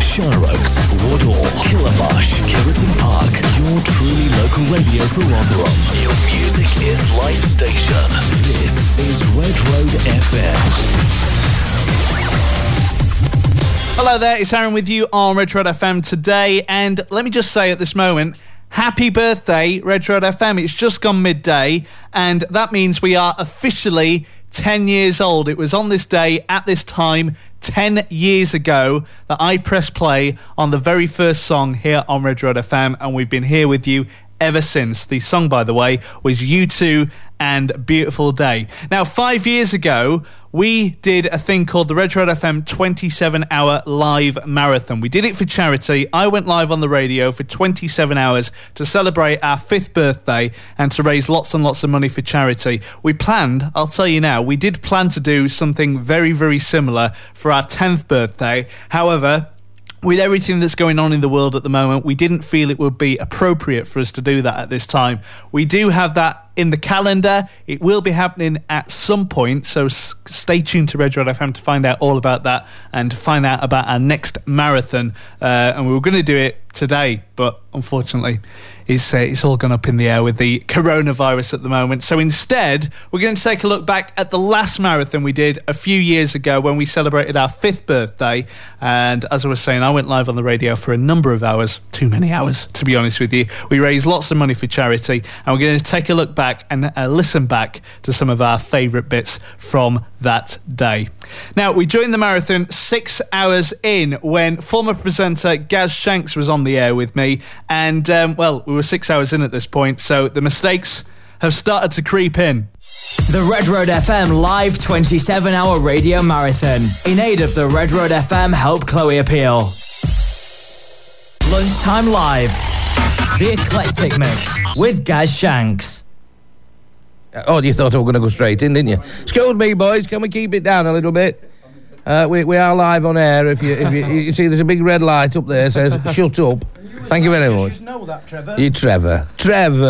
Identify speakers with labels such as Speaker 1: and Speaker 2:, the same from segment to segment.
Speaker 1: Sharrocks, Wardour, Killamarsh, Keraton Park. Your truly local radio for Rotherham. Your music is life station. This is Red Road FM.
Speaker 2: Hello there, it's Aaron with you on Retro FM today, and let me just say at this moment, happy birthday, Retro FM. It's just gone midday, and that means we are officially 10 years old. It was on this day at this time 10 years ago that I pressed play on the very first song here on Retro FM, and we've been here with you ever since. The song, by the way, was U2 and Beautiful Day. Now, five years ago, we did a thing called the Red Road FM 27 hour live marathon. We did it for charity. I went live on the radio for 27 hours to celebrate our fifth birthday and to raise lots and lots of money for charity. We planned, I'll tell you now, we did plan to do something very, very similar for our 10th birthday. However, with everything that's going on in the world at the moment, we didn't feel it would be appropriate for us to do that at this time. We do have that in the calendar. It will be happening at some point, so s- stay tuned to Red Red FM to find out all about that and find out about our next marathon. Uh, and we were going to do it today, but unfortunately, it's, uh, it's all gone up in the air with the coronavirus at the moment. So instead, we're going to take a look back at the last marathon we did a few years ago uh, when we celebrated our fifth birthday. And as I was saying, I went live on the radio for a number of hours, too many hours, to be honest with you. We raised lots of money for charity, and we're going to take a look back and uh, listen back to some of our favourite bits from that day. Now, we joined the marathon six hours in when former presenter Gaz Shanks was on the air with me. And, um, well, we were six hours in at this point, so the mistakes have started to creep in.
Speaker 3: The Red Road FM live 27 hour radio marathon in aid of the Red Road FM Help Chloe appeal. Lunchtime live. The Eclectic Mix with Gaz Shanks.
Speaker 4: Oh, you thought I was going to go straight in, didn't you? Excuse me, boys. Can we keep it down a little bit? Uh, we, we are live on air. If you if you, you see, there's a big red light up there. Says shut up. Thank you very much.
Speaker 5: know that, Trevor.
Speaker 4: You Trevor. Trevor.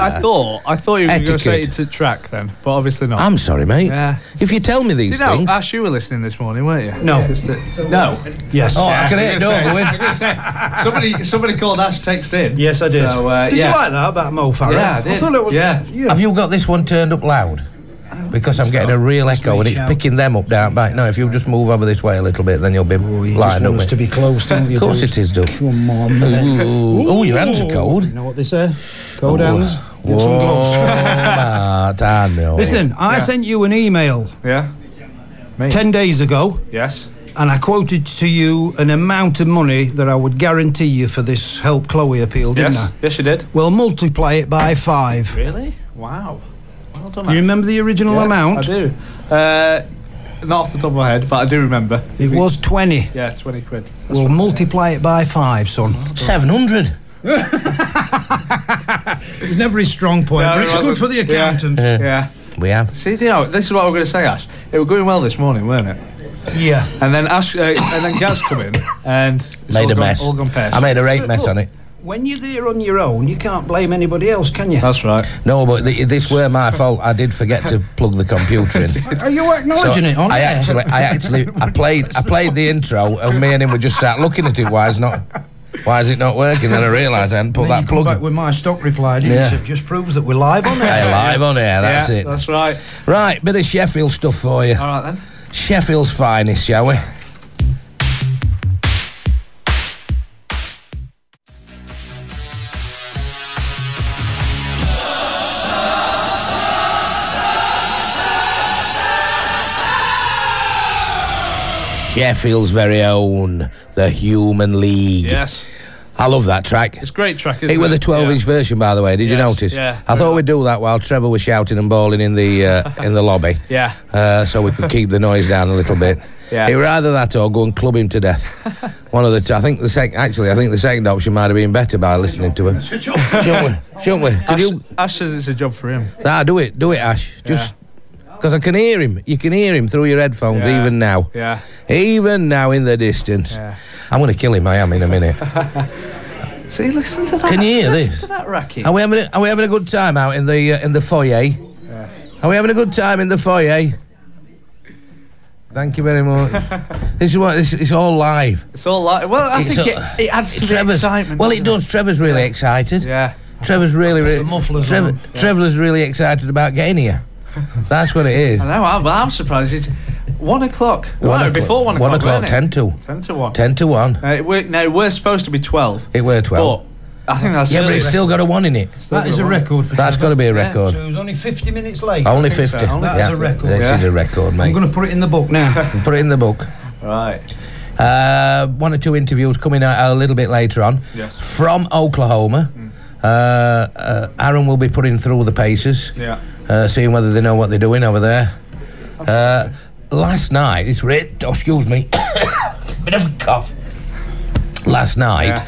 Speaker 2: I thought I thought you were going to say
Speaker 4: etiquette.
Speaker 2: it's a track then, but obviously not.
Speaker 4: I'm sorry, mate.
Speaker 2: Yeah.
Speaker 4: If you tell me these
Speaker 2: you know,
Speaker 4: things.
Speaker 2: Ash, you were listening this morning, weren't you? No, no.
Speaker 5: Yes.
Speaker 4: oh, I can hear it. No,
Speaker 2: I'm
Speaker 4: going.
Speaker 2: gonna say, somebody somebody called Ash text in.
Speaker 5: Yes, I did.
Speaker 2: So, uh,
Speaker 5: did
Speaker 2: yeah.
Speaker 5: you like that about Mo Farah?
Speaker 2: Yeah, I did.
Speaker 5: Oh, thought it was.
Speaker 2: Yeah.
Speaker 4: Have you got this one turned up loud? Because I'm getting a real echo and it's
Speaker 5: reach out.
Speaker 4: picking them up down back. No, if you'll just move over this way a little bit, then you'll be
Speaker 5: Oh, you just
Speaker 4: lined up.
Speaker 5: want us
Speaker 4: with-
Speaker 5: to be close, don't you?
Speaker 4: Of course
Speaker 5: dude?
Speaker 4: it is, Doug.
Speaker 5: Come on,
Speaker 4: Ooh,
Speaker 5: mate.
Speaker 4: oh, your hands are cold.
Speaker 5: You know what they say? Cold hands. Get some gloves.
Speaker 4: Whoa, damn, Oh, no.
Speaker 5: Listen, I sent you an email
Speaker 2: Yeah. Me.
Speaker 5: 10 days ago
Speaker 2: Yes.
Speaker 5: and I quoted to you an amount of money that I would guarantee you for this Help Chloe appeal, didn't
Speaker 2: Yes.
Speaker 5: I?
Speaker 2: Yes, you did.
Speaker 5: Well, multiply it by five.
Speaker 2: Really? Wow. Well done.
Speaker 5: You remember the original
Speaker 2: I
Speaker 5: amount?
Speaker 2: do. Uh, not off the top of my head, but I do remember.
Speaker 5: It was 20.
Speaker 2: Yeah, twenty quid. That's
Speaker 5: We'll
Speaker 2: fine.
Speaker 5: multiply it by five, son.
Speaker 4: 700.
Speaker 5: It's never his strong point.
Speaker 2: No,
Speaker 5: but
Speaker 2: it
Speaker 5: it's good
Speaker 2: wasn't.
Speaker 5: for the accountant.
Speaker 2: Yeah.
Speaker 5: Yeah.
Speaker 2: yeah.
Speaker 4: Uh-huh. We have.
Speaker 2: See, you know, this is what I was going to say, Ash. It was going well this morning, weren't it? And then Ash, uh, and then Gaz come in and it's all
Speaker 4: made a
Speaker 2: gone,
Speaker 4: mess.
Speaker 2: All gone pear
Speaker 4: I made a right mess on it.
Speaker 5: When you're there on your own, you can't blame anybody else, can you?
Speaker 2: That's right.
Speaker 4: No, but th this were my fault. I did forget to plug the computer in. So
Speaker 5: Are you acknowledging it on
Speaker 4: I
Speaker 5: air?
Speaker 4: actually, I actually, I played, I played the intro, and me and him were just sat looking at it. Why is not? Why is it not working? Then I realised I hadn't put
Speaker 5: And then you
Speaker 4: that
Speaker 5: come
Speaker 4: plug.
Speaker 5: back with my stock reply, didn't you?
Speaker 4: Yeah.
Speaker 5: So It just proves that we're live on
Speaker 4: Hey,
Speaker 5: air.
Speaker 4: live on air. That's
Speaker 2: yeah,
Speaker 4: it.
Speaker 2: That's right.
Speaker 4: Right, bit of Sheffield stuff for you.
Speaker 2: All right then.
Speaker 4: Sheffield's finest, shall we? Sheffield's very own, the Human League.
Speaker 2: Yes.
Speaker 4: I love that track.
Speaker 2: It's a great track, isn't
Speaker 4: It
Speaker 2: it?
Speaker 4: was a 12-inch version, by the way. Did you
Speaker 2: Yes,
Speaker 4: notice?
Speaker 2: yeah,
Speaker 4: I
Speaker 2: very
Speaker 4: thought we'd do that while Trevor was shouting and bawling in the uh, in the lobby.
Speaker 2: Yeah.
Speaker 4: Uh, so we could keep the noise down a little bit.
Speaker 2: Yeah.
Speaker 4: It were either that or go and club him to death. One of the two. I think the second. Actually, I think the second option might have been better by listening to him. shouldn't we? Shouldn't we? Could
Speaker 2: Ash,
Speaker 4: you?
Speaker 2: Ash says it's a job for him.
Speaker 4: Nah, do it. Do it, Ash. Just because I can hear him. You can hear him through your headphones
Speaker 2: Yeah.
Speaker 4: even now.
Speaker 2: Yeah.
Speaker 4: Even now in the distance.
Speaker 2: Yeah.
Speaker 4: I'm going to kill him. I am in a minute.
Speaker 2: See, listen to that.
Speaker 4: Can you hear
Speaker 2: listen
Speaker 4: this?
Speaker 2: to that racket.
Speaker 4: Are we having a, are we having a good time out in the uh, in the foyer? Are we having a good time in the foyer? Thank you very much. this is what it's, it's all live.
Speaker 2: It's all like. Well, I
Speaker 4: It's
Speaker 2: think
Speaker 4: all-
Speaker 2: it, it adds to the
Speaker 4: Trevor's-
Speaker 2: excitement.
Speaker 4: Well, it
Speaker 2: doesn't
Speaker 4: does. Trevor's really excited.
Speaker 2: Yeah.
Speaker 4: Trevor's really, really.
Speaker 5: muffler's
Speaker 4: Trevor,
Speaker 5: on.
Speaker 4: Trevor's really excited about getting here. That's what it is.
Speaker 2: I know. I'm, I'm surprised. It's one o'clock.
Speaker 4: One
Speaker 2: right,
Speaker 4: o'clock-
Speaker 2: before one o'clock.
Speaker 4: One o'clock.
Speaker 2: wasn't
Speaker 4: Ten
Speaker 2: it?
Speaker 4: to.
Speaker 2: Ten to one.
Speaker 4: Ten to one.
Speaker 2: Uh, it were, no, we're supposed to be twelve.
Speaker 4: It were twelve.
Speaker 2: But I think that's
Speaker 4: yeah, but it's still got a one in it.
Speaker 5: That is a record. For
Speaker 4: That's got to be a record.
Speaker 5: So it was only 50 minutes late.
Speaker 4: Only
Speaker 2: I think so.
Speaker 4: fifty.
Speaker 2: Only-
Speaker 5: That's Oh, a record.
Speaker 4: This is
Speaker 2: Yeah.
Speaker 4: a record, mate.
Speaker 5: I'm going to put it in the book now.
Speaker 4: Put it in the book.
Speaker 2: right.
Speaker 4: Uh, one or two interviews coming out a little bit later on
Speaker 2: Yes.
Speaker 4: from Oklahoma.
Speaker 5: Mm.
Speaker 4: Uh, uh, Aaron will be putting through the paces,
Speaker 2: Yeah.
Speaker 4: uh, seeing whether they know what they're doing over there. Uh, last night, it's writ. Oh, excuse me, bit of a cough. Last night,
Speaker 2: Yeah.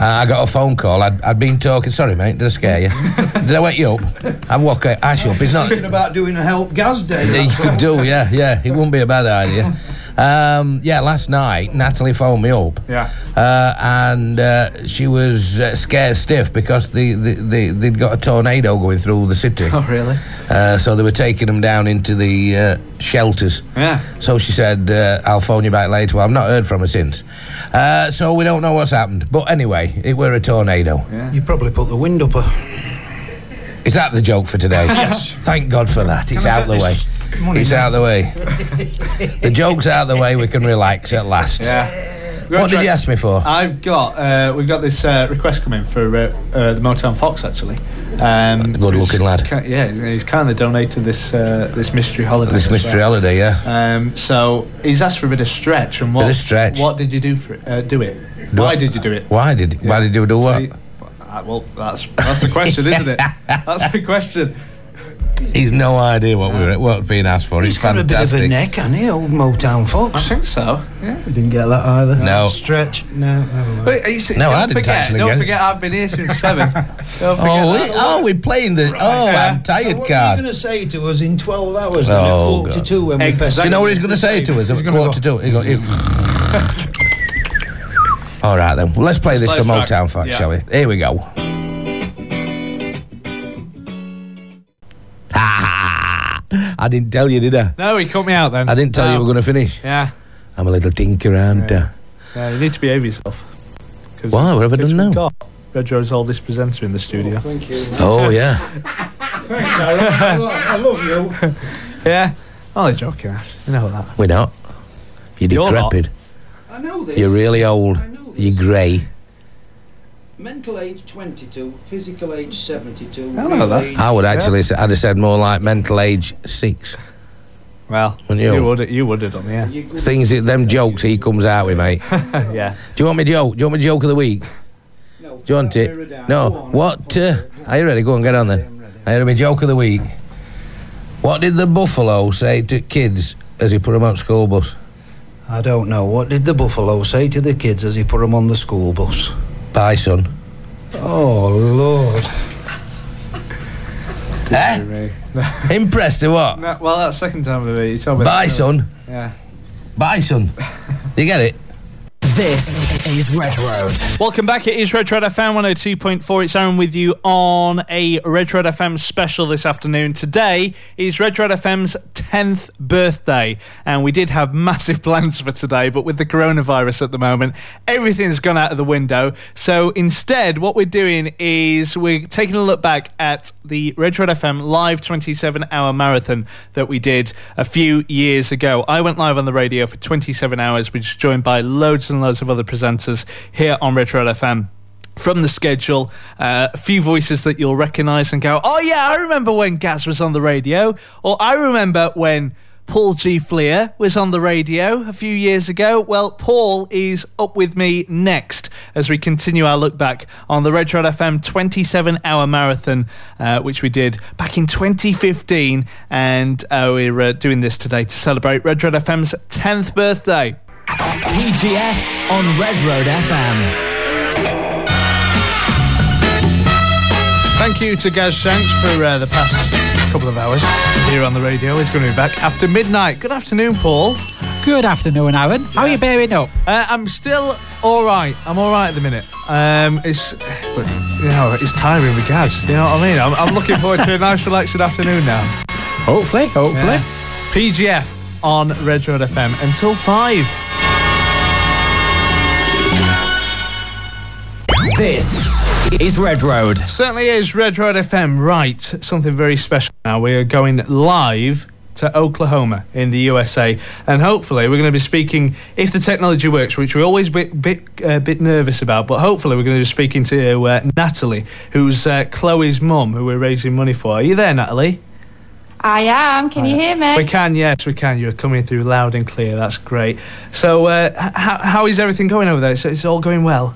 Speaker 4: uh, I got a phone call. I'd, I'd been talking. Sorry, mate, did I scare you? did I wake you up? I woke uh, Ash up. It's not.
Speaker 5: Thinking about doing a help Gaz day.
Speaker 4: Yeah, you
Speaker 5: that's
Speaker 4: could
Speaker 5: all.
Speaker 4: do, yeah, yeah. It wouldn't be a bad idea. Um, yeah, last night Natalie phoned me up.
Speaker 2: Yeah.
Speaker 4: Uh, and uh, she was uh, scared stiff because the, the, the, they'd got a tornado going through the city.
Speaker 2: Oh, really?
Speaker 4: Uh, so they were taking them down into the uh, shelters.
Speaker 2: Yeah.
Speaker 4: So she said, uh, I'll phone you back later. Well, I've not heard from her since. Uh, so we don't know what's happened. But anyway, it were a tornado.
Speaker 5: You probably put the wind up. a-
Speaker 4: Is that the joke for today? yes. Thank God for that. It's
Speaker 5: Can I
Speaker 4: out
Speaker 5: take
Speaker 4: the way.
Speaker 5: this money
Speaker 4: It's
Speaker 5: now?
Speaker 4: out the way. the joke's out the way. We can relax at last.
Speaker 2: Yeah.
Speaker 4: What did you ask me for?
Speaker 2: I've got uh, we've got this uh, request coming for uh, uh, the Motown Fox actually. Um,
Speaker 4: Good looking
Speaker 2: who's
Speaker 4: lad.
Speaker 2: ki- yeah, he's- he's kind of donated this uh, this mystery holiday.
Speaker 4: this
Speaker 2: as
Speaker 4: mystery
Speaker 2: well.
Speaker 4: holiday, yeah.
Speaker 2: Um, so he's asked for a bit of stretch and what?
Speaker 4: of stretch.
Speaker 2: What did you do for it? Uh, do it?
Speaker 4: Do
Speaker 2: Why
Speaker 4: it.
Speaker 2: did you do it?
Speaker 4: Why did Why did you do
Speaker 2: So
Speaker 4: what?
Speaker 2: he- uh, well, that's that's the question, isn't it? That's the question.
Speaker 4: He's no idea what we were what's being asked for.
Speaker 5: He's
Speaker 4: it's
Speaker 5: got a bit of
Speaker 4: fantastic.
Speaker 5: a neck, hasn't he, old Motown
Speaker 2: I
Speaker 5: Fox?
Speaker 2: think so. Yeah.
Speaker 5: We didn't get that either.
Speaker 4: No.
Speaker 5: Stretch. No, never mind.
Speaker 2: But he's,
Speaker 4: No,
Speaker 2: don't
Speaker 4: I didn't
Speaker 2: forget,
Speaker 4: actually
Speaker 2: Don't
Speaker 4: get it.
Speaker 2: forget, I've been here since seven. Don't forget
Speaker 4: Oh, we,
Speaker 2: that.
Speaker 4: oh, we're playing the. Oh,
Speaker 2: Yeah.
Speaker 4: I'm
Speaker 5: So
Speaker 4: tired
Speaker 5: what are you
Speaker 4: card.
Speaker 5: going to say to us in 12 hours then
Speaker 4: Oh,
Speaker 5: at quarter
Speaker 4: God.
Speaker 5: to two when we
Speaker 2: Exactly.
Speaker 5: pass?
Speaker 4: Do you know what he's going to say to us? At
Speaker 5: gonna
Speaker 4: quarter to. He's gonna- he- All right then. Well, let's play this
Speaker 2: play
Speaker 4: for
Speaker 2: the track.
Speaker 4: Motown Facts,
Speaker 2: Yeah.
Speaker 4: shall we? Here we go. I didn't tell you, did I?
Speaker 2: No, he cut me out then.
Speaker 4: I didn't tell you
Speaker 2: No.
Speaker 4: we were going to finish.
Speaker 2: Yeah.
Speaker 4: I'm a little tinker, aren't I?
Speaker 2: Yeah, you need to behave yourself. Cause
Speaker 4: Why? What have I
Speaker 2: 'cause
Speaker 4: done
Speaker 2: we've
Speaker 4: now?
Speaker 2: got Red Rose, all this presenter in the studio.
Speaker 4: Oh yeah.
Speaker 5: I love you.
Speaker 2: yeah. Oh, they're joking, Ash. You know that.
Speaker 4: We're not. You're
Speaker 2: You're not.
Speaker 4: decrepit.
Speaker 5: I know this.
Speaker 4: You're really old.
Speaker 5: I know
Speaker 4: You're grey.
Speaker 5: Mental age 22, physical age 72.
Speaker 2: I know
Speaker 5: real
Speaker 2: that.
Speaker 5: age-
Speaker 4: I would actually. Say, I'd have said more like mental age six.
Speaker 2: Well,
Speaker 4: Wouldn't you?
Speaker 2: would you would have done, yeah.
Speaker 5: you good-
Speaker 4: Things that them jokes he comes out with, mate.
Speaker 2: yeah.
Speaker 4: Do you want me joke? Do you want me joke of the week?
Speaker 5: No,
Speaker 4: Do you want
Speaker 5: mirror down.
Speaker 4: it? No.
Speaker 5: Go on.
Speaker 4: What? Uh, are you ready? Go on, get on then. I had my joke of the week. What did the buffalo say to kids as he put them on school bus?
Speaker 5: I don't know. What did the buffalo say to the kids as he put them on the school bus?
Speaker 4: Bye, son.
Speaker 5: Oh, Lord.
Speaker 4: Eh? Impressed or what?
Speaker 2: No, well, that's second time of it. You told me.
Speaker 4: Bye, son.
Speaker 2: Yeah.
Speaker 4: Bye, son. you get it?
Speaker 3: This is Red Road.
Speaker 2: Welcome back. It is Retro FM 102.4. It's Aaron with you on a Retro FM special this afternoon. Today is Retro FM's 10th birthday, and we did have massive plans for today, but with the coronavirus at the moment, everything's gone out of the window. So instead, what we're doing is we're taking a look back at the Retro FM live 27 hour marathon that we did a few years ago. I went live on the radio for 27 hours, which is joined by loads and loads of other presenters here on Retro FM. From the schedule, uh, a few voices that you'll recognise and go, oh yeah, I remember when Gaz was on the radio, or I remember when Paul G. Fleer was on the radio a few years ago. Well, Paul is up with me next as we continue our look back on the Retro FM 27 hour marathon, uh, which we did back in 2015. And uh, we're uh, doing this today to celebrate Retro FM's 10th birthday.
Speaker 3: PGF on Red Road FM.
Speaker 2: Thank you to Gaz Shanks for uh, the past couple of hours here on the radio. He's going to be back after midnight. Good afternoon, Paul.
Speaker 6: Good afternoon, Aaron. How are you bearing up?
Speaker 2: Uh, I'm still all right. I'm all right at the minute. Um, it's, but, you know, it's tiring with Gaz. You know what I mean? I'm, I'm looking forward to a nice, relaxing afternoon now.
Speaker 6: Hopefully, hopefully.
Speaker 2: Yeah. PGF on Red Road FM until five.
Speaker 3: This is Red Road.
Speaker 2: Certainly is Red Road FM. Right, something very special now. We are going live to Oklahoma in the USA, and hopefully we're going to be speaking. If the technology works, which we're always a bit bit, uh, bit nervous about, but hopefully we're going to be speaking to uh, Natalie, who's uh, Chloe's mum, who we're raising money for. Are you there, Natalie?
Speaker 7: I am. Can you hear me?
Speaker 2: We can, yes, we can. You're coming through loud and clear. That's great. So, uh, h- how, how is everything going over there? So it's all going well.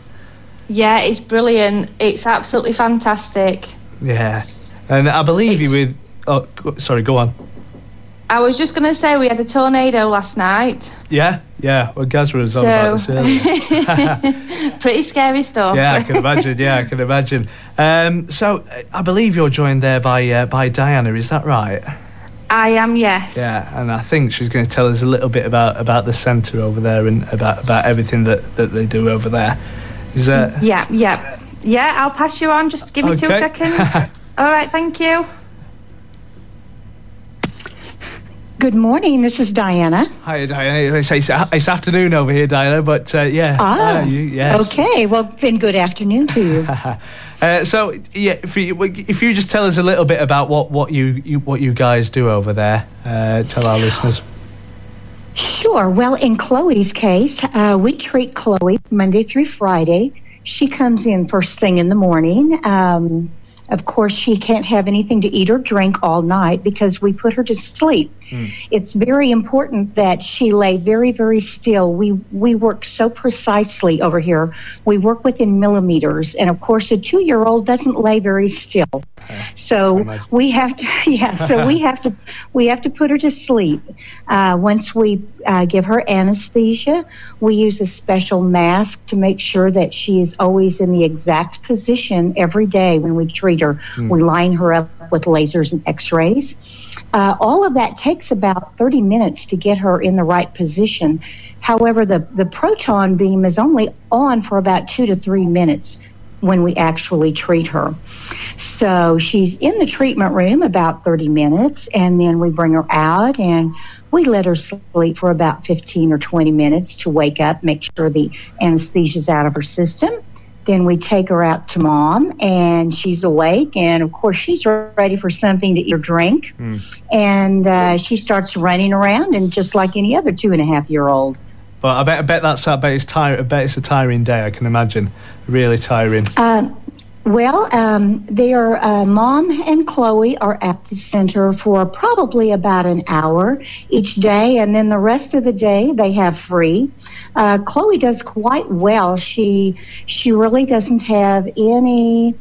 Speaker 7: Yeah, it's brilliant. It's absolutely fantastic.
Speaker 2: Yeah, and I believe you
Speaker 7: It's-
Speaker 2: with. Oh, go- sorry. Go on.
Speaker 7: I was just going to say we had a tornado last night.
Speaker 2: Yeah, yeah. Well, Gaz was on about this
Speaker 7: So-
Speaker 2: earlier.
Speaker 7: Pretty scary stuff.
Speaker 2: Yeah, I can imagine. Yeah, I can imagine. Um, so, uh, I believe you're joined there by uh, by Diana. Is that right?
Speaker 7: I am, yes.
Speaker 2: Yeah, and I think she's going to tell us a little bit about about the centre over there and about about everything that that they do over there. Is that?
Speaker 7: Yeah, yeah. Yeah, I'll pass you on. Just give me two
Speaker 2: Okay.
Speaker 7: seconds. All right, thank you.
Speaker 8: Good morning. This is Diana.
Speaker 2: Hi, Diana. It's, it's, it's afternoon over here, Diana, but uh, yeah.
Speaker 8: Ah,
Speaker 2: Uh, you- yes.
Speaker 8: Okay. Well, then good afternoon to you.
Speaker 2: Uh, so, yeah, if you, if you just tell us a little bit about what, what, you, you, what you guys do over there, uh, tell our listeners.
Speaker 8: Sure. Well, in Chloe's case, uh, we treat Chloe Monday through Friday. She comes in first thing in the morning. Um, of course, she can't have anything to eat or drink all night because we put her to sleep.
Speaker 2: Hmm.
Speaker 8: It's very important that she lay very, very still. We we work so precisely over here. We work within millimeters, and of course, a two-year-old doesn't lay very still. So we have to, yeah. So we have to, we have to put her to sleep. Uh, once we uh, give her anesthesia, we use a special mask to make sure that she is always in the exact position every day when we treat her. We line her up with lasers and X-rays. Uh, all of that takes about thirty minutes to get her in the right position. However, the the proton beam is only on for about two to three minutes when we actually treat her. So she's in the treatment room about 30 minutes, and then we bring her out and we let her sleep for about 15 or 20 minutes to wake up, make sure the anesthesia's out of her system. Then we take her out to mom, and she's awake, and of course, she's ready for something to eat or drink. And uh, she starts running around, and just like any other two and a half year old.
Speaker 2: But I bet, I bet that's I bet it's tire, I bet it's a tiring day. I can imagine, really tiring.
Speaker 8: Uh, Well, um, they are, uh, Mom and Chloe are at the center for probably about an hour each day, and then the rest of the day they have free. Uh, Chloe does quite well. She she really doesn't have any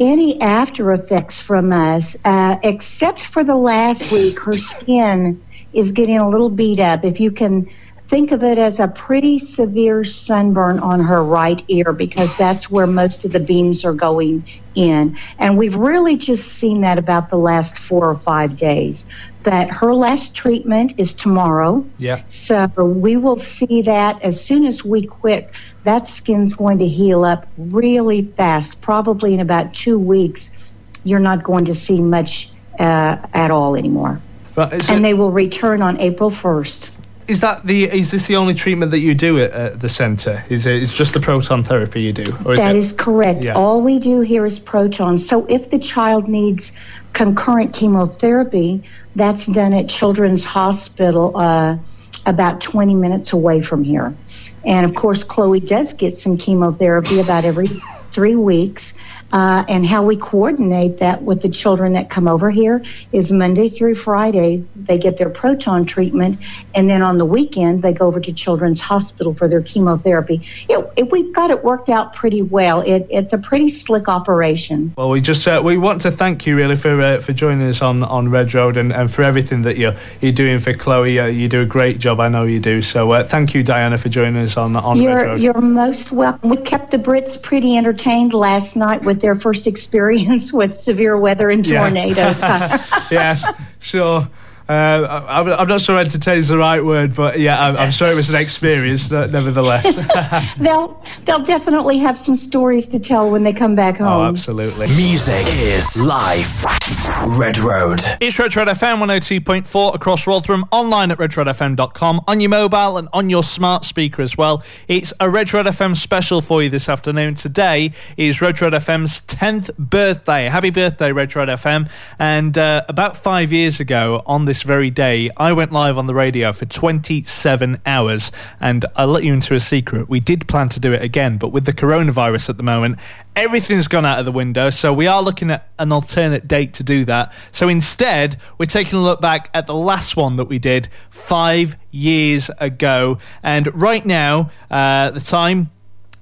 Speaker 8: any after effects from us, uh, except for the last week. Her skin is getting a little beat up. If you can think of it as a pretty severe sunburn on her right ear because that's where most of the beams are going in. And we've really just seen that about the last four or five days. That her last treatment is tomorrow.
Speaker 2: Yeah.
Speaker 8: So we will see that as soon as we quit, that skin's going to heal up really fast. Probably in about two weeks, you're not going to see much uh, at all anymore.
Speaker 2: Right, is,
Speaker 8: And
Speaker 2: it-
Speaker 8: they will return on April 1st.
Speaker 2: is that the is this the only treatment that you do at, at the centre? Is it it's just the proton therapy you do, or is
Speaker 8: That
Speaker 2: it-
Speaker 8: is correct.
Speaker 2: Yeah.
Speaker 8: All we do here is protons. So if the child needs concurrent chemotherapy, that's done at Children's Hospital uh, about 20 minutes away from here. And of course, Chloe does get some chemotherapy about every three weeks. Uh, and how we coordinate that with the children that come over here is Monday through Friday, they get their proton treatment, and then on the weekend, they go over to Children's Hospital for their chemotherapy. It, it, we've got it worked out pretty well. It, it's a pretty slick operation.
Speaker 2: Well, we just uh, we want to thank you really for uh, for joining us on, on Red Road and, and for everything that you're you're doing for Chloe. Uh, you do a great job, I know you do. So uh, thank you, Diana, for joining us on on Red
Speaker 8: You're,
Speaker 2: Road.
Speaker 8: you're most welcome. We kept the Brits pretty entertained last night with their first experience with severe weather and
Speaker 2: Yeah.
Speaker 8: tornadoes.
Speaker 2: yes, sure. Um, I- I'm, I'm not sure entertain's the right word, but yeah, I'm, I'm sure it was an experience, no- nevertheless.
Speaker 8: They'll they'll definitely have some stories to tell when they come back home.
Speaker 2: oh, absolutely.
Speaker 1: Music is life. Red Road.
Speaker 2: It's Retro FM 102.4 across Rotherham, online at retrofm.com, on your mobile and on your smart speaker as well. It's a Retro FM special for you this afternoon. Today is Retro FM's 10th birthday. Happy birthday, Retro FM. And uh, about five years ago, on this very day, I went live on the radio for 27 hours. And I'll let you into a secret. We did plan to do it again, but with the coronavirus at the moment, everything's gone out of the window. So we are looking at an alternate date to do that. So instead, we're taking a look back at the last one that we did five years ago. And right now, uh, the time.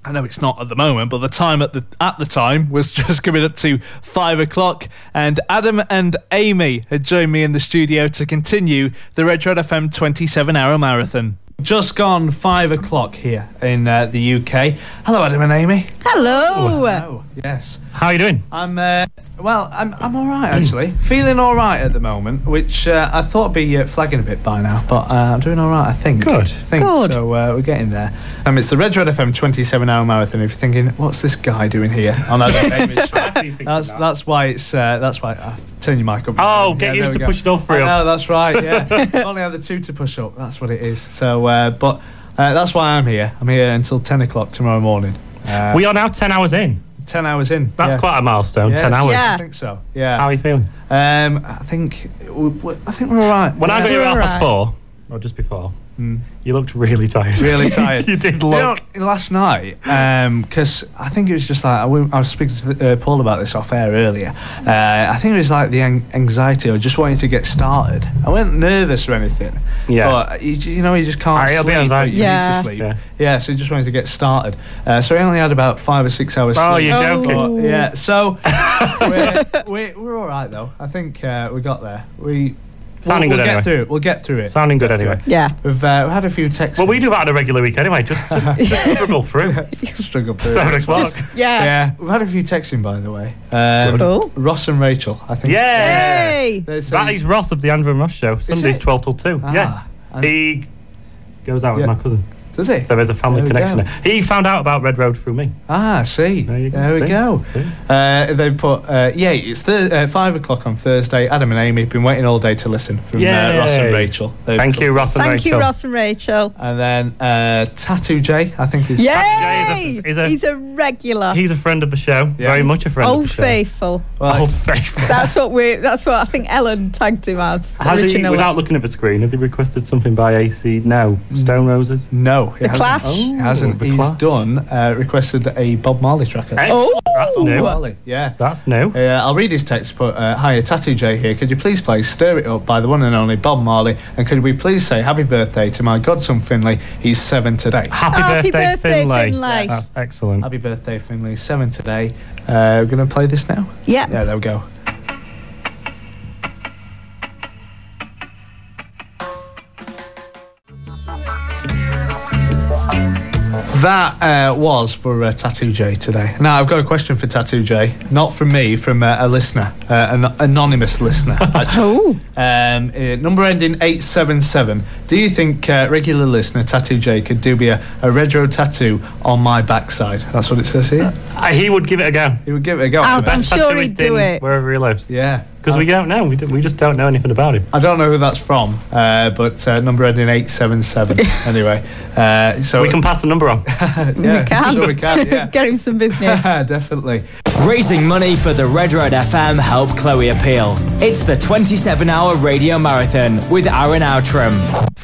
Speaker 2: I know it's not at the moment, but the time at the at the time was just coming up to five o'clock, and Adam and Amy had joined me in the studio to continue the Red Red FM 27-hour marathon. Just gone five o'clock here in uh, the UK. Hello, Adam and Amy.
Speaker 9: Hello.
Speaker 2: Oh, yes.
Speaker 10: How are you doing? Hmm.
Speaker 2: I'm uh, well. I'm I'm all right actually. Feeling all right at the moment, which uh, I thought be uh, flagging a bit by now, but uh, I'm doing all right. I think.
Speaker 10: Good.
Speaker 2: Think
Speaker 9: Good.
Speaker 2: so. Uh, we're getting there. Um, it's the Red Red FM 27 hour marathon. If you're thinking, what's this guy doing here on our image? That's that's why it's uh, that's why uh, turn your mic up.
Speaker 10: Oh, get
Speaker 2: there
Speaker 10: used
Speaker 2: we
Speaker 10: to pushing up for
Speaker 2: I
Speaker 10: real.
Speaker 2: know, that's right. Yeah, If only have the two to push up. That's what it is. So, uh, but uh, that's why I'm here. I'm here until ten o'clock tomorrow morning. Uh,
Speaker 10: we are now 10 hours in.
Speaker 2: ten hours in.
Speaker 10: That's
Speaker 2: yeah.
Speaker 10: quite a milestone,
Speaker 2: Yes,
Speaker 10: 10 hours.
Speaker 9: Yeah.
Speaker 2: I think so. Yeah.
Speaker 10: How are you feeling?
Speaker 2: Um, I think we- we- I think we're all right.
Speaker 10: When I got
Speaker 2: Yeah.
Speaker 10: here at half
Speaker 9: We're
Speaker 10: past
Speaker 9: right.
Speaker 10: four, or just before, you looked really tired.
Speaker 2: Mm. really tired,
Speaker 10: you did
Speaker 2: You
Speaker 10: look.
Speaker 2: know, last night because I think it was just like I, wa- I was speaking to the, uh, Paul about this off air earlier. Uh, I think it was like the an- anxiety or just wanting to get started. I wasn't nervous or anything.
Speaker 10: Yeah.
Speaker 2: but you, j- you know you just can't.
Speaker 10: Ah, it'll be
Speaker 2: sleep, but
Speaker 10: anxiety.
Speaker 2: You need to
Speaker 9: Yeah.
Speaker 2: sleep.
Speaker 10: Yeah.
Speaker 2: Yeah. so you just wanted to get started. Uh, so I only had about five or six hours.
Speaker 10: Oh,
Speaker 2: sleep.
Speaker 10: you're
Speaker 9: Oh.
Speaker 10: joking.
Speaker 2: But, yeah, so we're, we're, we're all right though. I think uh, we got there. We
Speaker 10: Sounding
Speaker 2: we'll,
Speaker 10: good
Speaker 2: we'll
Speaker 10: anyway.
Speaker 2: get through it. We'll get through it.
Speaker 10: Sounding good
Speaker 2: We'll get through
Speaker 10: anyway.
Speaker 9: Yeah.
Speaker 2: it. We've uh, had a few texts.
Speaker 10: Well, we do that on a regular week anyway. Just, just, just struggle through.
Speaker 2: struggled through.
Speaker 10: Seven
Speaker 2: it.
Speaker 10: o'clock.
Speaker 9: Yeah.
Speaker 2: Yeah, we've had a few texting by the way. Um,
Speaker 9: Cool.
Speaker 2: Ross and Rachel, I think.
Speaker 10: Yeah.
Speaker 9: Hey.
Speaker 2: They're saying-
Speaker 10: That is Ross of the Andrew and Ross show. Sundays
Speaker 2: it?
Speaker 10: 12 till 2.
Speaker 2: Ah,
Speaker 10: yes.
Speaker 2: and-
Speaker 10: He goes out
Speaker 2: Yeah.
Speaker 10: with my cousin.
Speaker 2: does it?
Speaker 10: So there's a family
Speaker 2: There we
Speaker 10: connection
Speaker 2: go.
Speaker 10: there. He found out about Red Road through me.
Speaker 2: Ah, I see.
Speaker 10: There you go.
Speaker 2: we
Speaker 10: See?
Speaker 2: go.
Speaker 10: See?
Speaker 2: Uh, they've put, uh, yeah, it's th- uh, five o'clock on Thursday. Adam and Amy have been waiting all day to listen from uh,
Speaker 10: Yay.
Speaker 2: Ross and Rachel. They've
Speaker 10: Thank
Speaker 2: put-
Speaker 10: you, Ross and
Speaker 9: Thank
Speaker 10: Rachel.
Speaker 9: you, Ross and Rachel.
Speaker 2: And then uh, Tattoo J, I think is.
Speaker 10: Yeah,
Speaker 9: Yay!
Speaker 10: he's a- he's a-
Speaker 9: He's a regular.
Speaker 10: He's a friend of the show.
Speaker 2: Yeah. Oh,
Speaker 10: Very much a friend
Speaker 9: Old
Speaker 10: of the show.
Speaker 9: faithful.
Speaker 2: Well,
Speaker 10: Old faithful.
Speaker 9: That's what we. That's what I think Ellen tagged him as
Speaker 10: Has he,
Speaker 9: originally.
Speaker 10: without looking at the screen, has he requested something by AC? No, Stone Roses. Oh,
Speaker 2: No, he hasn't.
Speaker 9: Clash.
Speaker 2: He hasn't.
Speaker 10: The
Speaker 2: He's
Speaker 10: Clash.
Speaker 2: done. Uh, requested a Bob Marley track. I think.
Speaker 9: Oh!
Speaker 10: Excellent. That's new.
Speaker 2: Marley, yeah.
Speaker 10: That's new.
Speaker 2: Uh, I'll read his text, but uh, hi, Tattoo J here. Could you please play Stir It Up by the one and only Bob Marley? And could we please say happy birthday to my godson Finlay? He's seven today.
Speaker 10: Happy,
Speaker 9: Happy
Speaker 10: birthday,
Speaker 9: birthday,
Speaker 10: Finlay.
Speaker 9: Finlay.
Speaker 10: That's excellent.
Speaker 2: Happy birthday, Finlay. Seven today. Uh, we're going to play this now?
Speaker 9: Yep.
Speaker 2: Yeah, there we go. That uh, was for uh, Tattoo J today. Now, I've got a question for Tattoo J. Not from me, from uh, a listener, uh, an anonymous listener.
Speaker 9: Oh.
Speaker 2: actually. um, uh, number ending 877. Do you think uh, regular listener Tattoo J could do me a, a retro tattoo on my backside? That's what it says here.
Speaker 10: Uh, he would give it a go.
Speaker 2: He would give it a go.
Speaker 9: I'll
Speaker 2: I bet.
Speaker 9: Oh, I'm
Speaker 10: Best
Speaker 9: sure
Speaker 10: tattooist
Speaker 9: he'd do
Speaker 10: in
Speaker 9: it.
Speaker 10: Wherever he lives.
Speaker 2: yeah.
Speaker 10: Because we don't know. We, do, we just don't know anything about him.
Speaker 2: I don't know who that's from, uh, but uh, number ending 877. anyway, uh, so
Speaker 10: We can pass the number on.
Speaker 2: yeah,
Speaker 9: we can.
Speaker 2: Sure we can, yeah.
Speaker 9: Get him some business.
Speaker 2: Definitely.
Speaker 3: Raising money for the Red Road FM Help Chloe Appeal. It's the 27 hour radio marathon with Aaron Outram.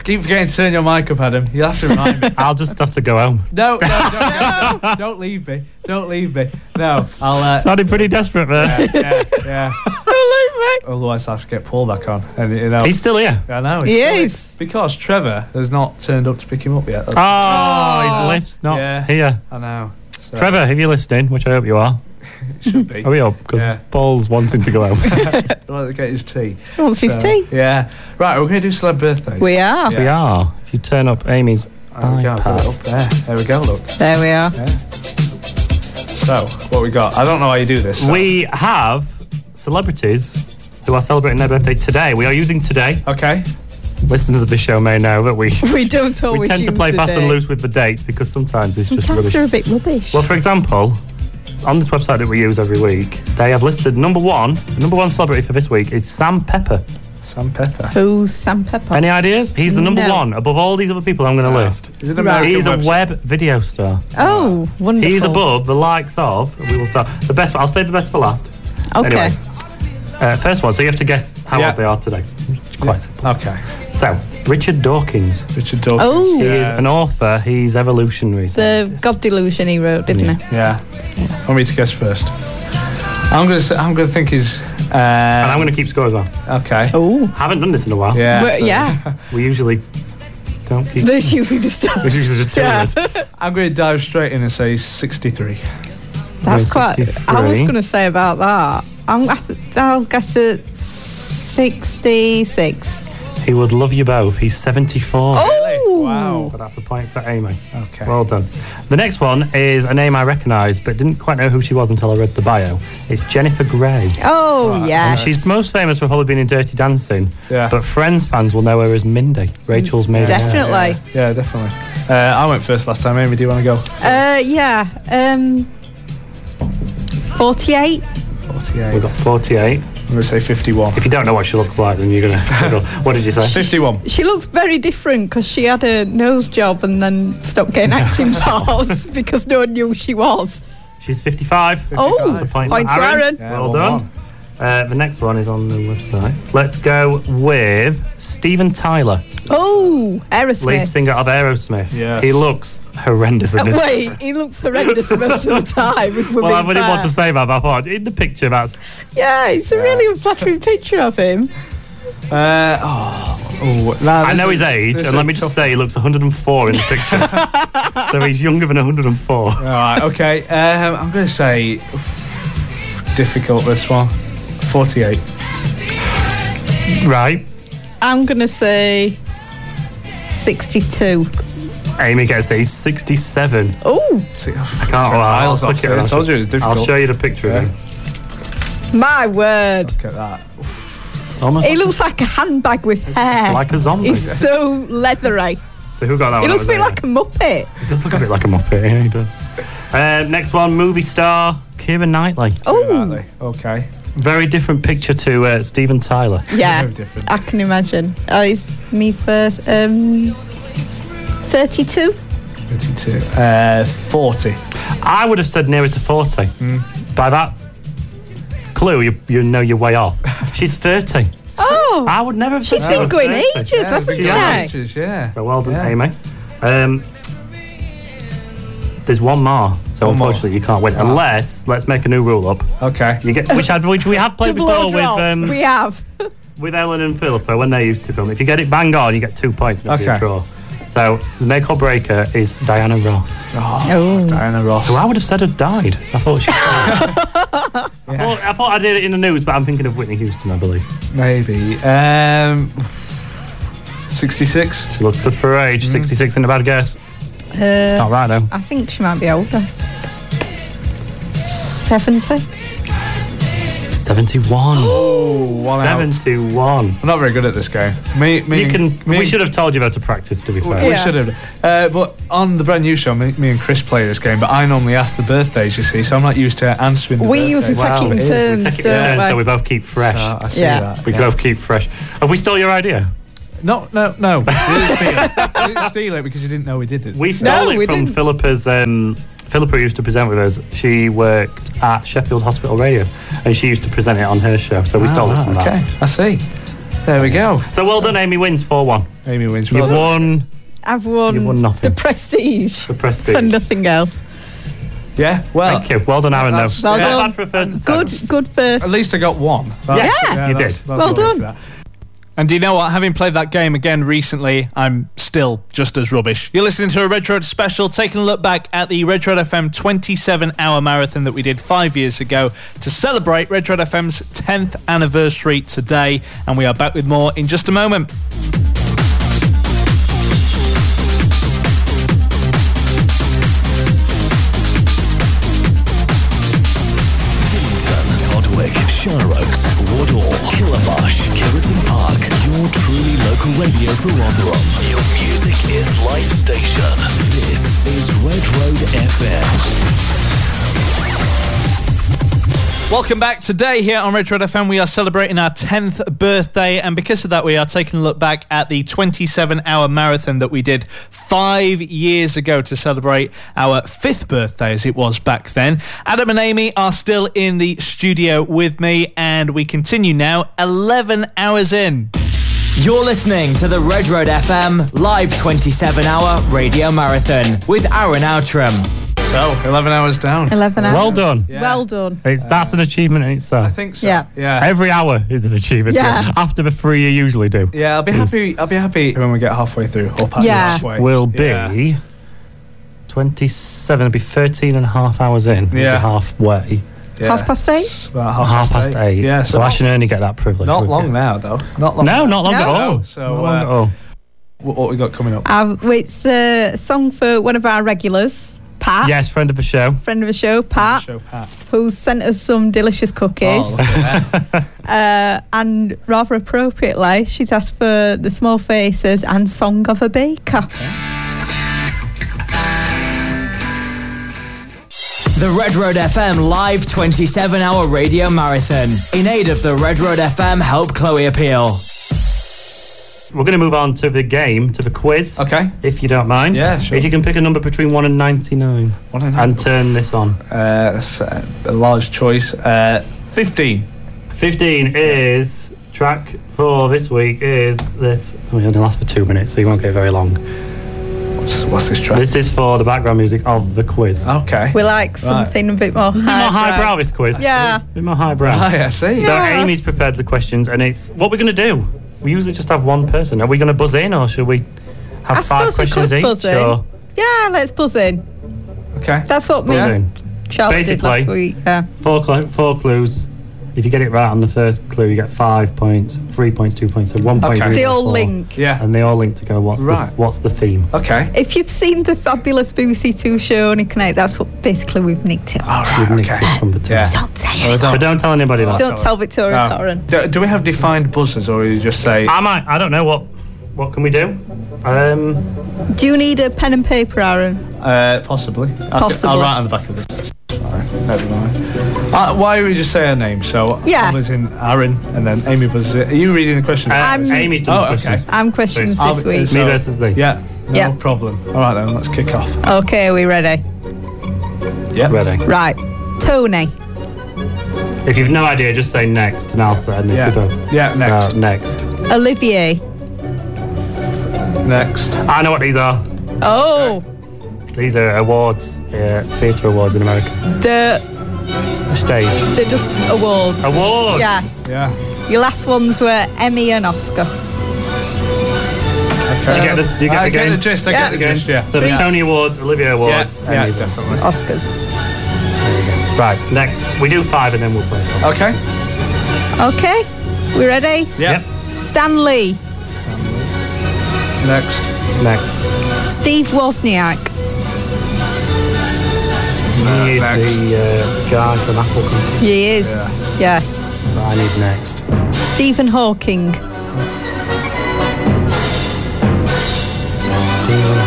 Speaker 2: Keep forgetting to turn your mic up, Adam. You'll have to remind me.
Speaker 10: I'll just have to go home.
Speaker 2: No, no, no, no, no. Don't leave me. Don't leave me. No, I'll. Uh,
Speaker 10: Sounded pretty desperate there.
Speaker 2: yeah, yeah.
Speaker 9: Don't leave me.
Speaker 2: Otherwise, I have to get Paul back on. And, you know,
Speaker 10: He's still here.
Speaker 2: I know. he's
Speaker 9: He
Speaker 2: still-
Speaker 9: is.
Speaker 2: Because Trevor has not turned up to pick him up yet. That's-
Speaker 10: Oh, his lift's not
Speaker 2: Yeah.
Speaker 10: here.
Speaker 2: I know. So,
Speaker 10: Trevor, if you're listening, which I hope you are,
Speaker 2: it should be.
Speaker 10: are we up? Because
Speaker 2: Yeah.
Speaker 10: Paul's wanting to go home.
Speaker 2: I'd like to get his tea.
Speaker 9: He wants his
Speaker 2: So,
Speaker 9: tea.
Speaker 2: Yeah. Right, we're going to do celeb birthdays.
Speaker 9: We are.
Speaker 2: Yeah.
Speaker 10: We are. If you turn up Amy's
Speaker 2: There we go. I've got it
Speaker 10: iPad.
Speaker 2: up there. There we go. Look.
Speaker 9: There we are.
Speaker 2: So, what we got? I don't know how you do this. so-
Speaker 10: We have celebrities who who are celebrating their birthday today. We are using today.
Speaker 2: Okay.
Speaker 10: Listeners of the show may know that we
Speaker 9: We don't
Speaker 10: we
Speaker 9: always
Speaker 10: tend to
Speaker 9: use
Speaker 10: play
Speaker 9: the
Speaker 10: fast and
Speaker 9: day.
Speaker 10: loose with the dates because sometimes it's just
Speaker 9: Sometimes
Speaker 10: rubbish.
Speaker 9: they're a bit rubbish.
Speaker 10: Well, for example, on this website that we use every week, they have listed number one. The number one celebrity for this week is Sam Pepper.
Speaker 2: Sam Pepper.
Speaker 9: Who's Sam Pepper?
Speaker 10: Any ideas? He's the number
Speaker 9: No.
Speaker 10: one above all these other people I'm going to list.
Speaker 2: Is it American
Speaker 10: He's a
Speaker 2: website?
Speaker 10: web video star.
Speaker 9: Oh, wonderful.
Speaker 10: He's above the likes of. We will start the best. I'll save the best for last.
Speaker 9: Okay.
Speaker 10: Anyway, uh, first one. So you have to guess how
Speaker 2: Yeah.
Speaker 10: old they are today. It's quite simple.
Speaker 2: Okay.
Speaker 10: So Richard Dawkins.
Speaker 2: Richard Dawkins.
Speaker 9: Oh.
Speaker 10: He is
Speaker 2: Yeah.
Speaker 10: an author. He's evolutionary.
Speaker 9: The God Delusion he wrote, didn't he?
Speaker 2: Yeah. I want me to guess first. I'm gonna. Say, I'm gonna think he's. Uh, and
Speaker 10: I'm going to keep score as well.
Speaker 2: Okay.
Speaker 9: Oh.
Speaker 10: Haven't done this in a while.
Speaker 2: Yeah.
Speaker 9: Well,
Speaker 2: so-
Speaker 9: yeah.
Speaker 10: We usually don't keep.
Speaker 9: There's usually just
Speaker 10: There's usually just two
Speaker 9: Yeah.
Speaker 10: of us.
Speaker 2: I'm gonna dive straight in and say he's 63.
Speaker 9: That's quite. I was
Speaker 10: 63.
Speaker 9: going to say about that. I'm, I th- I'll guess at 66.
Speaker 10: He would love you both. He's 74.
Speaker 9: Oh!
Speaker 10: But that's a point for Amy.
Speaker 2: Okay.
Speaker 10: Well done. The next one is a name I recognise, but didn't quite know who she was until I read the bio. It's Jennifer Grey.
Speaker 9: Oh, yeah.
Speaker 10: She's most famous for probably being in Dirty Dancing.
Speaker 2: Yeah.
Speaker 10: But Friends fans will know her as Mindy, Rachel's maid.
Speaker 9: Definitely.
Speaker 2: Yeah, definitely. Uh, I went first last time. Amy, do you want to go?
Speaker 9: Uh, yeah. Um, 48.
Speaker 2: 48.
Speaker 10: We've got 48.
Speaker 2: I'm gonna say 51.
Speaker 10: If you don't know what she looks like, then you're going to struggle. what did you say?
Speaker 2: 51.
Speaker 9: She looks very different because she had a nose job and then stopped getting acting parts because no one knew who she was.
Speaker 10: She's 55.
Speaker 9: Oh,
Speaker 10: That's a point,
Speaker 9: point
Speaker 10: for
Speaker 9: to Aaron.
Speaker 2: Yeah,
Speaker 10: well
Speaker 2: one,
Speaker 10: done.
Speaker 2: one.
Speaker 10: Uh, the next one is on the website. Let's go with Steven Tyler,
Speaker 9: Oh,
Speaker 10: lead
Speaker 9: Aerosmith.
Speaker 10: singer of Aerosmith.
Speaker 2: Yes.
Speaker 10: He looks horrendous in this.
Speaker 9: Wait, he looks horrendous most of the time. if we're
Speaker 10: Well, I
Speaker 9: being
Speaker 10: wouldn't want
Speaker 9: fair.
Speaker 10: to say that, but I thought in the picture that's
Speaker 9: Yeah, it's a really unflattering picture of him.
Speaker 2: Uh, oh, oh,
Speaker 10: I know his age, and let me just say he looks 104 in the picture. so he's younger than 104.
Speaker 2: All right. Okay. Um, I'm gonna say difficult. This one. 48.
Speaker 10: Right.
Speaker 9: I'm going to say 62.
Speaker 10: Amy gets it. He's 67.
Speaker 9: Oh,
Speaker 2: See, I
Speaker 10: Can't lie. I'll,
Speaker 2: miles off
Speaker 10: click it
Speaker 2: there. I
Speaker 10: and
Speaker 2: told you it was difficult.
Speaker 10: I'll show you the picture
Speaker 2: Yeah.
Speaker 10: of him.
Speaker 9: my word.
Speaker 2: Look at that.
Speaker 10: It's almost
Speaker 9: He looks like a handbag with hair.
Speaker 10: like a zombie.
Speaker 9: He's so leathery.
Speaker 10: so who got that
Speaker 9: He
Speaker 10: one?
Speaker 9: looks a
Speaker 10: That
Speaker 9: bit
Speaker 10: was
Speaker 9: like a muppet.
Speaker 10: Amy. He does look a bit like a muppet. Yeah, he does. Uh, next one, movie star Kieran Knightley.
Speaker 9: Oh,
Speaker 2: Exactly. Okay.
Speaker 10: Very different picture to uh, Steven Tyler.
Speaker 9: yeah.
Speaker 2: Very different.
Speaker 9: I can imagine. Oh, it's me first. Um, 32.
Speaker 2: 52. Uh, 40.
Speaker 10: I would have said nearer to 40.
Speaker 2: Hmm.
Speaker 10: By that clue, you, you know you're way off. She's 30.
Speaker 9: Oh,
Speaker 10: I would never have
Speaker 9: she's
Speaker 10: said
Speaker 9: been going
Speaker 10: ages.
Speaker 9: ages, hasn't she?
Speaker 10: big eyes.
Speaker 2: Yeah.
Speaker 10: So well done,
Speaker 2: Yeah.
Speaker 10: Amy. Um, there's one more, so
Speaker 2: One more. Ah.
Speaker 10: unfortunately you can't win unless let's make a new rule up.
Speaker 2: Okay.
Speaker 10: You get which had which we have played
Speaker 9: Double O
Speaker 10: before with
Speaker 9: drop.
Speaker 10: um,
Speaker 9: we have.
Speaker 10: with Ellen and Philippa when they used to film. If you get it bang on, you get two points. And it'll be a
Speaker 2: Okay.
Speaker 10: draw. So the make or breaker is Diana Ross.
Speaker 2: Oh, Diana Ross.
Speaker 10: Who I would have said had died. I thought she. I, thought, I thought I did it in the news, but I'm thinking of Whitney Houston, I believe.
Speaker 2: Maybe. Um, 66.
Speaker 10: She looks good for her
Speaker 2: Mm-hmm.
Speaker 10: age, 66 in a bad guess. It's not right, though.
Speaker 9: Uh, I think she might be older. 70.
Speaker 10: 71.
Speaker 2: one out.
Speaker 10: 71.
Speaker 2: I'm not very good at this game. Me, me
Speaker 10: You
Speaker 2: and-
Speaker 10: can.
Speaker 2: Me
Speaker 10: we
Speaker 2: and-
Speaker 10: should have told you about to practice. To be fair,
Speaker 2: We
Speaker 9: Yeah.
Speaker 2: should have. Uh, but on the brand new show, me, me and Chris play this game, but I normally ask the birthdays, you see, so I'm not used to answering the
Speaker 9: We
Speaker 2: birthdays.
Speaker 9: usually
Speaker 10: Wow,
Speaker 9: take it in
Speaker 10: it is.
Speaker 9: turns,
Speaker 10: Take it in
Speaker 9: don't
Speaker 10: turns,
Speaker 9: we?
Speaker 10: so we both keep fresh.
Speaker 2: So I see
Speaker 9: Yeah.
Speaker 2: that.
Speaker 10: we
Speaker 2: yeah.
Speaker 10: both keep fresh. Have we stole your idea?
Speaker 2: No, no, no. We didn't steal it. We didn't steal it because you didn't know we did it.
Speaker 10: We stole it
Speaker 9: we
Speaker 10: from
Speaker 9: didn't.
Speaker 10: Philippa's. Um, Philippa used to present with us. She worked at Sheffield Hospital Radio, and she used to present it on her show. So we stole it from
Speaker 2: Ah, Okay,
Speaker 10: that.
Speaker 2: I see. There we go.
Speaker 10: So well done, Amy. Wins four one.
Speaker 2: Amy wins.
Speaker 10: You've
Speaker 2: Well done.
Speaker 10: won
Speaker 9: I've won,
Speaker 10: You've won nothing.
Speaker 9: the prestige
Speaker 10: the prestige.
Speaker 9: and nothing else.
Speaker 2: Yeah, well,
Speaker 10: Thank you. Well done, Aaron. Though.
Speaker 2: That's-
Speaker 9: Well
Speaker 10: Not
Speaker 9: done.
Speaker 10: bad for a first
Speaker 9: Good,
Speaker 10: attempt.
Speaker 9: good first.
Speaker 2: at least I got one.
Speaker 10: Yes, you
Speaker 2: that's-
Speaker 10: did.
Speaker 2: that's
Speaker 9: Well
Speaker 2: all right
Speaker 9: done.
Speaker 2: for that. And do you know what? Having played that game again recently, I'm still just as rubbish. You're listening to a Red Road special, taking a look back at the Red Road FM 27 hour marathon that we did five years ago to celebrate Red Road FM's 10th anniversary today. And we are back with more in just a moment.
Speaker 1: Toddwick, Shire Oaks, Wardour, Killer
Speaker 2: Welcome back. Today here on Retro FM, we are celebrating our 10th birthday, and because of that, we are taking a look back at the 27-hour marathon that we did five years ago to celebrate our fifth birthday, as it was back then. Adam and Amy are still in the studio with me, and we continue now, 11 hours in.
Speaker 3: You're listening to the Red Road FM live 27 hour radio marathon with Aaron Outram.
Speaker 2: So, 11 hours down.
Speaker 9: 11 hours.
Speaker 10: Well done.
Speaker 9: Well done.
Speaker 10: It's, that's an achievement in itself. I think
Speaker 9: Yeah.
Speaker 2: Yeah.
Speaker 10: Every hour is an achievement.
Speaker 9: Yeah.
Speaker 10: After the three you usually do.
Speaker 2: Yeah, I'll be happy. I'll be happy when we get halfway through or past
Speaker 9: Yeah.
Speaker 2: halfway.
Speaker 10: Will be
Speaker 2: Yeah.
Speaker 10: 27, it'll be 13 and a half hours in. It'll be
Speaker 2: Yeah.
Speaker 10: halfway.
Speaker 2: Yeah.
Speaker 9: Half past eight?
Speaker 2: It's about half,
Speaker 10: half past eight.
Speaker 2: Yeah,
Speaker 10: so
Speaker 2: so
Speaker 10: I should only get that privilege.
Speaker 2: not
Speaker 10: wouldn't
Speaker 2: long now though. Not long.
Speaker 10: it? No, not long
Speaker 9: No.
Speaker 10: at all.
Speaker 2: So,
Speaker 10: Not long
Speaker 2: uh,
Speaker 10: at all.
Speaker 2: What, what we got coming up?
Speaker 9: Um, it's a song for one of our regulars,
Speaker 2: Ah.
Speaker 9: Pat.
Speaker 10: Yes, friend of the show.
Speaker 9: Friend of the show, Pat,
Speaker 2: Show Oh. Pat.
Speaker 9: who sent us some delicious cookies. uh, and rather appropriately, she's asked for The Small Faces and Song of a Baker.
Speaker 3: The Red Road FM live 27 hour radio marathon in aid of the Red Road FM Help Chloe appeal.
Speaker 10: We're going to move on to the game, to the quiz.
Speaker 2: Okay.
Speaker 10: If you don't mind.
Speaker 2: Yeah, sure.
Speaker 10: If you can pick a number between 1 and 99
Speaker 2: One and a half.
Speaker 10: and turn this on.
Speaker 2: Uh, that's uh, a large choice. Uh, Fifteen.
Speaker 10: 15 is track four this week is this. I mean, it only lasts for two minutes, so you won't get very long.
Speaker 2: What's, what's this track?
Speaker 10: This is for the background music of the quiz.
Speaker 2: Okay.
Speaker 9: We like something a bit more
Speaker 10: A bit more
Speaker 9: highbrow.
Speaker 10: highbrow, this quiz.
Speaker 9: Yeah.
Speaker 10: A bit more highbrow.
Speaker 2: Ah, yeah, I see.
Speaker 10: So
Speaker 9: Yes.
Speaker 10: Amy's prepared the questions, and it's what we're going to do. We usually just have one person. Are we going to buzz in, or should we have
Speaker 9: I
Speaker 10: five
Speaker 9: suppose we
Speaker 10: questions
Speaker 9: could
Speaker 10: each?
Speaker 9: buzz in.
Speaker 10: or
Speaker 9: Yeah, let's buzz in.
Speaker 2: Okay.
Speaker 9: That's what me
Speaker 10: buzz
Speaker 9: and
Speaker 10: in?
Speaker 9: Charles did
Speaker 10: Basically.
Speaker 9: last week. Yeah.
Speaker 10: Four, cl- four clues. If you get it right on the first clue, you get five points, three points, two points, so one point.
Speaker 2: Okay.
Speaker 10: three
Speaker 9: They
Speaker 10: or
Speaker 9: all
Speaker 10: four.
Speaker 9: link.
Speaker 2: Yeah.
Speaker 10: and they all link to go. What's
Speaker 2: Right.
Speaker 10: the what's the theme?
Speaker 2: Okay.
Speaker 9: If you've seen the fabulous BBC Two show on Ignite, that's what basically we've nicked it.
Speaker 2: All
Speaker 10: We've
Speaker 2: right.
Speaker 10: nicked
Speaker 2: Okay.
Speaker 10: it from the top.
Speaker 2: Yeah.
Speaker 9: Don't say it.
Speaker 10: So don't tell anybody that.
Speaker 9: Don't tell Victoria
Speaker 2: No.
Speaker 9: Corin.
Speaker 2: Oh. Do, do we have defined buzzers, or you just say?
Speaker 10: I might. I don't know what. What can we do? Um,
Speaker 9: Do you need a pen and paper, Aaron?
Speaker 2: Uh, possibly. I can-
Speaker 9: Possibly.
Speaker 2: I'll write on the back of this. Sorry, never mind. Uh, why don't we just say her name? So
Speaker 9: Yeah.
Speaker 2: I was in Aaron, and then Amy was. Are you reading the question?
Speaker 10: uh,
Speaker 9: I'm-
Speaker 10: Amy's done
Speaker 2: oh,
Speaker 10: the
Speaker 2: okay.
Speaker 10: questions.
Speaker 9: I'm questions
Speaker 2: I'll
Speaker 9: this
Speaker 2: be-
Speaker 9: week.
Speaker 2: so-
Speaker 10: Me versus thee.
Speaker 2: Yeah. No
Speaker 9: Yeah.
Speaker 2: problem. All right then, let's kick off.
Speaker 9: Okay, are we ready?
Speaker 2: Yeah.
Speaker 10: Ready.
Speaker 9: Right. Tony.
Speaker 10: If you've no idea, just say next, and I'll say. And if
Speaker 2: Yeah.
Speaker 10: you don't-
Speaker 2: Yeah, next.
Speaker 10: Uh, next.
Speaker 9: Olivier.
Speaker 2: Next.
Speaker 10: I know what these are.
Speaker 9: Oh,
Speaker 10: These are awards, uh, theatre awards in America.
Speaker 9: the
Speaker 10: Stage
Speaker 9: the just awards.
Speaker 10: awards.
Speaker 9: Yeah.
Speaker 2: Yeah.
Speaker 9: Your last ones were Emmy and Oscar.
Speaker 10: Did you get the, did you get the
Speaker 2: I Uh, get
Speaker 10: game?
Speaker 2: the gist. I
Speaker 9: Yeah.
Speaker 2: get the gist. Yeah.
Speaker 10: The Tony Awards, Olivia
Speaker 2: Yeah,
Speaker 10: Awards.
Speaker 2: yeah,
Speaker 10: Emmys.
Speaker 2: definitely.
Speaker 9: Oscars.
Speaker 10: Right. Next, we do five, and then we'll play. Some.
Speaker 2: Okay.
Speaker 9: Okay, we ready?
Speaker 2: Yeah.
Speaker 9: Stan Lee,
Speaker 2: Next.
Speaker 10: Yep. Next.
Speaker 9: Steve Wozniak,
Speaker 10: he is
Speaker 2: next.
Speaker 10: the uh, guy from Apple Company.
Speaker 9: he is. Yes.
Speaker 10: that I need next.
Speaker 9: Stephen Hawking,
Speaker 10: Stephen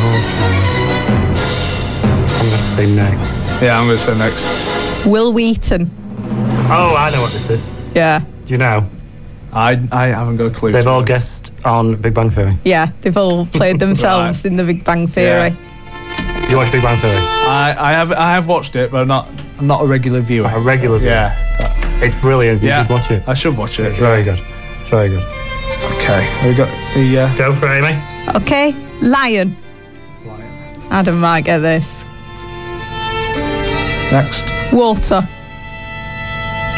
Speaker 10: Hawking. I'm gonna say next.
Speaker 2: Yeah, I'm gonna say next.
Speaker 9: Will Wheaton.
Speaker 10: Oh, I know what this is.
Speaker 9: Yeah.
Speaker 10: Do you know?
Speaker 2: I I haven't got a clue.
Speaker 10: They've all guessed on Big Bang Theory.
Speaker 9: Yeah, they've all played themselves in the Big Bang Theory.
Speaker 10: Do you watch Big Bang Theory?
Speaker 2: I I have I have watched it, but not I'm not a regular viewer.
Speaker 10: A regular.
Speaker 2: yeah.
Speaker 10: It's brilliant. You
Speaker 2: yeah.
Speaker 10: should watch it.
Speaker 2: I should watch it.
Speaker 10: It's very good. It's very good.
Speaker 2: Okay. We got the. Uh,
Speaker 10: Go for it, Amy.
Speaker 9: Okay, Lion. Adam might get this.
Speaker 2: Next.
Speaker 9: Water.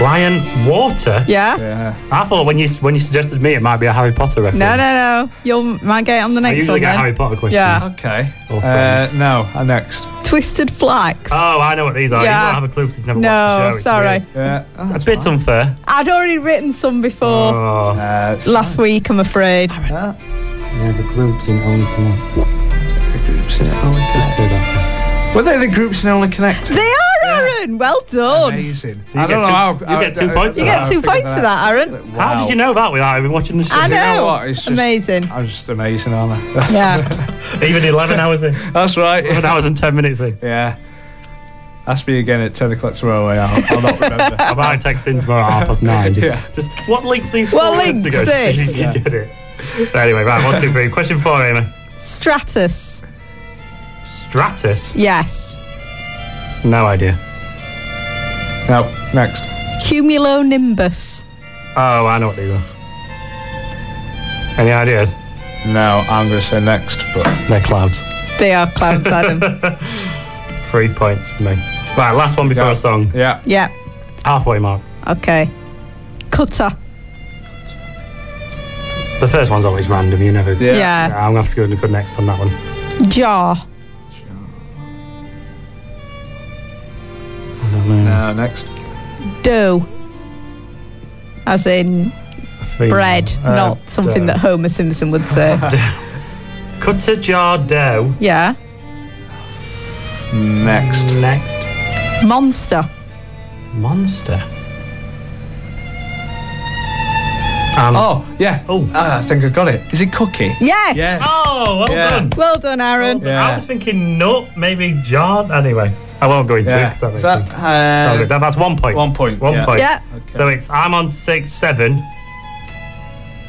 Speaker 10: Lion water.
Speaker 9: Yeah?
Speaker 2: Yeah.
Speaker 10: I thought when you when you suggested me, it might be a Harry Potter reference.
Speaker 9: No, no, no. You might get it on the
Speaker 10: I
Speaker 9: next
Speaker 10: usually
Speaker 9: one.
Speaker 10: get
Speaker 9: then.
Speaker 10: Harry Potter questions.
Speaker 9: Yeah.
Speaker 2: Okay.
Speaker 10: Or
Speaker 2: Uh,
Speaker 10: friends.
Speaker 2: no. Uh, next.
Speaker 9: Twisted Flax.
Speaker 10: Oh, I know what these are.
Speaker 9: Yeah.
Speaker 10: You don't have a clue because he's never watched the
Speaker 9: no,
Speaker 10: show. It's
Speaker 9: sorry.
Speaker 10: weird.
Speaker 2: Yeah.
Speaker 10: It's a bit unfair.
Speaker 9: I'd already written some before
Speaker 10: Oh.
Speaker 2: Uh, it's-
Speaker 9: last week, I'm afraid.
Speaker 10: Yeah, the groups in Only Connect. Just say that.
Speaker 2: Were they the groups in Only Connect?
Speaker 9: They are, Aaron. Well done.
Speaker 2: Amazing.
Speaker 10: you
Speaker 2: I
Speaker 10: get
Speaker 2: don't know
Speaker 10: two-
Speaker 2: how.
Speaker 10: you
Speaker 2: how-
Speaker 10: get two
Speaker 2: I-
Speaker 10: points for
Speaker 2: I-
Speaker 9: You
Speaker 10: that.
Speaker 2: I
Speaker 9: get two
Speaker 2: figured
Speaker 9: points for that, Aaron.
Speaker 2: Wow.
Speaker 10: How did you know that without having watching the show?
Speaker 9: I
Speaker 2: You
Speaker 9: know.
Speaker 2: know what? It's just,
Speaker 9: Amazing.
Speaker 2: I'm just amazing, aren't I? That's,
Speaker 9: Yeah.
Speaker 10: Even 11 hours in.
Speaker 2: that's right.
Speaker 10: 11 hours and 10 minutes in.
Speaker 2: Yeah. Ask me again at 10 o'clock tomorrow. eh? I'll, I'll not remember.
Speaker 10: I might text in tomorrow at half past nine. Just,
Speaker 2: Yeah.
Speaker 10: just what links these
Speaker 9: What
Speaker 10: four
Speaker 9: links
Speaker 10: words together so you
Speaker 9: this?
Speaker 10: can get it. But anyway, right, one, two, three. Question four, Amy.
Speaker 9: Stratus.
Speaker 10: Stratus?
Speaker 9: Yes.
Speaker 10: No idea.
Speaker 2: No, next.
Speaker 9: Cumulonimbus.
Speaker 10: Oh, I know what these are. Any ideas?
Speaker 2: No, I'm going to say next, but.
Speaker 10: They're clouds.
Speaker 9: They are clouds, Adam.
Speaker 10: Three points for me. Right, last one before a song.
Speaker 2: Yeah.
Speaker 9: yeah.
Speaker 10: Halfway mark.
Speaker 9: Okay. Cutter.
Speaker 10: The first one's always random, you never.
Speaker 9: Yeah. Yeah.
Speaker 10: I'm going to have to go and go next on that one.
Speaker 9: Jar.
Speaker 2: No, next.
Speaker 9: Dough. As in
Speaker 10: Female.
Speaker 9: bread,
Speaker 10: Uh,
Speaker 9: not something
Speaker 10: dough.
Speaker 9: that Homer Simpson would say.
Speaker 10: Cutter jar dough.
Speaker 9: yeah.
Speaker 2: Next.
Speaker 10: Next.
Speaker 9: Monster.
Speaker 10: Monster. Um,
Speaker 2: oh, yeah.
Speaker 10: Oh.
Speaker 2: Ah, I think I got it. Is it cookie?
Speaker 9: Yes.
Speaker 2: Yes.
Speaker 10: Oh, well
Speaker 2: Yeah.
Speaker 10: done.
Speaker 9: Well done, Aaron.
Speaker 2: Yeah.
Speaker 10: I was thinking nut, maybe jar. Anyway, I won't go into
Speaker 2: Yeah.
Speaker 10: it. 'cause that
Speaker 2: Is
Speaker 10: makes
Speaker 2: that,
Speaker 10: me-
Speaker 2: uh,
Speaker 10: That- that's one point.
Speaker 2: one point,
Speaker 10: One
Speaker 2: yeah.
Speaker 10: point.
Speaker 9: Yeah.
Speaker 10: So it's I'm on six, seven,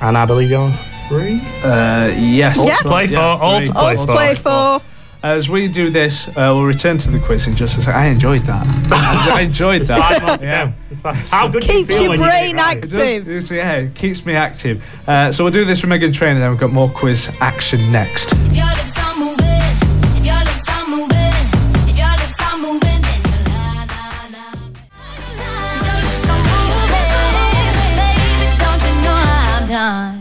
Speaker 10: and I believe you're on three.
Speaker 2: uh, yes.
Speaker 9: Yeah.
Speaker 10: Play for, all to
Speaker 2: three.
Speaker 10: play
Speaker 9: All's
Speaker 10: for.
Speaker 9: play for.
Speaker 2: As we do this, uh, we'll return to the quiz in just a second. I enjoyed that. I enjoyed that.
Speaker 10: Five more to
Speaker 2: Yeah.
Speaker 10: go. It's fine. How good do
Speaker 9: Keeps
Speaker 10: you feel
Speaker 9: your
Speaker 10: when you get it
Speaker 9: brain
Speaker 10: right?
Speaker 9: active.
Speaker 2: It does- it's- yeah, it keeps me active. Uh, so we'll do this from Megan Train, and then we've got more quiz action next.
Speaker 11: If your lips are moving, if your lips are moving, if your lips are moving, then you're la la la. If your lips are moving, baby, don't you know I'm done?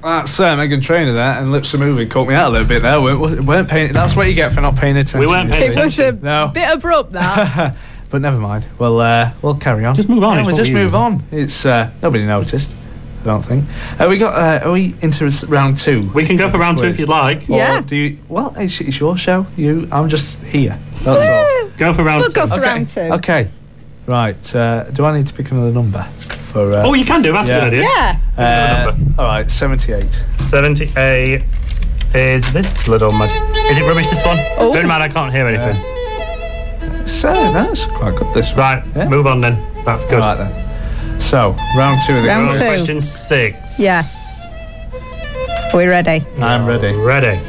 Speaker 2: That's uh, Megan Trainer there, and lips are moving. Caught me out a little bit there. We weren't, weren't paying. That's what you get for not paying attention.
Speaker 10: We weren't paying
Speaker 9: It was a
Speaker 2: No.
Speaker 9: bit abrupt, that.
Speaker 2: But never mind. We'll uh, we'll carry on.
Speaker 10: Just move on,
Speaker 2: Yeah,
Speaker 10: it's
Speaker 2: we'll
Speaker 10: what
Speaker 2: just
Speaker 10: we
Speaker 2: move
Speaker 10: do.
Speaker 2: on. It's uh, nobody noticed. I don't think. Uh, we got. Uh, are we into s- round two?
Speaker 10: We can go for round two
Speaker 2: Quiz.
Speaker 10: if you'd like.
Speaker 2: Or
Speaker 9: Yeah.
Speaker 2: Do you? Well, it's, it's your show. You. I'm just here. That's all.
Speaker 10: Go for round
Speaker 9: We'll
Speaker 10: two.
Speaker 9: go for round two.
Speaker 2: Okay. Right. Uh, do I need to pick another number for? Uh,
Speaker 10: Oh, you can do. That's
Speaker 2: Yeah.
Speaker 10: a good idea.
Speaker 9: Yeah.
Speaker 2: uh, all right. Seventy-eight.
Speaker 10: 78 is this little magic. Is it rubbish, this one?
Speaker 9: Oh.
Speaker 10: Don't mind, I can't hear anything.
Speaker 2: So that's quite good. This one.
Speaker 10: Right,
Speaker 2: Yeah.
Speaker 10: move on then. That's good.
Speaker 2: Right then. So round two of the
Speaker 9: Round
Speaker 10: Well,
Speaker 9: two.
Speaker 10: Question six.
Speaker 9: Yes. Are we ready?
Speaker 2: I'm ready.
Speaker 10: Ready.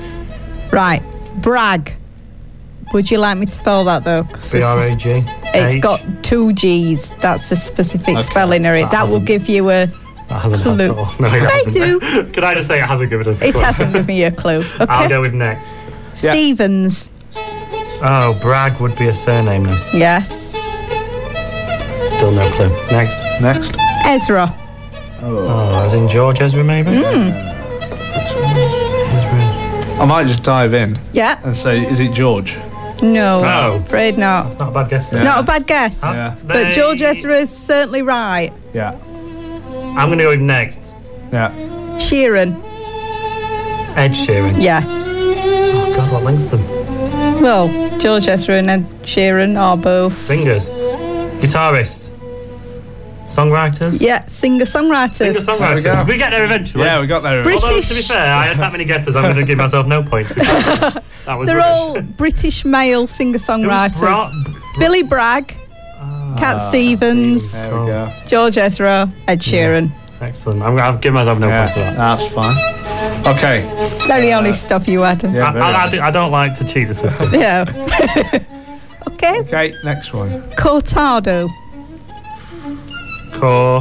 Speaker 9: Right. Brag. Would you like me to spell that though? 'Cause
Speaker 10: B
Speaker 9: this
Speaker 10: R A
Speaker 9: is-
Speaker 10: G.
Speaker 9: It's
Speaker 10: H.
Speaker 9: got two G's. That's a specific spelling of it. That will
Speaker 10: hasn't-
Speaker 9: give you a.
Speaker 10: That hasn't helped at
Speaker 9: Clue.
Speaker 10: all. No, it hasn't.
Speaker 9: do.
Speaker 10: Can I just say it hasn't given us a
Speaker 9: It
Speaker 10: clue?
Speaker 9: hasn't given you a clue.
Speaker 10: I'll
Speaker 9: Okay.
Speaker 10: go with next.
Speaker 9: Stevens.
Speaker 10: Oh, Bragg would be a surname then.
Speaker 9: Yes.
Speaker 10: Still no clue. Next.
Speaker 2: Next.
Speaker 9: Ezra.
Speaker 10: Oh, as in George Ezra, maybe?
Speaker 9: Hmm?
Speaker 10: Ezra.
Speaker 2: I might just dive in
Speaker 9: Yeah.
Speaker 2: and say, is it George?
Speaker 9: No.
Speaker 10: No.
Speaker 9: Afraid not.
Speaker 10: It's not a bad guess. then.
Speaker 9: Not a bad guess.
Speaker 2: Yeah.
Speaker 9: But
Speaker 10: They-
Speaker 9: George Ezra is certainly right.
Speaker 2: Yeah.
Speaker 10: I'm going to go with next.
Speaker 2: Yeah.
Speaker 9: Sheeran.
Speaker 10: Ed Sheeran.
Speaker 9: Yeah.
Speaker 10: Oh, God, what links them?
Speaker 9: Well, George Ezra and Ed Sheeran are both.
Speaker 10: Singers. Guitarists. Songwriters.
Speaker 9: Yeah, singer songwriters.
Speaker 10: Singer-songwriters.
Speaker 2: There we go.
Speaker 10: we get there eventually.
Speaker 2: Yeah, we got there.
Speaker 9: Brit-
Speaker 10: Although, to be
Speaker 9: British.
Speaker 10: fair, I had that many guesses, I'm going to give myself no points. because That was
Speaker 9: They're
Speaker 10: rubbish.
Speaker 9: all British male singer
Speaker 10: It was
Speaker 9: songwriters.
Speaker 10: Bra-
Speaker 9: Billy Bragg, Cat Stevens,
Speaker 2: Ah, there we go.
Speaker 9: George Ezra, Ed Sheeran.
Speaker 10: Excellent. I'm, I've given myself no
Speaker 2: Yeah,
Speaker 10: points for that.
Speaker 2: that's fine. Okay.
Speaker 9: Very honest stuff, you Adam.
Speaker 2: Yeah,
Speaker 10: I,
Speaker 2: very
Speaker 10: I, I,
Speaker 2: nice.
Speaker 10: do, I don't like to cheat the system.
Speaker 9: Yeah. okay.
Speaker 2: Okay, next one.
Speaker 9: Cortado.
Speaker 10: Cortado.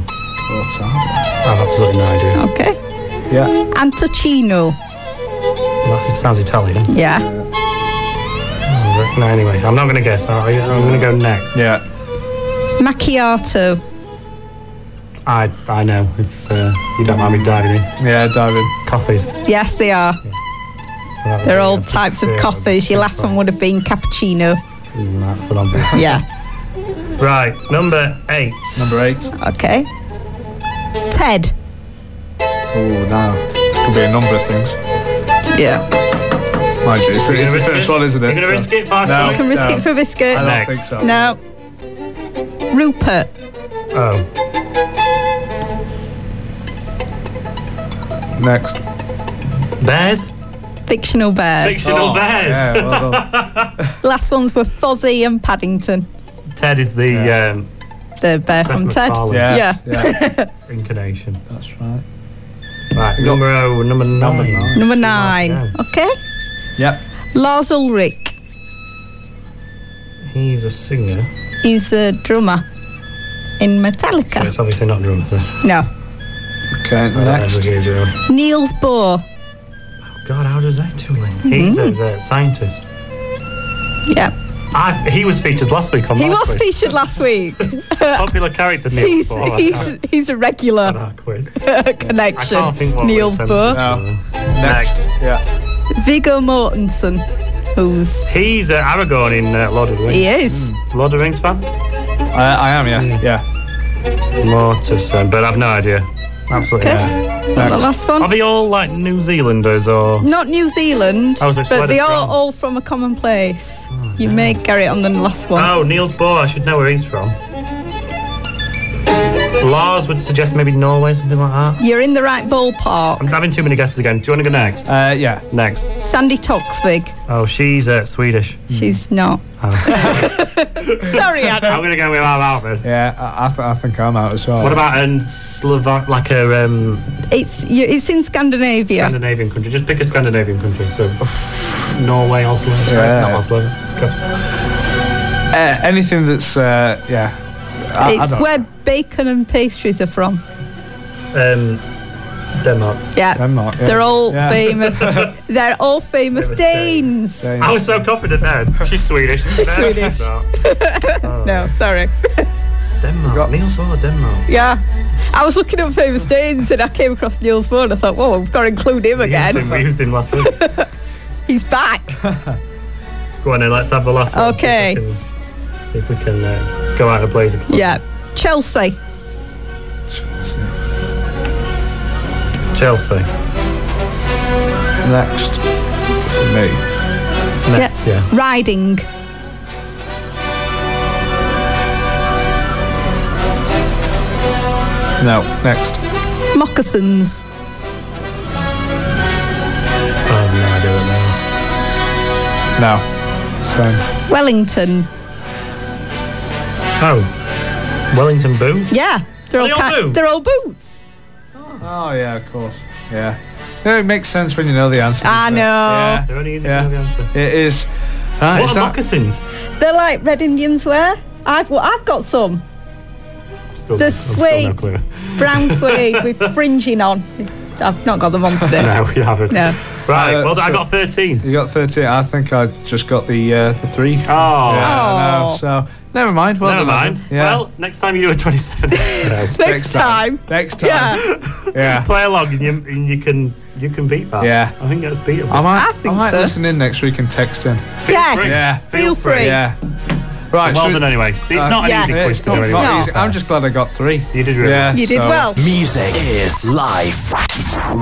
Speaker 2: What's that?
Speaker 10: I have absolutely no idea.
Speaker 9: Okay.
Speaker 2: Yeah.
Speaker 9: Antocino.
Speaker 10: That's, it sounds Italian.
Speaker 9: Yeah.
Speaker 10: No, anyway, I'm not going to guess. I, I'm going to go next.
Speaker 2: Yeah.
Speaker 9: Macchiato.
Speaker 10: I I know. If uh, you don't mind me diving in,
Speaker 2: Yeah, diving.
Speaker 10: coffees.
Speaker 9: Yes, they are. They're all types of coffees. Your last one would have been cappuccino.
Speaker 10: Mm, That's an obvious.
Speaker 9: Yeah.
Speaker 10: right, number eight.
Speaker 2: Number eight.
Speaker 9: Okay. Ted.
Speaker 2: Oh, no. This could be a number of things.
Speaker 9: Yeah.
Speaker 2: Mind you, it's,
Speaker 10: You're gonna
Speaker 2: it's the
Speaker 10: risk
Speaker 2: first
Speaker 10: it?
Speaker 2: one, isn't it?
Speaker 10: You're going to risk
Speaker 2: So-
Speaker 10: it five
Speaker 2: No.
Speaker 10: points?
Speaker 9: Can risk
Speaker 2: No.
Speaker 9: it for a biscuit.
Speaker 2: I don't
Speaker 10: Next.
Speaker 2: think so.
Speaker 9: No. Rupert.
Speaker 10: Oh,
Speaker 2: Next.
Speaker 10: bears.
Speaker 9: Fictional bears.
Speaker 10: Fictional
Speaker 9: Oh,
Speaker 10: bears.
Speaker 9: yeah, Last ones were Fuzzy and Paddington.
Speaker 10: Ted is the um,
Speaker 9: The bear
Speaker 10: Seth
Speaker 9: from Ted.
Speaker 10: MacFarlane.
Speaker 9: Yeah.
Speaker 10: incarnation. That's right. Right, number oh, number nine.
Speaker 9: Number nine. Okay.
Speaker 10: Yep.
Speaker 9: Lars Ulrich
Speaker 10: He's a singer.
Speaker 9: is a drummer in Metallica.
Speaker 10: It's obviously not drummer. So.
Speaker 9: No.
Speaker 2: Okay,
Speaker 10: next. God,
Speaker 9: Niels Bohr. Mm-hmm.
Speaker 10: how does that two link? He's a uh, scientist.
Speaker 9: Yeah.
Speaker 10: i he was featured last week on
Speaker 9: He
Speaker 10: Oh, my
Speaker 9: was
Speaker 10: quiz.
Speaker 9: featured last week.
Speaker 10: Popular character Neil
Speaker 9: he's,
Speaker 10: Bohr.
Speaker 9: he's, he's a regular
Speaker 10: quiz. I
Speaker 9: connection.
Speaker 10: can't think what
Speaker 9: Niels
Speaker 10: makes sense
Speaker 9: Bohr.
Speaker 10: to me. Next.
Speaker 2: Yeah.
Speaker 9: Viggo Mortensen, who's
Speaker 10: He's uh, Aragorn in uh, Lord of the Rings. Hmm.
Speaker 9: He is.
Speaker 10: Lord of the Rings fan?
Speaker 2: I, I am, yeah. Yeah.
Speaker 10: Mortison, uh, but I've no idea. Absolutely no.
Speaker 9: The last one.
Speaker 10: Are they all like New Zealanders or?
Speaker 9: not New Zealand,
Speaker 10: I was like,
Speaker 9: but
Speaker 10: where
Speaker 9: they
Speaker 10: they're
Speaker 9: are
Speaker 10: from.
Speaker 9: all from a common place.
Speaker 10: Hmm.
Speaker 9: you may carry it on the last one.
Speaker 10: Oh, Niels Bohr. I should know where he's from. Lars would suggest maybe Norway, something like that.
Speaker 9: You're in the right ballpark.
Speaker 10: I'm having too many guesses again. Do you want to go next?
Speaker 2: Uh, yeah.
Speaker 10: Next.
Speaker 9: Sandy Toksvig.
Speaker 10: Oh, she's uh, Swedish.
Speaker 9: She's not. Sorry, Adam.
Speaker 10: I'm going to go with Al Alvin.
Speaker 2: Yeah, I, I, th- I think I'm out as well.
Speaker 10: What about a Slovak, like a um,
Speaker 9: It's you it's in Scandinavia.
Speaker 10: Scandinavian country? Just pick a Scandinavian country. So Norway, Oslo.
Speaker 2: Yeah.
Speaker 10: Not Oslo. It's the capital.
Speaker 2: Uh, anything that's, uh, yeah. I- I
Speaker 9: it's
Speaker 2: don't-
Speaker 9: where bacon and pastries are from.
Speaker 10: Um, Denmark.
Speaker 9: Yeah.
Speaker 2: Denmark, yeah.
Speaker 9: They're all
Speaker 2: Yeah.
Speaker 9: famous. They're all famous Danes.
Speaker 10: I was so confident then. She's Swedish.
Speaker 9: She's
Speaker 10: No,
Speaker 9: Swedish.
Speaker 10: not.
Speaker 9: No, sorry.
Speaker 10: Denmark. Niels Bohr, Denmark.
Speaker 9: Yeah. I was looking up famous Danes and I came across Niels Bohr and I thought, whoa, we've got to include him
Speaker 10: We used him, we
Speaker 9: again.
Speaker 10: used him last week.
Speaker 9: He's back.
Speaker 10: Go on then, let's have the last one. see
Speaker 9: Okay.
Speaker 10: If we can, if we can, uh, go out and blaze it.
Speaker 9: Yeah. Chelsea.
Speaker 10: Chelsea.
Speaker 2: Next. For me.
Speaker 10: Next, yeah.
Speaker 9: Riding.
Speaker 2: No, next.
Speaker 9: Moccasins.
Speaker 10: I
Speaker 2: No. Same.
Speaker 9: Wellington.
Speaker 10: Oh. Wellington Boot?
Speaker 9: Yeah. They're all,
Speaker 2: Are they all
Speaker 9: ki-
Speaker 2: boots?
Speaker 9: they're all boots.
Speaker 2: Oh, yeah, of course. Yeah. No, it makes sense when you know the answer.
Speaker 9: I
Speaker 2: doesn't it?
Speaker 9: know.
Speaker 2: Yeah.
Speaker 10: They're only using
Speaker 2: Yeah.
Speaker 10: the answer.
Speaker 2: It is. Ah,
Speaker 10: What
Speaker 2: it's
Speaker 10: are
Speaker 2: not-
Speaker 10: moccasins?
Speaker 9: They're like Red Indians wear. I've well, I've got some
Speaker 10: Still,
Speaker 9: The
Speaker 10: I'm Still no
Speaker 9: suede.
Speaker 10: clue.
Speaker 9: brown suede with fringing on. I've not got them on today.
Speaker 10: No, we haven't.
Speaker 9: No.
Speaker 10: Right,
Speaker 2: Uh,
Speaker 10: well, I
Speaker 2: so-
Speaker 10: got 13.
Speaker 2: You got 13. I think I just got the uh, the three. Oh. Yeah, I know.
Speaker 9: Oh.
Speaker 2: So, never mind. Well
Speaker 10: Never
Speaker 2: done,
Speaker 10: mind.
Speaker 2: Adam. Yeah.
Speaker 10: Well, next time you do a 27. next,
Speaker 9: Next time.
Speaker 2: Next time.
Speaker 9: Yeah.
Speaker 2: Yeah.
Speaker 10: Play along and you, and you can you can beat that.
Speaker 2: Yeah.
Speaker 10: I think that's beatable.
Speaker 2: I might,
Speaker 9: I think
Speaker 2: might
Speaker 9: so.
Speaker 2: listen in next week and text in.
Speaker 9: yes.
Speaker 10: free.
Speaker 2: Yeah.
Speaker 9: Feel free.
Speaker 2: Yeah. Right.
Speaker 10: well
Speaker 2: should-
Speaker 10: done anyway. It's
Speaker 2: uh,
Speaker 10: not an
Speaker 9: Yeah,
Speaker 10: easy
Speaker 9: it's-
Speaker 10: quiz
Speaker 9: it's
Speaker 10: to do
Speaker 9: not.
Speaker 10: anyway.
Speaker 9: It's
Speaker 2: easy. I'm just glad I got three.
Speaker 10: You did really
Speaker 2: Yeah,
Speaker 10: well.
Speaker 9: You did
Speaker 2: so-
Speaker 9: well.
Speaker 1: Music is live.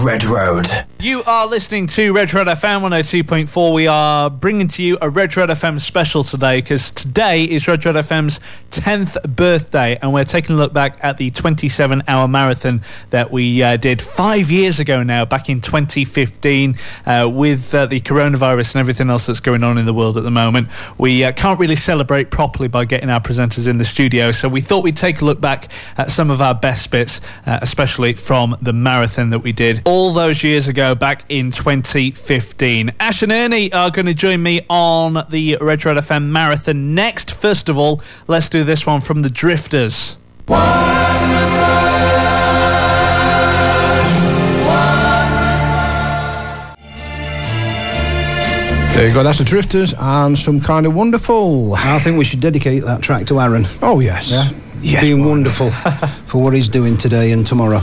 Speaker 1: Red Road.
Speaker 2: You are listening to Retro FM 102.4. We are bringing to you a Retro FM special today because today is Retro FM's 10th birthday, and we're taking a look back at the 27 hour marathon that we uh, did five years ago now, back in 2015, uh, with uh, the coronavirus and everything else that's going on in the world at the moment. We uh, can't really celebrate properly by getting our presenters in the studio, so we thought we'd take a look back at some of our best bits, uh, especially from the marathon that we did all those years ago back in 2015. Ash and Ernie are going to join me on the Retro FM marathon next. First of all, let's do this one from the Drifters.
Speaker 12: There you go, that's the Drifters and some kind of wonderful.
Speaker 5: I think we should dedicate that track to Aaron.
Speaker 12: Oh, yes.
Speaker 5: Yeah.
Speaker 12: Yes,
Speaker 5: Being wonderful for what he's doing today and tomorrow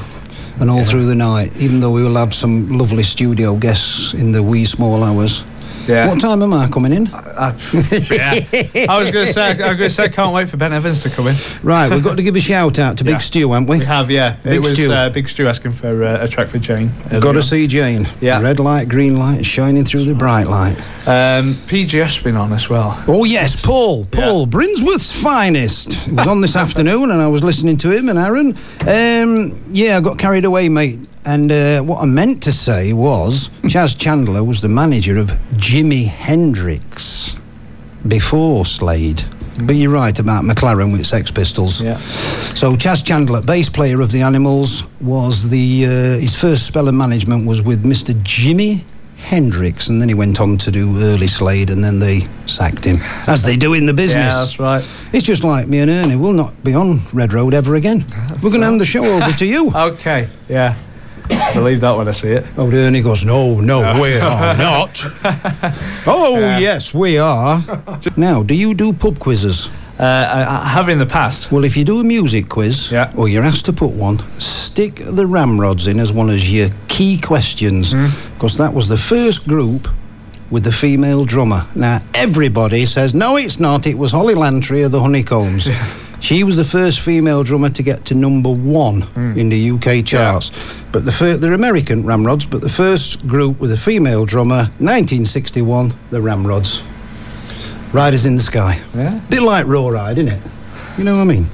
Speaker 5: and all through the night, even though we will have some lovely studio guests in the wee small hours.
Speaker 2: Yeah. Uh,
Speaker 5: What time am I coming in?
Speaker 2: I was going to say, I was going to say, I can't wait for Ben Evans to come in.
Speaker 5: Right, we've got to give a shout out to Big Stew, haven't we?
Speaker 2: We have, yeah.
Speaker 5: Big
Speaker 2: it was
Speaker 5: Stu.
Speaker 2: Uh, Big Stu asking for uh, a track for Jane.
Speaker 5: Got to see Jane.
Speaker 2: Yeah.
Speaker 5: Red light, green light, shining through the bright light.
Speaker 2: Um, PGF's been on as well.
Speaker 5: Oh yes, Paul. Paul Brinsworth's finest. It was on this afternoon, and I was listening to him and Aaron. Um, yeah, I got carried away, mate. And uh, what I meant to say was Chaz Chandler was the manager of Jimi Hendrix before Slade. But you're right about McLaren with Sex Pistols. Yeah. So Chaz Chandler, bass player of the Animals, was the uh, his first spell of management was with Mr. Jimmy Hendrix, and then he went on to do early Slade, and then they sacked him, as they do in the business.
Speaker 2: Yeah, that's
Speaker 5: right. It's just like me and Ernie. We'll not be on Red Road ever again. We're going to hand the show over to you.
Speaker 2: Okay, yeah. Believe that when I see it.
Speaker 5: Oh, Ernie goes, no, no, we are not. oh, yes, we are. Now, do you do pub quizzes?
Speaker 2: Uh, I, I have in the past.
Speaker 5: Well, if you do a music quiz, yeah. or you're asked to put one, stick the Ramrods in as one of your key questions,
Speaker 2: Mm-hmm.
Speaker 5: because that was the first group with the female drummer. Now, everybody says, no, it's not, it was Holly Lantry of the Honeycombs. She was the first female drummer to get to number one in the UK charts. But the fir- they're American Ramrods, but the first group with a female drummer, 1961, the Ramrods. Riders in the Sky. Yeah. Bit like Raw Ride, isn't it? You know what I mean?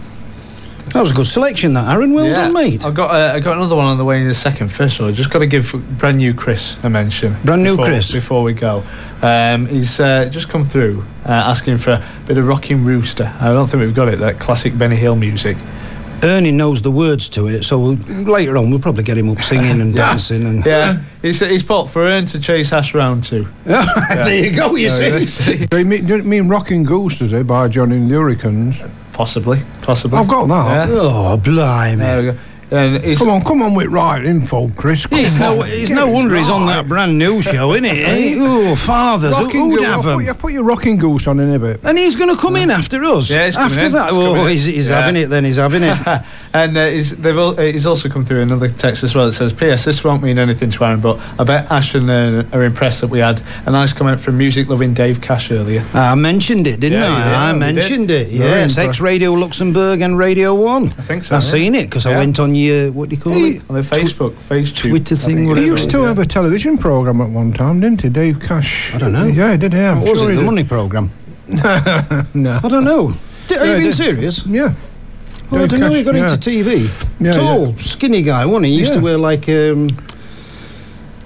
Speaker 5: That was a good selection, that Aaron. Well done, mate.
Speaker 2: I've got uh, I got another one on the way in a second. First of all, just got to give brand new Chris a mention.
Speaker 5: Brand new
Speaker 2: before-
Speaker 5: Chris?
Speaker 2: Before we go, um, he's uh, just come through uh, asking for a bit of Rocking Rooster. I don't think we've got it. That classic Benny Hill music.
Speaker 5: Ernie knows the words to it, so we'll, later on we'll probably get him up singing and dancing. And
Speaker 2: Yeah, he's he's bought for Ern to chase hash round to.
Speaker 5: there you go. You
Speaker 2: Yeah,
Speaker 5: see.
Speaker 12: Do you mean, do you mean Rocking Goose today by Johnny and the Hurricanes?
Speaker 2: Possibly, possibly.
Speaker 12: I've got that.
Speaker 2: Yeah.
Speaker 5: Oh, blimey.
Speaker 2: There we go. And he's,
Speaker 12: Come on, come on with right info, Chris. Come
Speaker 5: It's no,
Speaker 12: on,
Speaker 5: it's
Speaker 12: get
Speaker 5: no
Speaker 12: it
Speaker 5: wonder he's on
Speaker 12: right.
Speaker 5: that brand new show, isn't it? eh? Oh, fathers,
Speaker 12: Rocking
Speaker 5: who'd
Speaker 12: Goose.
Speaker 5: have
Speaker 12: I'll put,
Speaker 5: 'em?
Speaker 12: your- put your Rocking Goose on in a bit.
Speaker 5: And he's going to come in after us.
Speaker 2: Yeah, he's coming
Speaker 5: after
Speaker 2: in.
Speaker 5: that.
Speaker 2: He's coming
Speaker 5: oh,
Speaker 2: in.
Speaker 5: he's, he's
Speaker 2: Yeah.
Speaker 5: having it. Then he's having it.
Speaker 2: and uh, he's, they've al- uh, he's also come through another text as well that says, P.S. This won't mean anything to Aaron, but I bet Ash and Ern are impressed that we had a nice comment from music loving Dave Cash earlier.
Speaker 5: I mentioned it, didn't
Speaker 2: Yeah, you did.
Speaker 5: I? I
Speaker 2: You
Speaker 5: mentioned
Speaker 2: did.
Speaker 5: it.
Speaker 2: You're in
Speaker 5: Yes,
Speaker 2: for-
Speaker 5: X Radio Luxembourg and Radio One. I
Speaker 2: think so,
Speaker 5: I've
Speaker 2: yeah.
Speaker 5: seen it because
Speaker 2: Yeah.
Speaker 5: I went on your what do you call it?
Speaker 2: On their Facebook, FaceTube.
Speaker 5: Twitter thing,
Speaker 2: I think it
Speaker 5: whatever.
Speaker 12: He
Speaker 2: is.
Speaker 12: used to have a television program at one time, didn't he, Dave Cash?
Speaker 5: I don't know.
Speaker 12: Yeah, he did. Yeah, I'm
Speaker 5: What was
Speaker 12: sure he
Speaker 5: it? The
Speaker 12: did.
Speaker 5: money program?
Speaker 12: no.
Speaker 5: I don't know. Did,
Speaker 12: Yeah,
Speaker 5: are you
Speaker 12: I
Speaker 5: being
Speaker 12: did.
Speaker 5: serious?
Speaker 12: Yeah.
Speaker 5: Oh, I
Speaker 12: Dave
Speaker 5: don't know. He
Speaker 12: Cash,
Speaker 5: got
Speaker 12: yeah.
Speaker 5: into TV.
Speaker 12: Yeah,
Speaker 5: Tall, skinny guy, wasn't he? He used to
Speaker 12: Yeah.
Speaker 5: wear like um,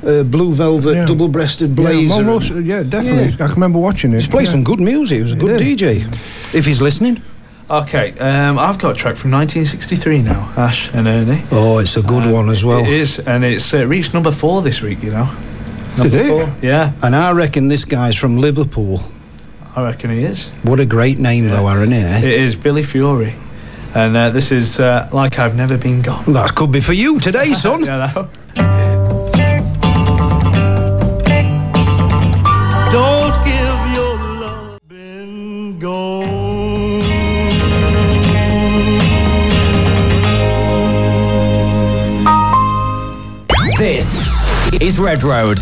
Speaker 5: a blue velvet,
Speaker 12: Yeah.
Speaker 5: double-breasted
Speaker 12: Yeah,
Speaker 5: blazer.
Speaker 12: almost, yeah definitely.
Speaker 5: Yeah.
Speaker 12: I can remember watching it.
Speaker 5: He's played
Speaker 12: yeah.
Speaker 5: some good music. He was a good
Speaker 12: did.
Speaker 5: DJ. If he's listening.
Speaker 2: Okay, um, I've got a track from 1963 now, Ash and Ernie.
Speaker 5: Oh, it's a good one as well.
Speaker 2: It is, and it's uh, reached number four this week, you know.
Speaker 5: Did it?
Speaker 2: Yeah,
Speaker 5: And I reckon this guy's from Liverpool.
Speaker 2: I reckon he is.
Speaker 5: What a great name, though, Aaron. Eh?
Speaker 2: It is Billy Fury. And uh, this is uh, Like I've Never Been Gone.
Speaker 5: That could be for you today, son.
Speaker 2: Yeah, no.
Speaker 13: Don't give your love been gone.
Speaker 3: This is Red Road.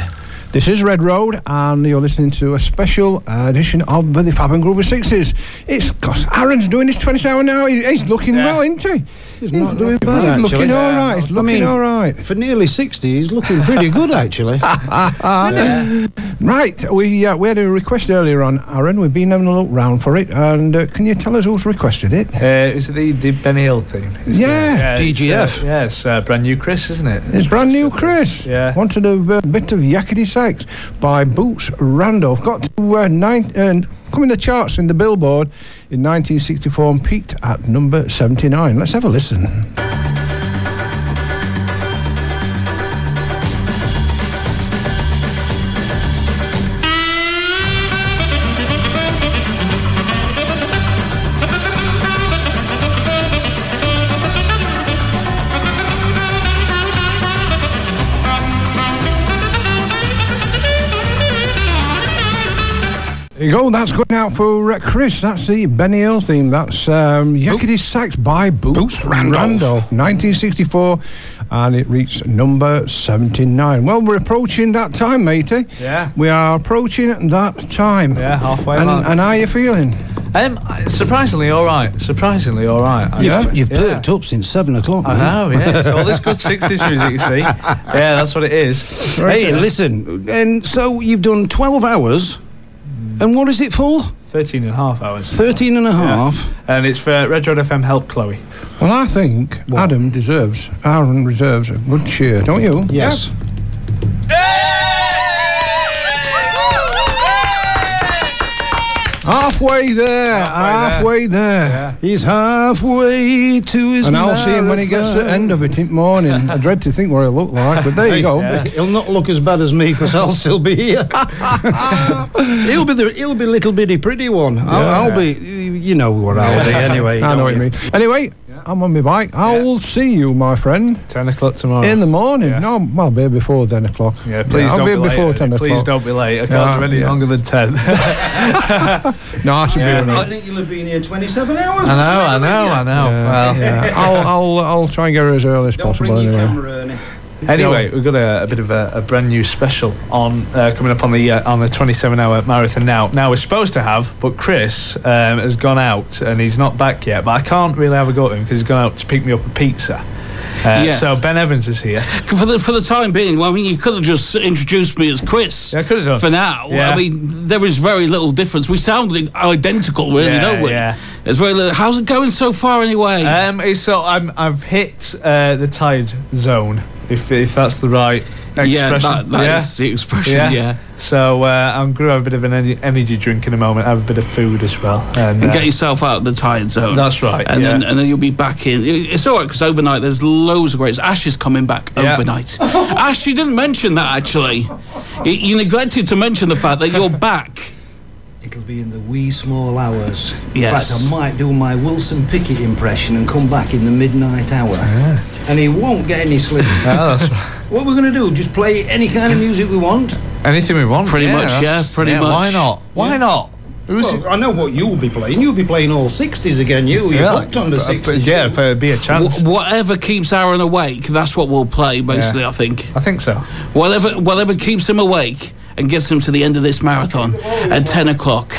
Speaker 12: This is Red Road, and you're listening to a special edition of the Fab and Groove Sixes. It's because Aaron's doing his 20th hour now. He- He's looking well, isn't he? He's,
Speaker 5: not
Speaker 12: doing
Speaker 5: looking
Speaker 12: bad.
Speaker 5: bad,
Speaker 12: He's looking
Speaker 5: actually.
Speaker 12: all right. He's
Speaker 5: I
Speaker 12: looking
Speaker 5: mean-
Speaker 12: all right.
Speaker 5: For nearly 60, he's looking pretty good, actually.
Speaker 12: Right, we uh, we had a request earlier on, Aaron. We've been having a look round for it, and uh, can you tell us who's requested it?
Speaker 2: Uh, is it the, the Benny Hill theme? Is it?
Speaker 12: Yeah,
Speaker 2: it's,
Speaker 12: DGF.
Speaker 2: uh, yeah, it's uh, brand new Chris, isn't it?
Speaker 12: It's brand new, Chris.
Speaker 2: Yeah.
Speaker 12: Wanted a uh, bit of yakety sax by Boots Randolph. Got to uh, nine and come in the charts in the Billboard in 1964 and peaked at number 79. Let's have a listen. There you go. That's going out for uh, Chris. That's the Benny Hill theme. That's um, Yakety Sax by Boots,
Speaker 5: Randolph.
Speaker 12: 1964, and it reached number 79. Well, we're approaching that time, matey.
Speaker 2: Yeah.
Speaker 12: We are approaching that time.
Speaker 2: Yeah, halfway
Speaker 12: And,
Speaker 2: mark.
Speaker 12: and how you feeling?
Speaker 2: Um, surprisingly, all right. Surprisingly, all right. I-
Speaker 12: Yeah.
Speaker 5: You've, you've
Speaker 2: Yeah.
Speaker 5: perked up since 7 o'clock.
Speaker 2: I
Speaker 5: mate.
Speaker 2: know, yeah. It's all this good 60s music, you see. Yeah, that's what it is.
Speaker 5: Hey, listen. And so you've done 12 hours, and what is it for?
Speaker 2: 13 and a half hours.
Speaker 5: 13 and a
Speaker 2: half? And it's for Red Road FM Help Chloe.
Speaker 12: Well, I think Adam deserves, Aaron deserves a good cheer, don't you?
Speaker 5: Yes.
Speaker 12: Halfway there, halfway there.
Speaker 5: He's halfway to his
Speaker 12: And I'll see him when he gets to the end of it in the morning. I dread to think what he'll look like, but there you go.
Speaker 5: He'll not look as bad as me because I'll still be here. he'll be the he'll be little bitty pretty one. I'll, I'll be, you know what I'll be anyway.
Speaker 12: I
Speaker 5: don't
Speaker 12: know what you mean. Anyway, I'm on my bike. I will see you, my friend.
Speaker 2: 10 o'clock tomorrow.
Speaker 12: In the morning? No, well, I'll be here before 10 o'clock.
Speaker 2: Yeah, please
Speaker 12: I'll
Speaker 2: don't
Speaker 12: be
Speaker 2: be
Speaker 12: here
Speaker 2: late.
Speaker 12: before 10 o'clock.
Speaker 2: Please don't be late. I can't
Speaker 12: No,
Speaker 2: do any
Speaker 12: yeah.
Speaker 2: longer than 10.
Speaker 12: No, I should be
Speaker 5: I
Speaker 12: around.
Speaker 5: think you'll have been here 27 hours.
Speaker 2: I know, I know, I know. Well,
Speaker 12: Yeah. I'll, I'll, I'll try and get her as early as possible anyway.
Speaker 2: Anyway, we've got a, a bit of a, a brand new special on uh, coming up on the uh, on the 27 hour marathon now. Now we're supposed to have, but Chris um, has gone out and he's not back yet. But I can't really have a go at him because he's gone out to pick me up a pizza. Uh,
Speaker 14: Yeah.
Speaker 2: So Ben Evans is here.
Speaker 14: For the for the time being, well, I mean, you could have just introduced me as Chris. I could have
Speaker 2: done.
Speaker 14: For now,
Speaker 2: Yeah.
Speaker 14: I mean, there is very little difference. We sound i- identical, really,
Speaker 2: Yeah,
Speaker 14: don't we?
Speaker 2: yeah.
Speaker 14: It's very little. uh, How's it going so far, anyway?
Speaker 2: Um, it's- so I'm, I've hit uh, the tide zone, if, if that's the right expression.
Speaker 14: Yeah, that- that is the expression, yeah.
Speaker 2: So uh, I'm going to have a bit of an ener- energy drink in a moment, have a bit of food as well. And,
Speaker 14: and
Speaker 2: uh,
Speaker 14: get yourself out of the tired zone.
Speaker 2: That's right,
Speaker 14: And then
Speaker 2: yeah.
Speaker 14: and then you'll be back in. I- It's all right because overnight there's loads of greats. Ash is coming back
Speaker 2: Yeah.
Speaker 14: overnight. Ash, you didn't mention that actually. You, you neglected to mention the fact that you're back.
Speaker 5: It'll be in the wee small hours. In
Speaker 14: Yes.
Speaker 5: fact, I might do my Wilson Pickett impression and come back in the midnight hour. And he won't get any sleep.
Speaker 2: Oh, that's right.
Speaker 5: What we're going to do, just play any kind of music we want.
Speaker 2: Anything we want.
Speaker 5: Pretty much,
Speaker 2: that's-
Speaker 5: yeah, pretty much.
Speaker 2: Why not? Why
Speaker 5: Yeah.
Speaker 2: not?
Speaker 5: well, I know what you'll be playing. You'll be playing all 60s again, you. You're blocked under
Speaker 14: Uh,
Speaker 5: 60s.
Speaker 2: yeah, but be a chance.
Speaker 14: Wh- whatever keeps Aaron awake, that's what we'll play. Basically, I think.
Speaker 2: I think so.
Speaker 14: Whatever, whatever keeps him awake and gets him to the end of this marathon at ten o'clock.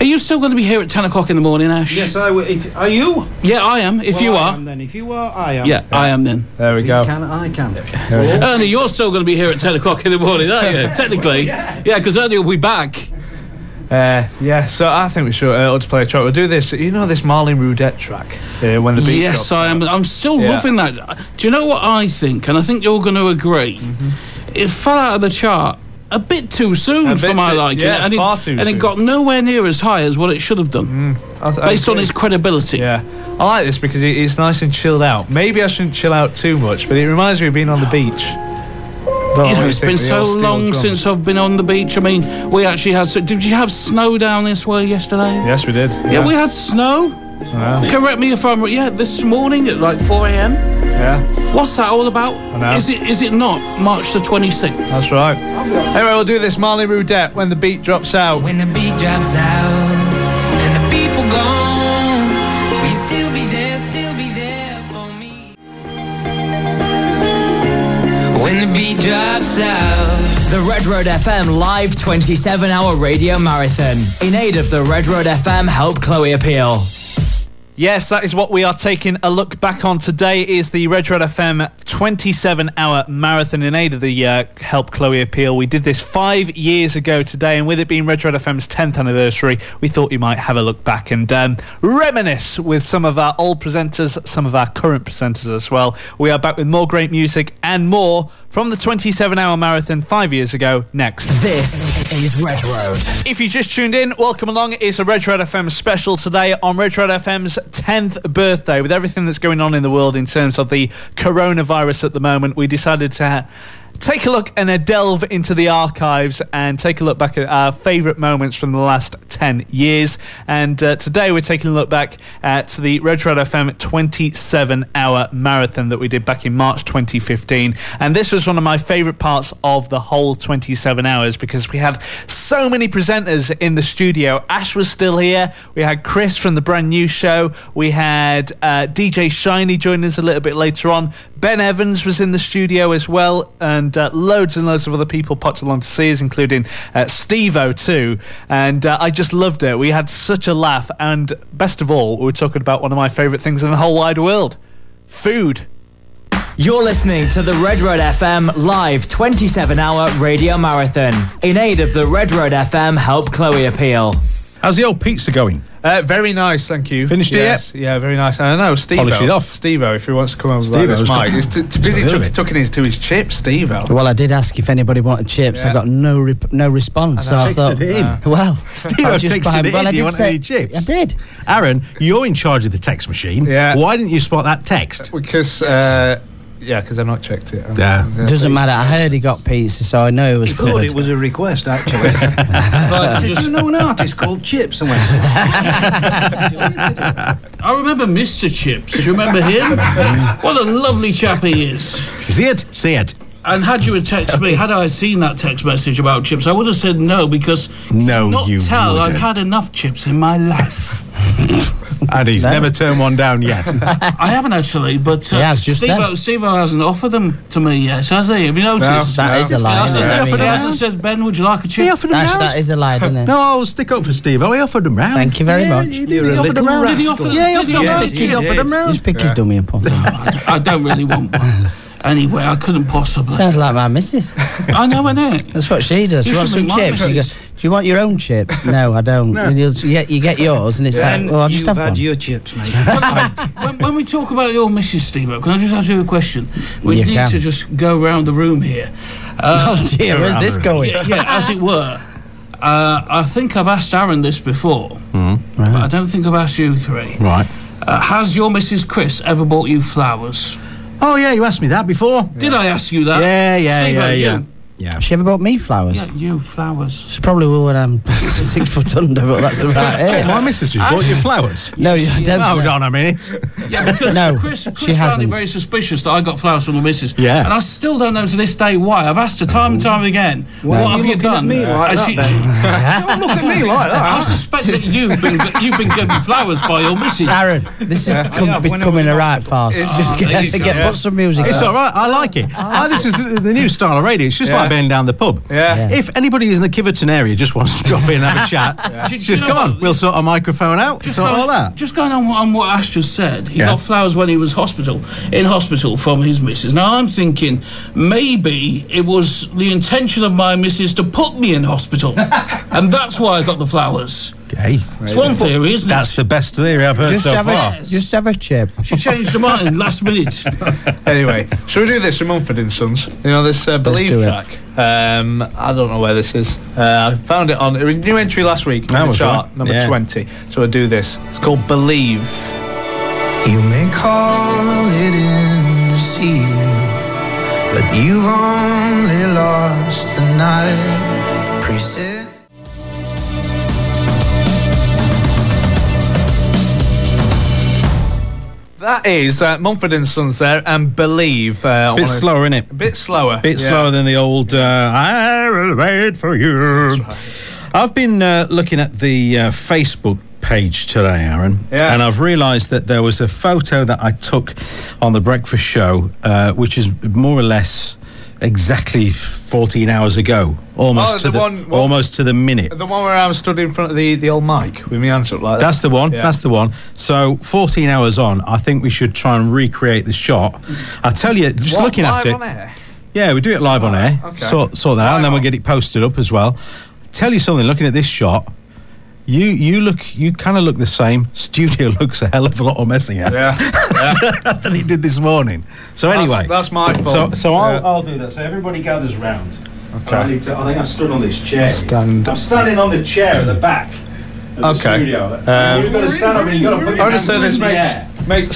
Speaker 14: Are you still going to be here at ten o'clock in the morning, Ash?
Speaker 5: Yes, I will. If, are you?
Speaker 14: Yeah, I am. If
Speaker 5: Well,
Speaker 14: you
Speaker 5: I
Speaker 14: are,
Speaker 5: am then. If you are, I am.
Speaker 14: yeah, I am then.
Speaker 2: There we
Speaker 5: If
Speaker 2: go.
Speaker 5: You can, I can.
Speaker 14: Ernie, you're still going to be here at ten o'clock in the morning, aren't you? Technically, yeah, because Ernie will be back.
Speaker 2: Uh, yeah, so I think we should uh, ought to play a track. We'll do this. You know this Marlene Roudette track uh, when the beat
Speaker 14: yes,
Speaker 2: drops.
Speaker 14: I am. I'm still
Speaker 2: Yeah.
Speaker 14: loving that. Do you know what I think? And I think you're going to agree.
Speaker 2: Mm-hmm.
Speaker 14: It fell out of the chart a bit too soon
Speaker 2: A
Speaker 14: for
Speaker 2: bit
Speaker 14: my
Speaker 2: too-
Speaker 14: liking,
Speaker 2: yeah,
Speaker 14: and,
Speaker 2: far
Speaker 14: it,
Speaker 2: too
Speaker 14: and
Speaker 2: soon.
Speaker 14: it got nowhere near as high as what it should have done,
Speaker 2: Mm. I th- I
Speaker 14: based on
Speaker 2: agree.
Speaker 14: its credibility.
Speaker 2: Yeah, I like this because it, it's nice and chilled out. Maybe I shouldn't chill out too much, but it reminds me of being on the beach. But
Speaker 14: You
Speaker 2: what
Speaker 14: know,
Speaker 2: do
Speaker 14: it's
Speaker 2: you
Speaker 14: been
Speaker 2: Oh, think of the
Speaker 14: so
Speaker 2: old steel
Speaker 14: long
Speaker 2: drum?
Speaker 14: since I've been on the beach. I mean, we actually had. So, did you have snow down this way yesterday?
Speaker 2: Yes, we did.
Speaker 14: Yeah, we had snow.
Speaker 2: Yeah.
Speaker 14: Correct me if I'm wrong. Yeah, this morning at like 4 a.m.
Speaker 2: Yeah,
Speaker 14: What's that all about?
Speaker 2: know.
Speaker 14: Is it is it not March the 26th?
Speaker 2: that's right. Anyway, we'll do this Marlene Roudette when the beat drops out.
Speaker 15: When the beat drops out and the people gone, we still be there, still be there for me.
Speaker 3: When the beat drops out. The Red Road FM live 27 hour radio marathon in aid of the Red Road FM Help Chloe appeal.
Speaker 2: Yes, that is what we are taking a look back on today. Is the Red Red FM 27-hour marathon in aid of the uh, Help Chloe appeal? We did this five years ago today, and with it being Red Red FM's 10th anniversary, we thought we might have a look back and um, reminisce with some of our old presenters, some of our current presenters as well. We are back with more great music and more from the 27-hour marathon five years ago. Next,
Speaker 3: This is Red Road.
Speaker 2: if you just tuned in, welcome along. It's a Retro FM special today on Retro FM's 10th birthday. With everything that's going on in the world in terms of the coronavirus at the moment, we decided to ha- take a look and a delve into the archives and take a look back at our favourite moments from the last 10 years. And uh, today we're taking a look back at the Retro FM 27 hour marathon that we did back in March 2015. And this was one of my favourite parts of the whole 27 hours because we had so many presenters in the studio. Ash was still here. We had Chris from the brand new show. We had uh, DJ Shiny join us a little bit later on. Ben Evans was in the studio as well, and uh, loads and loads of other people popped along to see us, including uh, Steve O too. And uh, I just loved it. We had such a laugh, and best of all, we were talking about one of my favourite things in the whole wide world: food.
Speaker 3: You're listening to the Red Road FM live 27 hour radio marathon in aid of the Red Road FM Help Chloe appeal.
Speaker 16: How's the old pizza going?
Speaker 2: Uh, very nice, thank you.
Speaker 16: Finished it
Speaker 2: yes. it? Yeah, very nice. And I know Steve.
Speaker 16: Polish it off.
Speaker 2: Steve if he wants to come over like
Speaker 16: Steve-O's
Speaker 2: this, Mike.
Speaker 16: got-
Speaker 2: He's too, too busy
Speaker 16: He's
Speaker 2: tuck-
Speaker 16: doing it.
Speaker 2: tucking his to his chips, Steve.
Speaker 17: Well, I did ask if anybody wanted chips. I
Speaker 2: Yeah.
Speaker 17: got no rep- no response. So
Speaker 2: And I
Speaker 17: I thought, uh,
Speaker 2: texted it in.
Speaker 17: well,
Speaker 16: Steve
Speaker 17: I'll just buy-
Speaker 16: texted it
Speaker 17: well, I
Speaker 16: in. You
Speaker 17: did
Speaker 16: want
Speaker 17: say-
Speaker 16: any chips?
Speaker 17: I did.
Speaker 16: Aaron, you're in charge of the text machine. Yeah. Why didn't you spot that text?
Speaker 2: Because, uh, yeah, because I've not checked it.
Speaker 16: Yeah.
Speaker 17: Doesn't matter. I heard he got pizza, so I know it was
Speaker 5: Good,
Speaker 17: good.
Speaker 5: it was a request actually. I said, Do you know an artist called Chips? And went,
Speaker 14: I remember Mr. Chips. Do you remember him? what a lovely chap he is. See it? See it. And had you had text me, had I seen that text message about chips, I would have said no because no, not
Speaker 16: you
Speaker 14: tell I've
Speaker 16: wouldn't.
Speaker 14: had enough chips in my life.
Speaker 16: And he's never turned one down yet.
Speaker 14: I haven't actually, but
Speaker 16: He
Speaker 14: uh,
Speaker 16: has just
Speaker 14: Steve-O,
Speaker 16: then.
Speaker 14: Steve-O hasn't offered them to me yet, has he? Have you noticed?
Speaker 17: No, that No. is a lie,
Speaker 14: He
Speaker 17: isn't
Speaker 14: hasn't,
Speaker 17: it?
Speaker 14: he
Speaker 17: I mean,
Speaker 14: hasn't said, Ben, would you like a chip?
Speaker 16: He offered them
Speaker 17: That's-
Speaker 16: round.
Speaker 17: that is a lie, isn't it?
Speaker 16: No, I'll stick up for Steve. Oh, he offered them round.
Speaker 17: Thank you very
Speaker 16: Yeah,
Speaker 17: much.
Speaker 16: He did. He offered them round.
Speaker 14: rascal. Did he offer them-
Speaker 16: Yeah,
Speaker 14: did
Speaker 16: he
Speaker 14: he
Speaker 16: offered
Speaker 14: offer
Speaker 16: them-
Speaker 14: them?
Speaker 16: he offered them round.
Speaker 17: Just pick his dummy up off
Speaker 14: I don't really want one. Anyway, I couldn't possibly.
Speaker 17: Sounds like my missus.
Speaker 14: I know, innit?
Speaker 17: That's what she does.
Speaker 14: You
Speaker 17: You want some
Speaker 14: should be
Speaker 17: chips?
Speaker 14: mine.
Speaker 17: She goes, Do you want your own chips? No, I don't.
Speaker 14: No.
Speaker 17: And you'll- You, get, you get yours, and it's
Speaker 5: Then
Speaker 17: like, Well, I'll just
Speaker 5: you've
Speaker 17: have
Speaker 5: had
Speaker 17: one.
Speaker 5: your chips, mate.
Speaker 14: when, when we talk about your Mrs. Steve, can I just ask you a question? We
Speaker 17: You
Speaker 14: need
Speaker 17: can.
Speaker 14: to just go round the room here.
Speaker 17: Oh, dear, where's
Speaker 14: round
Speaker 17: this
Speaker 14: the room.
Speaker 17: going?
Speaker 14: Yeah, yeah, as it were. Uh, I think I've asked Aaron this before, but I don't think I've asked you three.
Speaker 16: Right.
Speaker 14: Uh, has your Mrs. Chris ever bought you flowers?
Speaker 16: Oh, yeah, you asked me that before.
Speaker 14: Did I ask you that?
Speaker 16: Yeah, yeah,
Speaker 14: Steve-O,
Speaker 16: yeah,
Speaker 14: you.
Speaker 16: yeah.
Speaker 17: She ever bought me flowers?
Speaker 14: Yeah, you flowers.
Speaker 17: She probably will when I'm six foot under, but that's about it.
Speaker 16: My missus just bought you flowers.
Speaker 17: No, you don't.
Speaker 16: Hold on a minute.
Speaker 14: Yeah, because
Speaker 17: No,
Speaker 14: Chris, Chris
Speaker 17: she
Speaker 14: found it
Speaker 17: hasn't.
Speaker 14: very suspicious that I got flowers from the missus.
Speaker 17: Yeah.
Speaker 14: And I still don't know to this day why. I've asked her time and time again,
Speaker 5: Why
Speaker 14: what
Speaker 5: are
Speaker 14: have
Speaker 5: you
Speaker 14: you
Speaker 5: looking at
Speaker 14: done?
Speaker 5: me
Speaker 15: Uh,
Speaker 5: like
Speaker 14: And
Speaker 5: that,
Speaker 14: she-
Speaker 5: Ben? Don't look at me like
Speaker 14: I
Speaker 5: that.
Speaker 14: suspect that you've been you've been given flowers by your missus.
Speaker 17: Aaron, this is
Speaker 14: Yeah.
Speaker 17: com-
Speaker 14: Yeah, when I
Speaker 17: becoming
Speaker 14: was
Speaker 17: a
Speaker 14: in
Speaker 17: right farce.
Speaker 14: It's-
Speaker 17: just
Speaker 14: Oh, there
Speaker 17: get,
Speaker 14: you go.
Speaker 17: get
Speaker 14: Yeah.
Speaker 17: put some music.
Speaker 16: It's
Speaker 17: on.
Speaker 16: all right. I like it. Ah, this is the, the new style of radio. It's just
Speaker 17: Yeah.
Speaker 16: like being down the pub.
Speaker 17: Yeah.
Speaker 16: If anybody in the Kiverton area just wants to drop in and have a chat,
Speaker 14: Do you- do
Speaker 16: just
Speaker 14: you know
Speaker 16: come on.
Speaker 14: what?
Speaker 16: We'll sort a microphone out.
Speaker 14: Just
Speaker 16: sort
Speaker 14: going,
Speaker 16: all that.
Speaker 14: just going on, what- on what Ash just said, he
Speaker 16: Yeah.
Speaker 14: got flowers when he was hospital in hospital from his missus. Now I'm thinking maybe it was the intention of my missus to put me in hospital, and that's why I got the flowers.
Speaker 16: Hey,
Speaker 14: It's one theory, isn't
Speaker 16: that's the best theory I've heard
Speaker 17: Just
Speaker 16: so
Speaker 17: have
Speaker 16: far.
Speaker 17: a just have a chip.
Speaker 14: it? She changed her mind last minute.
Speaker 2: anyway, shall we do this from Mumford and Sons? You know this uh, Believe
Speaker 17: do it.
Speaker 2: track. Um, I don't know where this is. Uh, I found it on it was a new entry last week
Speaker 16: That
Speaker 2: on the
Speaker 16: was
Speaker 2: chart,
Speaker 16: right.
Speaker 2: number
Speaker 16: Yeah.
Speaker 2: twenty. So I do this. It's called Believe.
Speaker 18: You may call it in this evening, but you've only lost the night. Preset.
Speaker 2: That is uh, Mumford and Sons there, and Believe. Uh,
Speaker 16: Bit
Speaker 2: on a-
Speaker 16: slower, innit?
Speaker 2: A bit slower.
Speaker 16: Bit
Speaker 2: yeah.
Speaker 16: slower than the old uh, I will wait for you. I've been uh, looking at the uh, Facebook page today, Aaron,
Speaker 2: Yeah.
Speaker 16: and I've realised that there was a photo that I took on the breakfast show, uh, which is more or less exactly 14 hours ago, almost
Speaker 2: Oh,
Speaker 16: to
Speaker 2: the
Speaker 16: the,
Speaker 2: one- Uh, one-
Speaker 16: almost to the minute.
Speaker 2: The one where I'm stood in front of the, the old mic with my hands up like that.
Speaker 16: That's the one.
Speaker 2: Yeah.
Speaker 16: That's the one. So, 14 hours on, I think we should try and recreate the shot. I tell you, just
Speaker 2: What,
Speaker 16: looking
Speaker 2: live
Speaker 16: at it.
Speaker 2: on air?
Speaker 16: Yeah, we do it live on air.
Speaker 2: okay.
Speaker 16: Sort, sort that out, and then we'll get it posted up as well. Tell you something. Looking at this shot, you you look you kind of look the same. Studio looks a hell of a lot messier
Speaker 2: Yeah.
Speaker 16: than it did this morning. So
Speaker 2: That's-
Speaker 16: anyway,
Speaker 2: that's my
Speaker 16: So
Speaker 2: fault.
Speaker 16: so I'll,
Speaker 2: Yeah.
Speaker 16: I'll do that. So everybody gathers round. Okay. I, need to, I think I stood on this chair.
Speaker 2: Stand.
Speaker 16: I'm standing on the chair at the back. of the
Speaker 2: Okay.
Speaker 16: studio.
Speaker 2: Um,
Speaker 16: You've got to stand up and you've got to put
Speaker 2: I want
Speaker 16: your
Speaker 2: to
Speaker 16: hands
Speaker 2: say
Speaker 16: in
Speaker 2: this,
Speaker 16: the
Speaker 2: mate.
Speaker 16: air.
Speaker 2: Mate,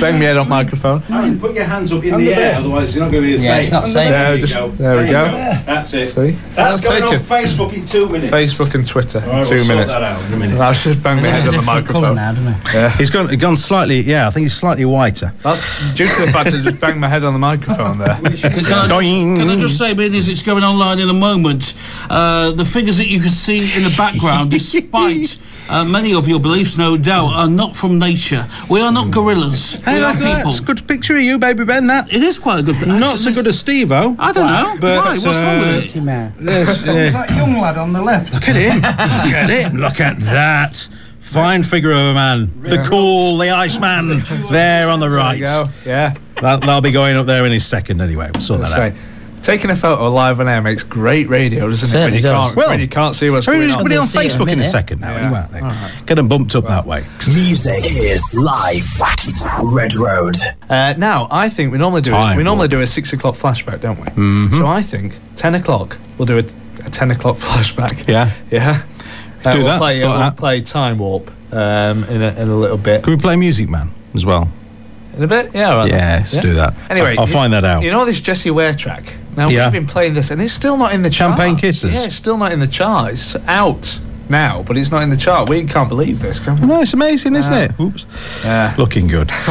Speaker 2: bang me head on microphone.
Speaker 16: Aaron, put your hands up in
Speaker 2: Under
Speaker 16: the air,
Speaker 2: there.
Speaker 16: otherwise you're not going to be the
Speaker 17: Yeah,
Speaker 16: same.
Speaker 17: it's not
Speaker 16: Under
Speaker 17: safe.
Speaker 2: Yeah,
Speaker 16: There, you
Speaker 2: just-
Speaker 16: go.
Speaker 2: there we
Speaker 16: you
Speaker 2: go.
Speaker 16: That's it.
Speaker 2: See?
Speaker 16: That's
Speaker 2: I'll
Speaker 16: going
Speaker 2: take
Speaker 16: on
Speaker 2: it.
Speaker 16: Facebook in two minutes.
Speaker 2: Facebook and Twitter. in
Speaker 16: All right,
Speaker 2: uh, two
Speaker 16: we'll sort
Speaker 2: minutes.
Speaker 16: that out in a minute.
Speaker 2: I should bang my head on the microphone.
Speaker 16: He's gone, gone slightly, yeah, I think he's slightly whiter.
Speaker 2: That's due to the fact I just banged my head on the microphone there.
Speaker 14: Can I, just, can I just say, being as it's going online in the moment, uh, the figures that you can see in the background, despite uh, many of your beliefs, no doubt, are not from nature. We are not gorillas. we are people.
Speaker 16: That's a good picture of you, baby Ben, that.
Speaker 14: It is quite a good picture.
Speaker 16: Not so good as Steve-O.
Speaker 14: I don't know.
Speaker 16: But, uh,
Speaker 14: Why? What's wrong with it?
Speaker 16: There's,
Speaker 5: Who's that young lad on the left?
Speaker 16: Look at him. Look at him. Look at that. Fine figure of a man. The cool, the Iceman. There on the
Speaker 2: There
Speaker 16: right.
Speaker 2: you go. Yeah.
Speaker 16: That, that'll be going up there in his second anyway. We'll sort that
Speaker 2: Say,
Speaker 16: out.
Speaker 2: Taking a photo live on air makes great radio, doesn't it? When
Speaker 16: Certainly
Speaker 2: you
Speaker 16: does.
Speaker 2: can't, when you can't see what's
Speaker 16: I mean,
Speaker 2: going
Speaker 16: we're
Speaker 2: on.
Speaker 16: gonna be on Facebook in a second now, anyway, aren't they? Get them bumped up that way.
Speaker 3: Music is live. Red Road.
Speaker 2: Uh, now, I think we normally do
Speaker 16: Time
Speaker 2: we normally do a six o'clock flashback, don't we?
Speaker 16: Mhm.
Speaker 2: So I think ten o'clock we'll do a, a ten o'clock flashback.
Speaker 16: Yeah.
Speaker 2: yeah. Uh,
Speaker 16: Do
Speaker 2: we'll
Speaker 16: that,
Speaker 2: Play,
Speaker 16: sort
Speaker 2: we'll
Speaker 16: that.
Speaker 2: play time warp um, in, a, in a little bit.
Speaker 16: Can we play Music Man as well?
Speaker 2: In a bit, yeah. all right then.
Speaker 16: Yeah, let's do that.
Speaker 2: Anyway,
Speaker 16: I'll
Speaker 2: you-
Speaker 16: find that out.
Speaker 2: You know this Jesse Ware track? Now
Speaker 16: Yeah.
Speaker 2: we've been playing this, and it's still not in the
Speaker 16: Champagne
Speaker 2: chart.
Speaker 16: Kisses?
Speaker 2: Yeah, it's still not in the chart. It's out now, but it's not in the chart. We can't believe this, can we? Uh,
Speaker 16: No, it's amazing, isn't it? Oops. Looking good.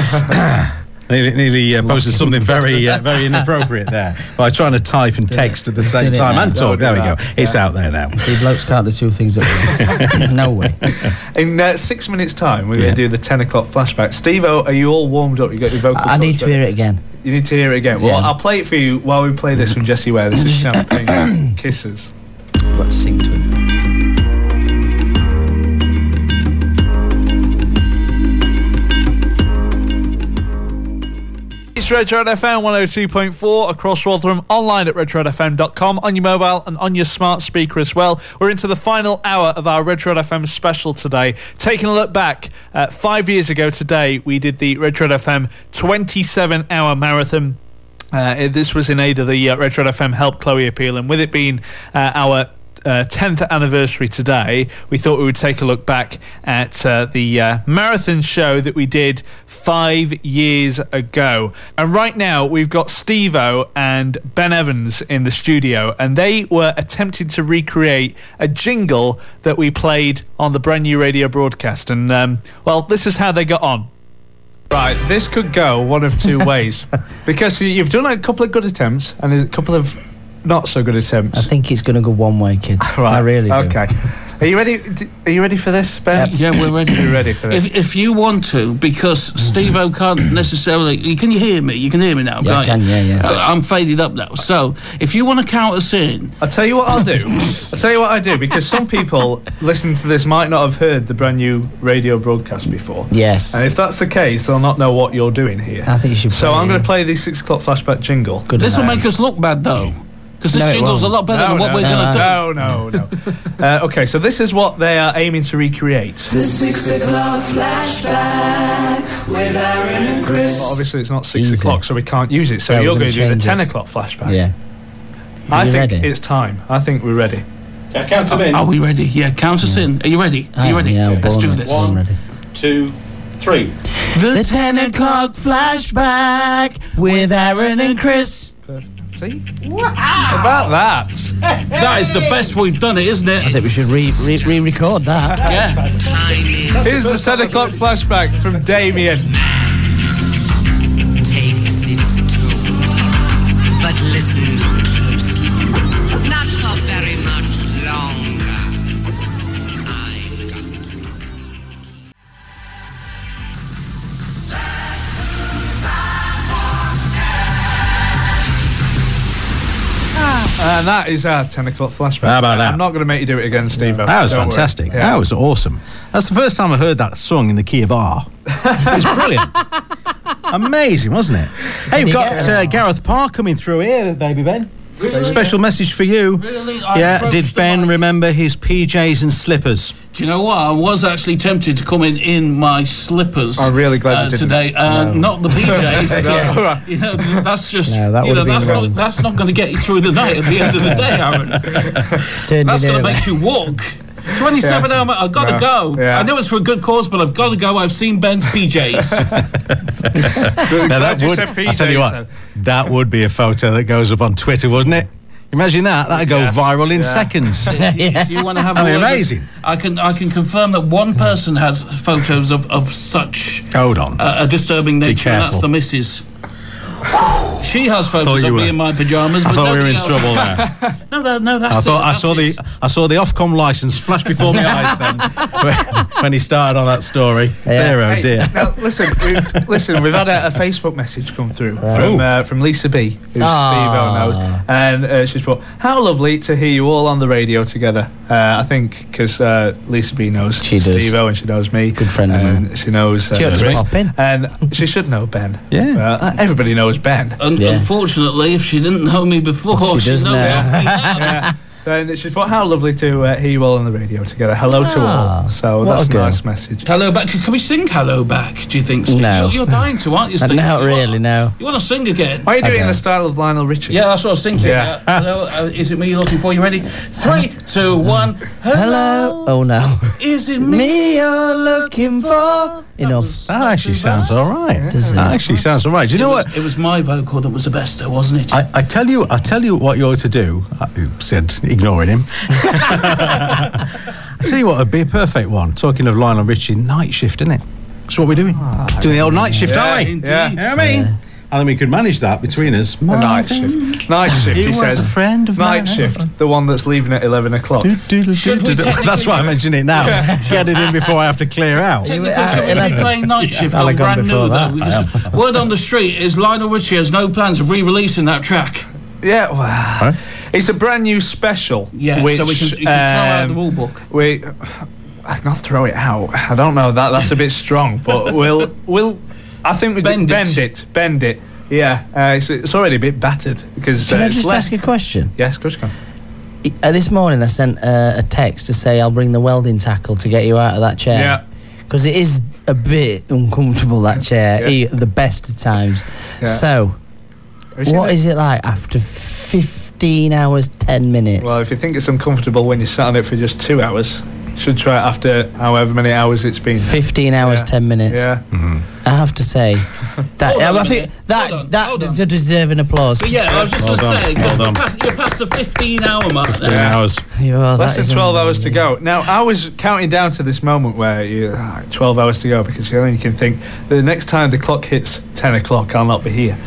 Speaker 16: nearly nearly uh, posted something very uh, very inappropriate there by trying to type and text at the same
Speaker 17: Did it
Speaker 16: time
Speaker 17: now.
Speaker 16: and talk. There we go. It's
Speaker 17: Yeah.
Speaker 16: out there now.
Speaker 17: See, blokes can't do two things at once. no way.
Speaker 2: In uh, six minutes' time, we're going to do the ten o'clock flashback. Steve, are you all warmed up? You got your vocal.
Speaker 17: I need
Speaker 2: cords
Speaker 17: to
Speaker 2: ready?
Speaker 17: hear it again.
Speaker 2: You need to hear it again. Well,
Speaker 17: Yeah.
Speaker 2: I'll play it for you while we play this from Jesse Ware. This is Champagne Kisses.
Speaker 17: Let's sing to him.
Speaker 19: It's Retro FM 102.4 across Rotherham, online at retrofm.com, on your mobile and on your smart speaker as well. We're into the final hour of our Retro FM special today. Taking a look back, uh, five years ago today, we did the Retro FM 27 hour marathon. Uh, it- this was in aid of the uh, Retro FM Help Chloe appeal, and with it being uh, our uh, 10th anniversary today, we thought we would take a look back at uh, the uh, marathon show that we did five years ago. And right now, we've got Steve O and Ben Evans in the studio, and they were attempting to recreate a jingle that we played on the brand new radio broadcast. And, um, well, this is how they got on.
Speaker 2: Right, this could go one of two ways because you- you've done a couple of good attempts and a couple of not so good attempts.
Speaker 17: I think it's going to go one way, kid. I really do.
Speaker 2: Okay. Are you ready? d- Are you ready for this, Ben?
Speaker 14: Yeah, we're ready.
Speaker 2: You're ready for this.
Speaker 14: If, if you want to, because Steve O can't necessarily. you- Can you hear me? You can hear me now,
Speaker 2: Yeah, I
Speaker 14: can't
Speaker 2: can,
Speaker 14: you?
Speaker 2: yeah, yeah.
Speaker 14: So I'm faded up now. So if you want to count us in,
Speaker 2: I'll tell you what I'll do. I'll tell you what I do because some people listening to this might not have heard the brand new radio broadcast before.
Speaker 17: Yes.
Speaker 2: And if that's the case, they'll not know what you're doing here.
Speaker 17: I think you should.
Speaker 2: So
Speaker 17: play
Speaker 2: I'm
Speaker 17: it.
Speaker 2: going to play the six o'clock flashback jingle.
Speaker 14: this will make us look bad, though, because this
Speaker 2: No, it
Speaker 14: jingle's a
Speaker 2: won't.
Speaker 14: lot better
Speaker 2: No,
Speaker 14: than what
Speaker 2: no,
Speaker 14: we're
Speaker 2: no,
Speaker 14: going to do.
Speaker 2: no, no, no. Uh, okay, so this is what they are aiming to recreate.
Speaker 15: The six o'clock flashback with Aaron and Chris.
Speaker 2: Well, obviously, it's not six o'clock, so we can't use it. So
Speaker 17: No,
Speaker 2: you're
Speaker 17: we're gonna
Speaker 2: going to do the
Speaker 17: change it.
Speaker 2: ten o'clock flashback.
Speaker 17: Yeah.
Speaker 2: I
Speaker 17: you
Speaker 2: think
Speaker 17: ready?
Speaker 2: it's time. I think we're ready.
Speaker 14: Yeah, count us in. Are we ready? Yeah, count us in. Are you ready?
Speaker 17: Ah,
Speaker 14: Are you ready? Let's do this.
Speaker 17: One,
Speaker 14: two, three. The, 10 o'clock flashback with Aaron and Chris.
Speaker 2: See? About that.
Speaker 14: That is the best we've done it, isn't it?
Speaker 17: I think we should re re- re-record that.
Speaker 14: Yeah.
Speaker 2: Here's the ten o'clock flashback from Damien.
Speaker 15: takes its toll. But listen closely. Not for very much longer. I've got to.
Speaker 14: Ah.
Speaker 2: And that is our ten o'clock flashback.
Speaker 16: How about that?
Speaker 2: I'm not going to make you do it again, Steve.
Speaker 16: That was fantastic. That was awesome. That's the first time I heard that sung in the key of R. It was brilliant. Amazing, wasn't it? Hey, we've got uh, Gareth Parr coming through here, baby Ben. Special message for you.
Speaker 14: Really? I
Speaker 16: yeah, did
Speaker 14: approached the
Speaker 16: Ben remember his PJs and slippers?
Speaker 14: Do you know what? I was actually tempted to come in in my slippers.
Speaker 16: I'm really glad you
Speaker 14: uh,
Speaker 16: didn't.
Speaker 14: today. Uh,
Speaker 16: No.
Speaker 14: Not the PJs. that's,
Speaker 16: Yeah.
Speaker 14: you know, that's just
Speaker 17: No, that
Speaker 14: you know,
Speaker 17: would've been
Speaker 14: that's
Speaker 17: wrong.
Speaker 14: not that's not going to get you through the night. At the end of the day, Aaron,
Speaker 17: Turn
Speaker 14: that's
Speaker 17: it
Speaker 14: going to
Speaker 17: over.
Speaker 14: make you walk. 27
Speaker 17: Yeah.
Speaker 14: hours. I've got to
Speaker 17: No.
Speaker 14: go.
Speaker 17: Yeah.
Speaker 14: I know it's for a good cause, but I've got to go. I've seen Ben's PJs.
Speaker 16: Now,
Speaker 14: Glad
Speaker 16: that
Speaker 14: you
Speaker 16: would,
Speaker 14: said
Speaker 16: I tell you
Speaker 14: PJs,
Speaker 16: what, that would be a photo that goes up on Twitter, wouldn't it? Imagine that. That'd go
Speaker 14: Yes.
Speaker 16: viral in
Speaker 14: Yeah.
Speaker 16: seconds.
Speaker 14: If you want to have
Speaker 16: I mean,
Speaker 14: a word with-
Speaker 16: amazing.
Speaker 14: I can I can confirm that one person has photos of, of such
Speaker 16: Hold on.
Speaker 14: uh, a disturbing nature, and that's
Speaker 16: careful.
Speaker 14: the missus. She has photos
Speaker 16: you
Speaker 14: of
Speaker 16: were-
Speaker 14: me in my pyjamas.
Speaker 16: I
Speaker 14: but
Speaker 16: thought we were in
Speaker 14: nobody
Speaker 16: trouble
Speaker 14: else- no, no, no, that's
Speaker 16: I thought
Speaker 14: it.
Speaker 16: I saw the I saw the Ofcom license flash before my eyes then when, when he started on that story. There, oh
Speaker 2: Hey,
Speaker 16: dear.
Speaker 2: Now listen, we've, listen. We've had a, a Facebook message come through
Speaker 16: Right.
Speaker 2: from
Speaker 16: Ooh.
Speaker 2: uh, from Lisa B, who's
Speaker 16: Ah.
Speaker 2: Steve O knows, and uh, she's put, "How lovely to hear you all on the radio together." Uh, I think because uh, Lisa B knows
Speaker 17: does.
Speaker 2: Steve O and she knows me, good friend, and she knows uh,
Speaker 17: She ought to
Speaker 2: Chris,
Speaker 17: pop in.
Speaker 2: and she should know Ben.
Speaker 16: Yeah,
Speaker 2: Uh, everybody knows knows Ben.
Speaker 14: Un- Unfortunately, if she didn't know me before, she, knows me
Speaker 2: yeah. Then she thought, how lovely to uh, hear you all on the radio together. Hello to all. So
Speaker 14: Ah. what
Speaker 2: that's Ah,
Speaker 14: a
Speaker 2: a
Speaker 14: girl.
Speaker 2: nice message.
Speaker 14: Hello back. Can we sing Hello back? Do you think, Steve?
Speaker 2: No.
Speaker 14: You're, you're dying to, aren't you, Steve?
Speaker 17: Not
Speaker 14: You want-
Speaker 17: really, no.
Speaker 14: You want to sing again?
Speaker 2: Why are you doing it in the style of Lionel Richie?
Speaker 14: Yeah, that's what I was thinking.
Speaker 2: Yeah.
Speaker 14: Uh, hello, uh, is it me you're looking for? You ready? Three, two, one. Hello.
Speaker 17: Oh no.
Speaker 14: Is it
Speaker 17: Me you're looking for.
Speaker 16: Enough. That actually sounds all right.
Speaker 17: Does it?
Speaker 16: That actually sounds all right. Do you know what?
Speaker 14: It was my vocal that was the best, though, wasn't it?
Speaker 16: I, I tell you, I tell you what you're to do. I said, ignoring him. I tell you what, it'd be a perfect one. Talking of Lionel Richie, night shift, isn't it? That's what we're doing.
Speaker 17: Ah,
Speaker 16: doing the old night shift,
Speaker 2: Yeah,
Speaker 16: aren't we?
Speaker 2: indeed.
Speaker 16: You know what I mean? And then we could manage that between us.
Speaker 2: The night shift. Night shift, he,
Speaker 16: He was
Speaker 2: says.
Speaker 16: a friend of
Speaker 2: night
Speaker 16: mine.
Speaker 2: shift, the one that's leaving at 11 o'clock.
Speaker 14: Should we technically-
Speaker 16: That's why I mention it now. Get it in before I have to clear out.
Speaker 14: Technically, should we be playing night shift
Speaker 16: I'll
Speaker 14: on
Speaker 16: have gone
Speaker 14: brand new
Speaker 16: before
Speaker 14: though?
Speaker 16: that.
Speaker 14: Because word on the street is Lionel Richie has no plans of re-releasing that track.
Speaker 2: Yeah, well, it's a brand new special.
Speaker 14: Yeah,
Speaker 2: which,
Speaker 14: so we can, we can throw out the
Speaker 2: um,
Speaker 14: rule book.
Speaker 2: We, I'd not throw it out. I don't know that. That's a bit strong, but we'll we'll. I think we bend, bend it. Bend it. Yeah, uh, it's, it's already a bit battered because
Speaker 17: Can
Speaker 2: uh,
Speaker 17: I
Speaker 2: it's
Speaker 17: just
Speaker 2: less.
Speaker 17: ask a question?
Speaker 2: yes, of course, you can.
Speaker 17: Uh, this morning I sent uh, a text to say I'll bring the welding tackle to get you out of that chair.
Speaker 2: Yeah.
Speaker 17: Because it is a bit uncomfortable that chair,
Speaker 2: Yeah.
Speaker 17: e- at the best of times.
Speaker 2: Yeah.
Speaker 17: So,
Speaker 2: Have you seen
Speaker 17: what
Speaker 2: it?
Speaker 17: is it like after 15 hours 10 minutes?
Speaker 2: Well, if you think it's uncomfortable when you sat on it for just two hours, you should try it after however many hours it's been.
Speaker 17: 15 hours
Speaker 2: Yeah.
Speaker 17: 10 minutes.
Speaker 2: Yeah.
Speaker 17: I have to say that
Speaker 14: Hold on
Speaker 17: I
Speaker 14: a
Speaker 17: think
Speaker 14: minute.
Speaker 17: that
Speaker 14: Hold on,
Speaker 17: that
Speaker 14: hold
Speaker 17: is a deserving applause.
Speaker 14: But yeah, I was just
Speaker 17: Well done,
Speaker 14: going to say,
Speaker 17: well
Speaker 14: because
Speaker 17: done.
Speaker 14: you're past the 15-hour mark. there.
Speaker 16: hours.
Speaker 17: Oh,
Speaker 2: Less than 12 hours to go. Now, I was counting down to this moment where you, ah, 12 hours to go because you only can think the next time the clock hits 10 o'clock, I'll not be here.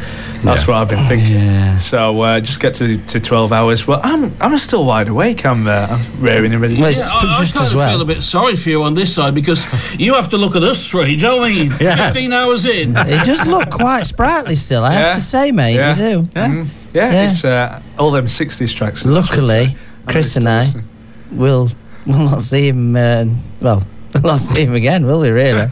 Speaker 2: That's what I've been
Speaker 17: Oh,
Speaker 2: thinking. So uh, just get to, to 12 hours. Well, I'm, I'm still wide awake. I'm, uh, I'm raring and ready.
Speaker 14: Yeah, I, I kind of feel a bit sorry for you on this side because you have to look at us three, do I mean?
Speaker 17: Yeah.
Speaker 14: 15 hours in.
Speaker 17: It does look quite sprightly still, I
Speaker 2: Yeah.
Speaker 17: have to say, mate. You
Speaker 2: Yeah.
Speaker 17: do. Mm.
Speaker 14: Mm-hmm.
Speaker 2: Mhm. Yeah,
Speaker 17: Yeah.
Speaker 2: it's uh, all them 60s tracks. that's what it's
Speaker 17: Luckily,
Speaker 2: like. I'm
Speaker 17: Chris
Speaker 2: still
Speaker 17: and I
Speaker 2: listening.
Speaker 17: will will not see him. Uh, well, we'll not see him again, will we? Really,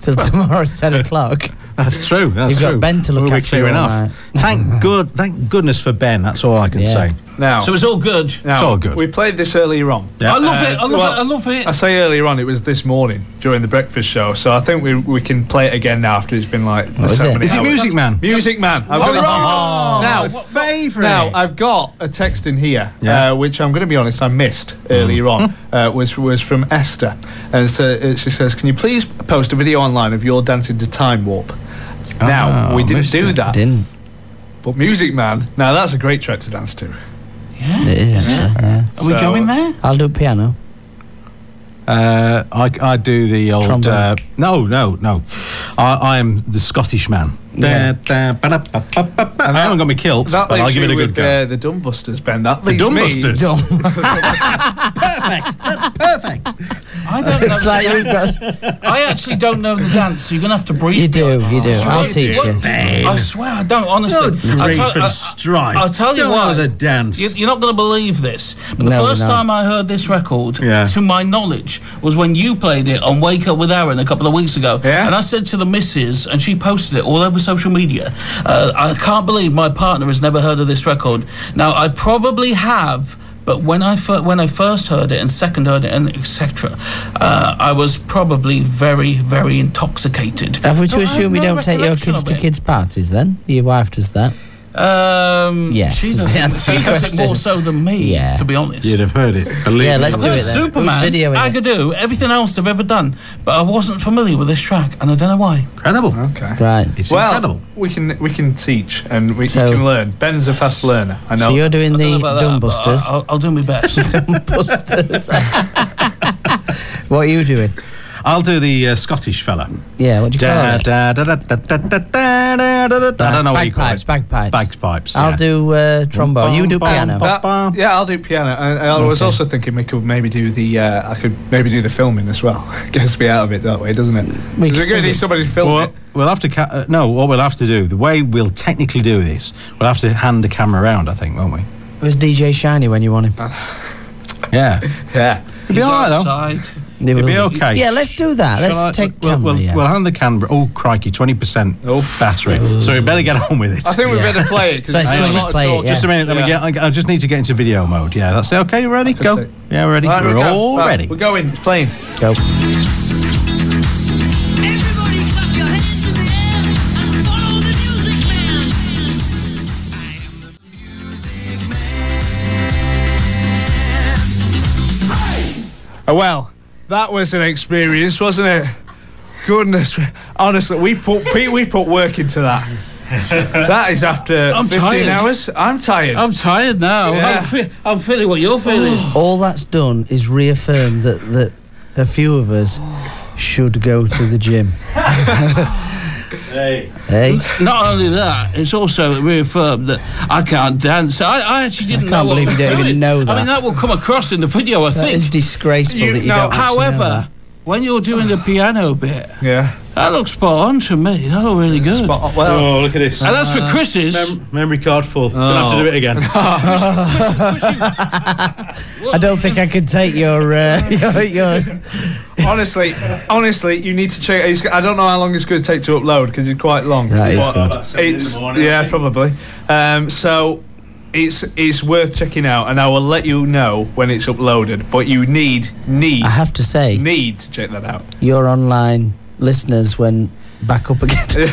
Speaker 17: till tomorrow at ten o'clock.
Speaker 16: That's true. That's
Speaker 17: You've got
Speaker 16: true.
Speaker 17: Ben to look
Speaker 16: we'll be
Speaker 17: after
Speaker 16: clear
Speaker 17: all
Speaker 16: enough.
Speaker 17: night.
Speaker 16: Thank good. Thank goodness for Ben. That's all I can
Speaker 17: Yeah.
Speaker 16: say.
Speaker 2: Now,
Speaker 14: So it's all good.
Speaker 2: now,
Speaker 16: all good.
Speaker 2: We played this earlier on. Uh,
Speaker 14: I love it. I love
Speaker 2: well-
Speaker 14: it. I love it.
Speaker 2: I say earlier on it was this morning during the breakfast show, so I think we we can play it again now after it's been like
Speaker 17: Oh,
Speaker 16: is
Speaker 2: so
Speaker 16: it?
Speaker 2: many
Speaker 16: Is it
Speaker 2: hours.
Speaker 16: Music Man? Oh,
Speaker 2: Music Man. I've got it.
Speaker 16: Hurrah! My
Speaker 2: now,
Speaker 16: favourite.
Speaker 2: now I've got a text in here,
Speaker 16: Yeah.
Speaker 2: uh, which I'm going to be honest, I missed
Speaker 17: Mm.
Speaker 2: earlier on, uh, which was from Esther, and so uh, she says, "Can you please post a video online of your dancing to Time Warp?" now
Speaker 17: Oh,
Speaker 2: we didn't
Speaker 17: missed
Speaker 2: do
Speaker 17: it.
Speaker 2: that,
Speaker 17: Didn't.
Speaker 2: but Music Man. Now that's a great track to dance to.
Speaker 17: It is actually. Yeah.
Speaker 14: Are we
Speaker 2: So-
Speaker 14: going there?
Speaker 17: I'll do piano.
Speaker 16: Uh, I, I do the old.
Speaker 17: Trombone.
Speaker 16: Uh, no, no, no. I, I'm the Scottish man.
Speaker 17: Yeah.
Speaker 16: Da, da, ba, da, ba, ba, ba. I haven't got my kilt,
Speaker 2: That
Speaker 16: but I'll
Speaker 2: leaves
Speaker 16: give it
Speaker 2: you
Speaker 16: a
Speaker 2: with
Speaker 16: good go.
Speaker 2: uh, the Dumbusters, Ben. That
Speaker 16: The
Speaker 2: leaves me-
Speaker 16: Dumbusters?
Speaker 17: Dumb.
Speaker 16: perfect. That's perfect.
Speaker 14: I don't know.
Speaker 17: It's
Speaker 14: the
Speaker 17: like you
Speaker 14: dance. I actually don't know the dance. So you're gonna have to brief
Speaker 17: You
Speaker 14: me.
Speaker 17: do. You do.
Speaker 14: Swear-
Speaker 17: I'll teach
Speaker 14: what-
Speaker 17: you.
Speaker 14: I swear, I don't. Honestly,
Speaker 16: Good
Speaker 14: I'll
Speaker 16: grief
Speaker 14: tell-
Speaker 16: and
Speaker 14: I- I-
Speaker 16: strife.
Speaker 14: I'll tell you
Speaker 16: Don't
Speaker 14: what.
Speaker 16: know the dance.
Speaker 14: You, you're not going to believe this. But
Speaker 16: No,
Speaker 14: the
Speaker 16: we're
Speaker 14: first
Speaker 16: not.
Speaker 14: time I heard this record,
Speaker 16: Yeah.
Speaker 14: to my knowledge, was when you played it on Wake Up with Aaron a couple of weeks ago.
Speaker 2: Yeah.
Speaker 14: And I said to the missus, and she posted it all over social media. Uh, I can't believe my partner has never heard of this record. Now I probably have. But when I fir- when I first heard it and second heard it and etc., uh, I was probably very very intoxicated.
Speaker 17: Have we
Speaker 14: So
Speaker 17: to
Speaker 14: I
Speaker 17: assume you
Speaker 14: no
Speaker 17: don't take your
Speaker 14: recollection
Speaker 17: kids
Speaker 14: of
Speaker 17: to
Speaker 14: it.
Speaker 17: kids' parties then? Your wife does that.
Speaker 14: Um,
Speaker 17: Yes,
Speaker 14: she does,
Speaker 17: that's
Speaker 14: she
Speaker 17: the
Speaker 14: does it
Speaker 17: question.
Speaker 14: more so than me.
Speaker 17: Yeah.
Speaker 14: to be honest.
Speaker 16: You'd have heard it. Believe
Speaker 17: Yeah,
Speaker 16: me.
Speaker 17: let's do it then.
Speaker 14: Superman,
Speaker 17: Who's videoing it?
Speaker 14: Agadoo, everything else I've ever done, but I wasn't familiar with this track, and I don't know why.
Speaker 16: Incredible.
Speaker 2: Okay.
Speaker 17: Right.
Speaker 16: It's
Speaker 2: well,
Speaker 16: incredible.
Speaker 2: we can we can teach and we
Speaker 17: So-
Speaker 2: you can learn. Ben's a fast learner. I know.
Speaker 17: So you're doing the Dumbusters.
Speaker 14: I'll, I'll do my best.
Speaker 17: Dumbusters. what are you doing?
Speaker 16: I'll do the uh, Scottish fella.
Speaker 17: Yeah, what do you call
Speaker 16: Da,
Speaker 17: it?
Speaker 16: da, da, da, da, da, da, da, da, da. I don't know what you call
Speaker 17: bagpipes,
Speaker 16: it.
Speaker 17: bagpipes.
Speaker 16: Bagpipes.
Speaker 17: I'll
Speaker 16: yeah.
Speaker 17: do uh, trombone. You do
Speaker 16: Bum, bum,
Speaker 17: piano.
Speaker 16: bum.
Speaker 2: That- yeah, I'll do piano. And I, was also thinking we could maybe do the uh, I could maybe do the filming as well. Gets me out of it that way, doesn't it?
Speaker 17: We
Speaker 2: We're
Speaker 17: could
Speaker 2: going to
Speaker 17: sing
Speaker 2: need
Speaker 17: it.
Speaker 2: somebody to film
Speaker 16: Well,
Speaker 2: it.
Speaker 16: we'll have to. Ca- uh, no, what we'll have to do, the way we'll technically do this, we'll have to hand the camera around, I think, won't we?
Speaker 17: Where's DJ Shiny when you want him?
Speaker 16: Yeah.
Speaker 2: Yeah.
Speaker 16: It'd be
Speaker 14: He's
Speaker 16: alright
Speaker 14: outside.
Speaker 16: though. It'd be okay.
Speaker 17: Yeah, let's do that. Let's
Speaker 16: Shall I-
Speaker 17: take
Speaker 16: we'll,
Speaker 17: camera,
Speaker 16: we'll,
Speaker 17: yeah.
Speaker 16: we'll hand the camera. Oh crikey, twenty percent battery. So we better get on with it.
Speaker 20: I think we
Speaker 16: Yeah.
Speaker 20: better play it because
Speaker 16: Hang on,
Speaker 20: there's a
Speaker 16: just,
Speaker 20: lot of talk.
Speaker 16: just a minute. Let
Speaker 20: Yeah.
Speaker 16: me get. I, I just need to get into video mode. Yeah, that's it. Okay, you ready? Go. Yeah, we're ready.
Speaker 20: Right,
Speaker 16: we're
Speaker 20: go.
Speaker 16: all
Speaker 20: Right,
Speaker 16: ready.
Speaker 20: We're going. It's playing.
Speaker 16: Go.
Speaker 20: Oh, well, that was an experience, wasn't it? Goodness, me. honestly, we put Pete, we put work into that. that is after
Speaker 14: I'm
Speaker 20: 15
Speaker 14: tired.
Speaker 20: hours. I'm tired.
Speaker 14: I'm tired now.
Speaker 20: Yeah.
Speaker 14: I'm, fe- I'm feeling what you're feeling.
Speaker 17: All that's done is reaffirm that, that a few of us should go to the gym.
Speaker 14: Hey.
Speaker 17: Hey.
Speaker 14: Not only that, it's also reaffirmed that I can't dance. I, I actually didn't
Speaker 17: can't
Speaker 14: know what
Speaker 17: believe
Speaker 14: I was
Speaker 17: you don't even
Speaker 14: doing.
Speaker 17: know
Speaker 14: I mean,
Speaker 17: that.
Speaker 14: that will come across in the video, Oh, I
Speaker 17: That
Speaker 14: think.
Speaker 17: is disgraceful that you don't actually know
Speaker 14: However,
Speaker 17: that.
Speaker 14: when you're doing the piano bit,
Speaker 20: yeah,
Speaker 14: that looks spot on to me. That looked really good.
Speaker 20: Spot on. Uh,
Speaker 14: Well,
Speaker 16: oh, look at this.
Speaker 14: and that's for Chris's.
Speaker 16: memory card full. Gonna have to do it again.
Speaker 17: I don't think I can take your. Uh, your, your
Speaker 20: honestly, honestly, you need to check. It's, I don't know how long it's going to take to upload because it's quite long.
Speaker 17: That is
Speaker 20: But
Speaker 17: good.
Speaker 20: it's- yeah, probably. Um, so it's it's worth checking out, and I will let you know when it's uploaded. But you need need
Speaker 17: I have to say,
Speaker 20: need to check that out.
Speaker 17: your online listeners went back up again.
Speaker 14: Do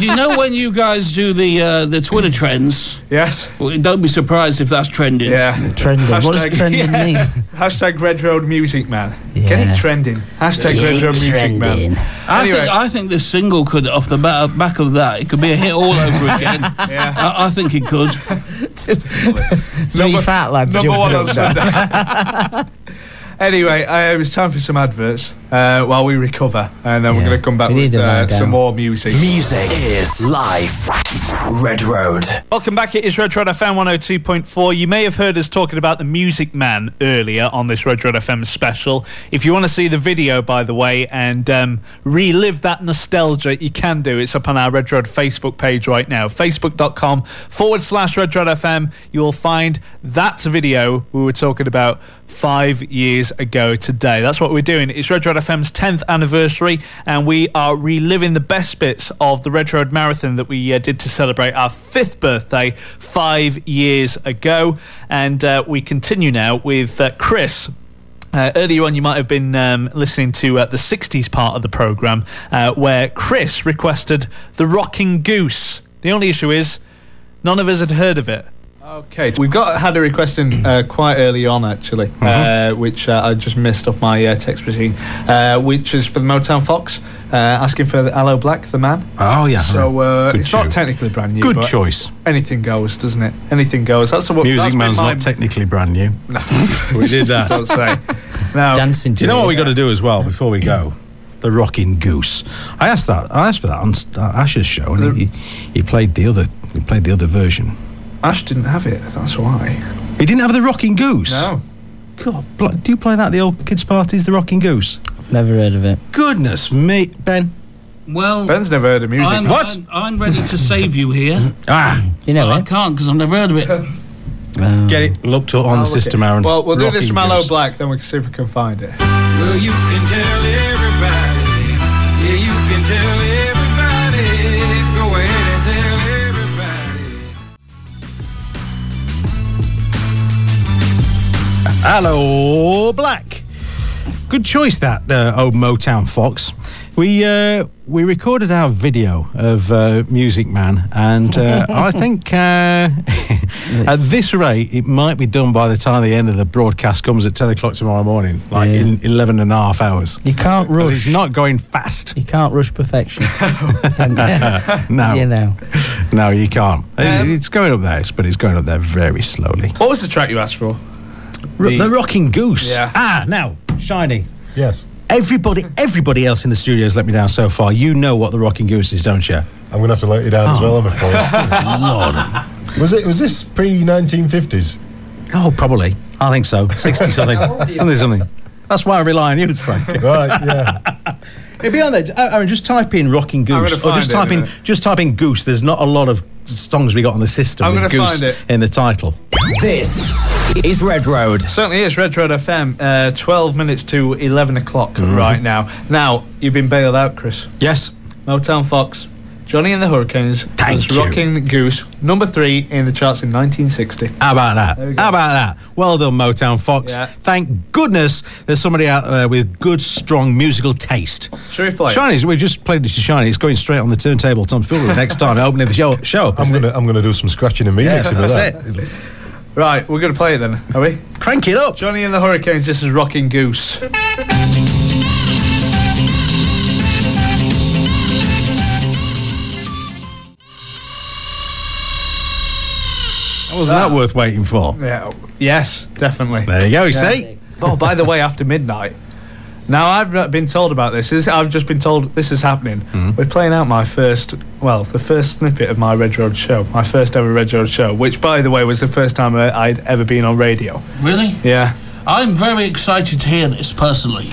Speaker 14: you know when you guys do the uh, the Twitter trends?
Speaker 20: Yes.
Speaker 14: Well, don't be surprised if that's trending.
Speaker 20: Yeah.
Speaker 17: Trending. What does trending mean?
Speaker 20: Hashtag Red Road Music Man. Get it trending. Hashtag
Speaker 14: Get
Speaker 20: Red
Speaker 14: it
Speaker 20: Road Music
Speaker 14: trending.
Speaker 20: Man.
Speaker 14: I
Speaker 20: Anyway.
Speaker 14: think I think this single could, off the ba- back of that, it could be a hit all over again. I, I think it could.
Speaker 17: Three fat lads.
Speaker 20: Number
Speaker 17: jumping
Speaker 20: one
Speaker 17: up
Speaker 20: on
Speaker 17: and down.
Speaker 20: Sunday. anyway, uh, it's time for some adverts uh, while we recover, and then we're going to come back with
Speaker 17: to lie
Speaker 20: uh,
Speaker 17: down.
Speaker 20: some more music.
Speaker 2: Music is life. Red Road. Welcome back. It is Red Road FM 102.4. You may have heard us talking about the Music Man earlier on this Red Road FM special. If you want to see the video, by the way, and um, relive that nostalgia, you can do. It's up on our Red Road Facebook page right now. Facebook.com forward slash Red Road FM. You will find that video we were talking about five years ago today. That's what we're doing. It's Red Road FM's 10th anniversary, and we are reliving the best bits of the Red Road Marathon that we uh, did to celebrate our fifth birthday five years ago. And uh, we continue now with uh, Chris. Uh, earlier on, you might have been um, listening to uh, the 60s part of the programme uh, where Chris requested The Rocking Goose. The only issue is none of us had heard of it.
Speaker 20: Okay, we've got had a request in uh, quite early on actually,
Speaker 16: Mm-hmm.
Speaker 20: uh, which uh, I just missed off my uh, text machine, uh, which is for the Motown Fox, uh, asking for the Aloe Black, the man.
Speaker 16: Oh yeah.
Speaker 20: So uh,
Speaker 16: Good
Speaker 20: it's
Speaker 16: tune.
Speaker 20: not technically brand new.
Speaker 16: Good
Speaker 20: but
Speaker 16: choice.
Speaker 20: Anything goes, doesn't it? Anything goes. That's the what
Speaker 16: Music
Speaker 20: that's been
Speaker 16: Man's
Speaker 20: my-
Speaker 16: not technically brand new.
Speaker 20: No.
Speaker 16: we did that.
Speaker 20: Don't say. Now,
Speaker 17: Dancing
Speaker 16: Do you know what we got to do as well before we go? The Rocking Goose. I asked that. I asked for that on S- uh, Ash's show, and he, he played the other. He played the other version.
Speaker 20: Ash didn't have it. That's why.
Speaker 16: He didn't have the Rocking Goose.
Speaker 20: No.
Speaker 16: God, bl- do you play that at the old kids' parties? The Rocking Goose.
Speaker 17: Never heard of it.
Speaker 16: Goodness me, Ben.
Speaker 14: Well,
Speaker 20: Ben's never heard of music.
Speaker 14: I'm,
Speaker 16: What?
Speaker 14: I'm, I'm ready to save you here.
Speaker 16: Ah,
Speaker 17: you know
Speaker 14: I can't because I've never heard of it.
Speaker 16: Get it looked up on the
Speaker 20: I'll look
Speaker 16: system,
Speaker 20: it-
Speaker 16: Aaron.
Speaker 20: Well, we'll do this
Speaker 16: Rocking
Speaker 20: from Aloe
Speaker 16: Goose.
Speaker 20: Black, then we can see if we can find it.
Speaker 13: Well, you can tell everybody. Yeah, you can tell everybody. Go ahead and tell everybody.
Speaker 16: Hello, Black. Good choice, that uh, old Motown Fox. We uh, we recorded our video of uh, Music Man, and uh, I think uh, at this rate, it might be done by the time the end of the broadcast comes at ten o'clock tomorrow morning, like in 11 and a half hours.
Speaker 17: You can't
Speaker 16: 'Cause
Speaker 17: rush.
Speaker 16: It's not going fast.
Speaker 17: You can't rush perfection.
Speaker 16: no,
Speaker 17: You know.
Speaker 16: no, you can't. It- it's going up there, but it's going up there very slowly.
Speaker 20: What was the track you asked for?
Speaker 16: R-
Speaker 20: The-
Speaker 16: the Rocking Goose.
Speaker 20: Yeah.
Speaker 16: Ah, now shiny.
Speaker 21: Yes.
Speaker 16: Everybody, everybody else in the studio has let me down so far. You know what the Rocking Goose is, don't you?
Speaker 21: I'm gonna have to let you down as well, I'm
Speaker 16: afraid.
Speaker 21: Lord. Was it? Was this pre 1950s?
Speaker 16: Oh, probably. I think so. Sixty something. something, something. That's why I rely on you, Frank.
Speaker 21: Right. Yeah.
Speaker 16: It'll be on there. Uh, Aaron, just type in Rocking
Speaker 20: I'm
Speaker 16: Goose,
Speaker 20: gonna
Speaker 16: or just
Speaker 20: find
Speaker 16: type
Speaker 20: it in
Speaker 16: in
Speaker 20: a
Speaker 16: just type in Goose. There's not a lot of songs we got on the system
Speaker 2: I'm gonna
Speaker 16: with Goose
Speaker 2: find it.
Speaker 16: in the title.
Speaker 2: This
Speaker 3: is Red Road.
Speaker 2: Certainly is Red Road FM. Uh, Twelve minutes to eleven o'clock right now. Now you've been bailed out, Chris.
Speaker 16: Mm-hmm. Yes.
Speaker 2: Motown Fox, Johnny and the Hurricanes. Thank
Speaker 16: you.
Speaker 2: Rocking Goose, number three in the charts in 1960.
Speaker 16: How about that? How about that? Well done, Motown Fox.
Speaker 2: Yeah.
Speaker 16: Thank goodness there's somebody out there with good, strong musical taste.
Speaker 2: Should we play? it?
Speaker 16: Shiny's, we just played it to Shiny. It's going straight on the turntable. Tom Fuller next time opening the show. show I'm
Speaker 21: gonna, I'm gonna do some scratching and remixing with
Speaker 16: that's
Speaker 21: that.
Speaker 16: it.
Speaker 2: Right, we're going to play it then, are we?
Speaker 16: Crank it up.
Speaker 2: Johnny and the Hurricanes, this is Rocking Goose.
Speaker 16: Wasn't that worth waiting for?
Speaker 2: Ah. Yeah. Yes, definitely.
Speaker 16: There you go, you see?
Speaker 2: Oh, by the way, after midnight. Now I've not been told about this. this. I've just been told this is happening.
Speaker 16: Hmm.
Speaker 2: We're playing out my first, well, the first snippet of my Red Road show, my first ever Red Road show, which, by the way, was the first time I- I'd ever been on radio.
Speaker 14: Really?
Speaker 2: Yeah.
Speaker 14: I'm very excited to hear this personally.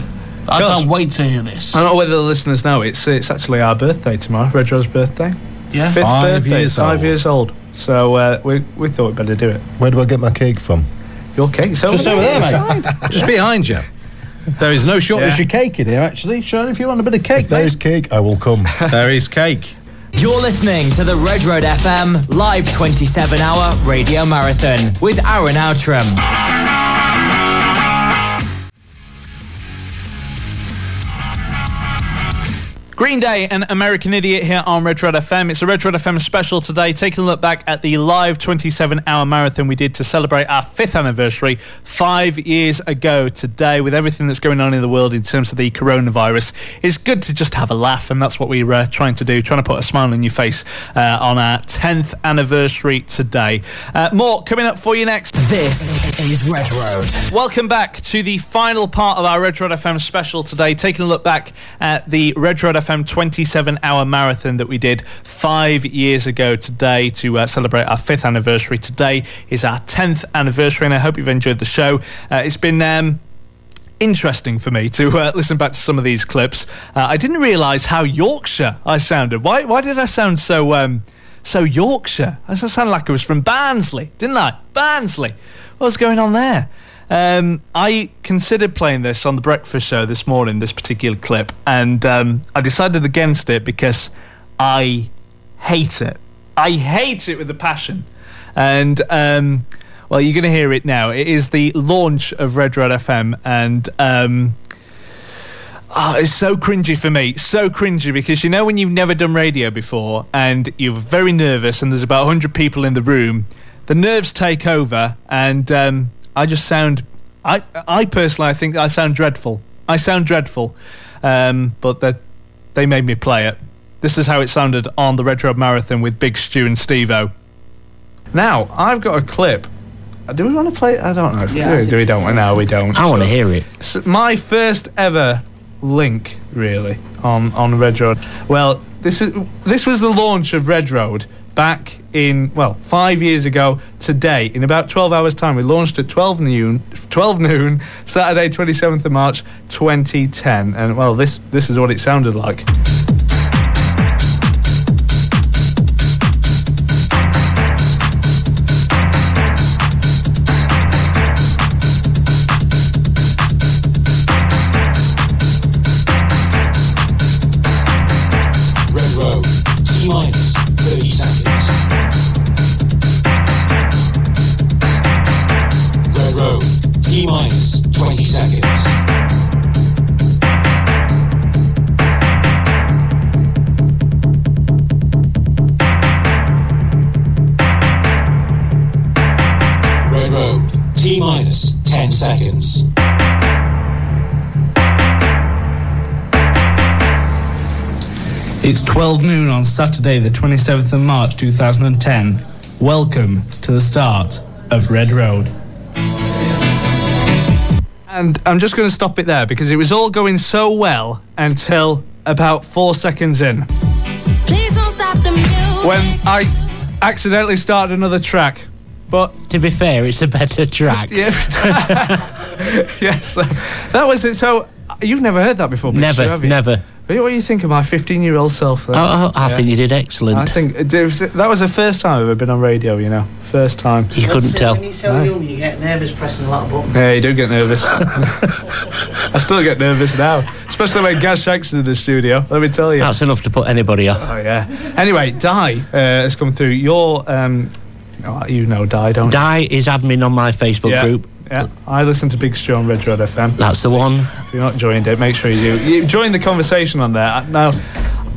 Speaker 14: I
Speaker 2: Gosh.
Speaker 14: can't wait to hear this.
Speaker 2: I don't know whether the listeners know. It's it's actually our birthday tomorrow, Red Road's birthday.
Speaker 14: Yeah.
Speaker 2: fifth
Speaker 14: Five
Speaker 2: birthday.
Speaker 14: years
Speaker 2: five
Speaker 14: old.
Speaker 2: years old. So uh, we we thought we'd better do it.
Speaker 21: Where do I get my cake from?
Speaker 2: Your cake's over
Speaker 16: Just over there, mate. Just behind you. There is no shortage
Speaker 21: Yeah.
Speaker 16: of cake in here, actually. Sean, if you want a bit of cake,
Speaker 21: There is cake. I will come.
Speaker 16: there is cake.
Speaker 3: You're listening to the Red Road FM live 27 hour radio marathon with Aaron Outram.
Speaker 2: Green Day and American Idiot here on Retro FM. It's a Retro FM special today, taking a look back at the live 27 hour marathon we did to celebrate our fifth anniversary five years ago today. With everything that's going on in the world in terms of the coronavirus, it's good to just have a laugh, and that's what we were uh, trying to do, trying to put a smile on your face uh, on our 10th anniversary today. Uh, more coming up for you next.
Speaker 3: This is Red Road.
Speaker 2: Welcome back to the final part of our Red Road FM special today, taking a look back at the Red Road FM 27 hour marathon that we did five years ago today to uh, celebrate our fifth anniversary. Today is our 10th anniversary, and I hope you've enjoyed the show. Uh, it's been. Um, interesting for me to uh, listen back to some of these clips. Uh, I didn't realise how Yorkshire I sounded. Why? Why did I sound so um, so Yorkshire? I s- sounded like I was from Barnsley, didn't I? Barnsley. What's going on there? Um, I considered playing this on the breakfast show this morning, this particular clip, and um, I decided against it because I hate it. I hate it with a passion. And um, well, you're going to hear it now. It is the launch of Red Red FM, and um, oh, it's so cringy for me. So cringy because you know when you've never done radio before and you're very nervous, and there's about 100 people in the room, the nerves take over, and um, I just sound. I I personally I think I sound dreadful. I sound dreadful, um, but that they made me play it. This is how it sounded on the Red Road Marathon with Big Stu and Steve-O. Now, I've got a clip. Uh, Do we want to play it? I don't know. If
Speaker 20: Yeah, I
Speaker 2: we do.
Speaker 20: think
Speaker 2: Do we don't? No, we don't.
Speaker 20: I wanna
Speaker 2: So-
Speaker 20: hear it.
Speaker 2: S- my first ever link, really, on, on Red Road. Well, this, is, this was the launch of Red Road back in, well, five years ago today. In about 12 hours' time, we launched at 12 noon, 12 noon Saturday, 27th of March, 2010. And, well, this, this is what it sounded like.
Speaker 15: Red Road, T minus 30 seconds. Red Road, T minus 20 seconds. Red Road, T minus 10 seconds.
Speaker 22: It's 12 noon on Saturday, the 27th of March 2010. Welcome to the start of Red Road.
Speaker 2: And I'm just going to stop it there because it was all going so well until about four seconds in
Speaker 11: Please don't stop the music.
Speaker 2: when I accidentally started another track. But
Speaker 22: to be fair, it's a better track.
Speaker 2: Yeah. yes, that was it. So you've never heard that before, Big
Speaker 22: Never,
Speaker 2: Stu, have you?
Speaker 22: never.
Speaker 2: Hey, What do you think of my 15 year old self? There?
Speaker 16: Oh, I think you did excellent.
Speaker 2: I think it was- that was the first time I've ever been on radio, you know. First time.
Speaker 16: You
Speaker 17: When you're so young, you get nervous pressing a lot of buttons.
Speaker 2: Yeah, you do get nervous. I still get nervous now, especially when Gaz Shank's in the studio. Let me tell you,
Speaker 16: that's enough to put anybody off.
Speaker 2: Oh yeah. Anyway, Di uh, has come through. Your, um, oh, you know, Di, don't
Speaker 16: Di is admin on my Facebook
Speaker 2: Yeah.
Speaker 16: group.
Speaker 2: Yeah, I listen to Big Stu on Red Red FM.
Speaker 16: That's the one.
Speaker 2: If you're not joined it, make sure you do. You join the conversation on there. I- Now,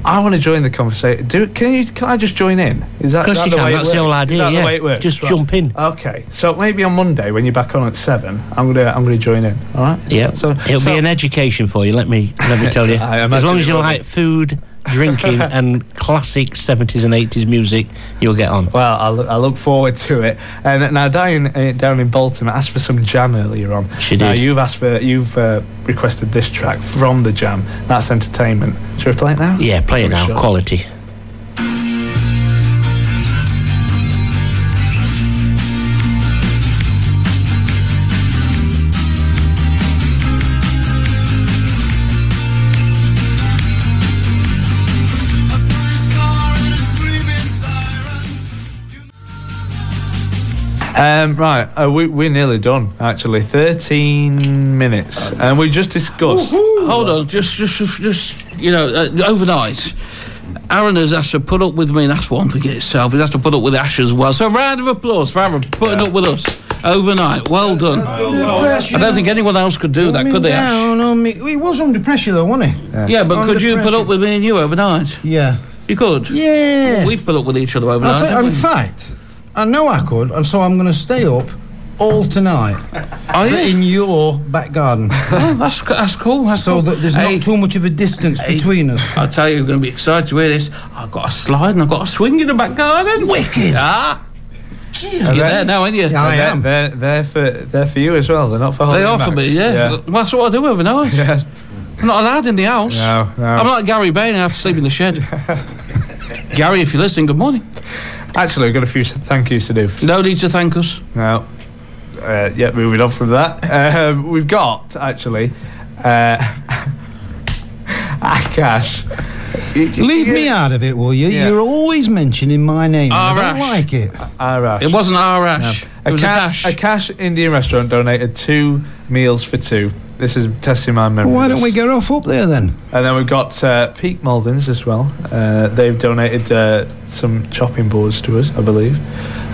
Speaker 2: I want to join the conversation. Do can you? Can I just join in? Is that,
Speaker 16: Of course
Speaker 2: that
Speaker 16: you
Speaker 2: the
Speaker 16: can,
Speaker 2: way it
Speaker 16: that's the
Speaker 2: works?
Speaker 16: whole idea,
Speaker 2: Is that
Speaker 16: yeah.
Speaker 2: the way it works?
Speaker 16: Just jump in.
Speaker 2: Okay, so maybe on Monday when you're back on at seven, I'm gonna I'm gonna join in. All right.
Speaker 16: Yeah.
Speaker 2: So
Speaker 16: It'll
Speaker 2: so-
Speaker 16: be an education for you. Let me let me tell you.
Speaker 2: I
Speaker 16: as
Speaker 2: imagine
Speaker 16: long as
Speaker 2: it
Speaker 16: you
Speaker 2: will
Speaker 16: like food, drinking, and classic seventies and eighties music, you'll get on.
Speaker 2: Well, I look, I look forward to it. And now down uh, down in Bolton, I asked for some jam earlier on.
Speaker 16: She
Speaker 2: Now
Speaker 16: did.
Speaker 2: you've asked for you've uh, requested this track from the jam. That's entertainment. Should we play it now?
Speaker 16: Yeah, play it now.
Speaker 2: Sure.
Speaker 16: Quality.
Speaker 2: Um, right, uh, we, we're nearly done. Actually, thirteen minutes, and we just discussed.
Speaker 14: Hold on, just, just, just, just you know, uh, overnight. Aaron has has to put up with me, and that's one thing in itself. He has to put up with Ash as well. So, a round of applause for Aaron putting up with us overnight. Well done. I don't think anyone else could do that, could they, Ash?
Speaker 5: Down on me. He was under pressure though, wasn't he?
Speaker 14: Yeah, but
Speaker 5: Under
Speaker 14: could you put
Speaker 5: pressure.
Speaker 14: up with me and you overnight?
Speaker 5: Yeah.
Speaker 14: You could?
Speaker 5: Yeah.
Speaker 14: We've put up with each other
Speaker 5: I'll
Speaker 14: overnight.
Speaker 5: tell you- in
Speaker 14: haven't we?
Speaker 5: fact, I know I could, and so I'm going to stay up all tonight.
Speaker 14: Are you?
Speaker 5: In your back garden.
Speaker 14: Oh, that's, co- that's cool. That's
Speaker 5: so
Speaker 14: cool.
Speaker 5: that there's
Speaker 14: Hey.
Speaker 5: not too much of a distance between us.
Speaker 14: I tell you, you're going to be excited to hear this. I've got a slide and I've got a swing in the back garden. Wicked. Ah. You're there now, aren't you?
Speaker 2: And they're, They're, they're for they're for you as well. They're not for.
Speaker 5: Oh,
Speaker 14: They
Speaker 2: Holly
Speaker 14: are
Speaker 2: and
Speaker 14: for
Speaker 2: Max.
Speaker 14: me, yeah. Well, That's what I do overnight.
Speaker 2: Yeah.
Speaker 14: I'm not allowed in the house.
Speaker 2: No, no.
Speaker 14: I'm like Gary Bain, I have to sleep in the shed. Gary, if you're listening, good morning.
Speaker 2: Actually, we've got a few s- thank yous to do.
Speaker 14: No need to thank us.
Speaker 2: Now, uh, yeah, moving on from that, um, we've got actually uh, Akash.
Speaker 5: Leave me out of it, will you?
Speaker 2: Yeah.
Speaker 5: You're always mentioning my name. and I don't
Speaker 2: Arash.
Speaker 5: like it.
Speaker 2: Arash.
Speaker 14: It wasn't Arash. It was
Speaker 2: a cash Indian restaurant donated two meals for two. This is testing my memory.
Speaker 5: Why don't we get off up there then?
Speaker 2: And then we've got uh, Pete Muldins as well. Uh, they've donated uh, some chopping boards to us, I believe.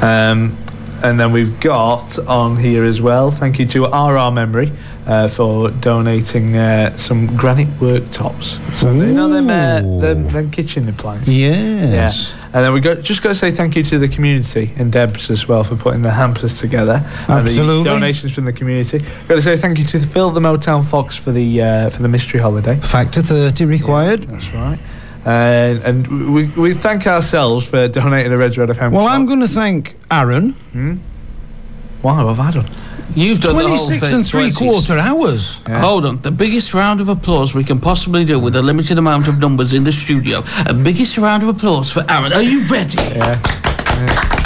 Speaker 2: Um, and then we've got on here as well, thank you to RR Memory uh, for donating uh, some granite worktops. So, you know, them, uh, them, them kitchen appliances.
Speaker 5: Yes.
Speaker 2: Yeah. And then we got just got to say thank you to the community and Debs as well for putting the hampers together
Speaker 5: Absolutely.
Speaker 2: and the donations from the community. Got to say thank you to Phil the Motown Fox for the uh, for the mystery holiday.
Speaker 5: Factor 30 required.
Speaker 2: That's right. Uh, and we, we thank ourselves for donating the Red Red FM.
Speaker 5: Well, I'm going to thank Aaron.
Speaker 2: Hmm? Why? What have I done?
Speaker 14: You've done the
Speaker 5: 26
Speaker 14: whole thing, Oh,
Speaker 5: and three
Speaker 14: 20s.
Speaker 5: quarter hours.
Speaker 14: Hold on, the biggest round of applause we can possibly do with a limited amount of numbers in the studio. A biggest round of applause for Aaron. Are you ready?
Speaker 2: Yeah.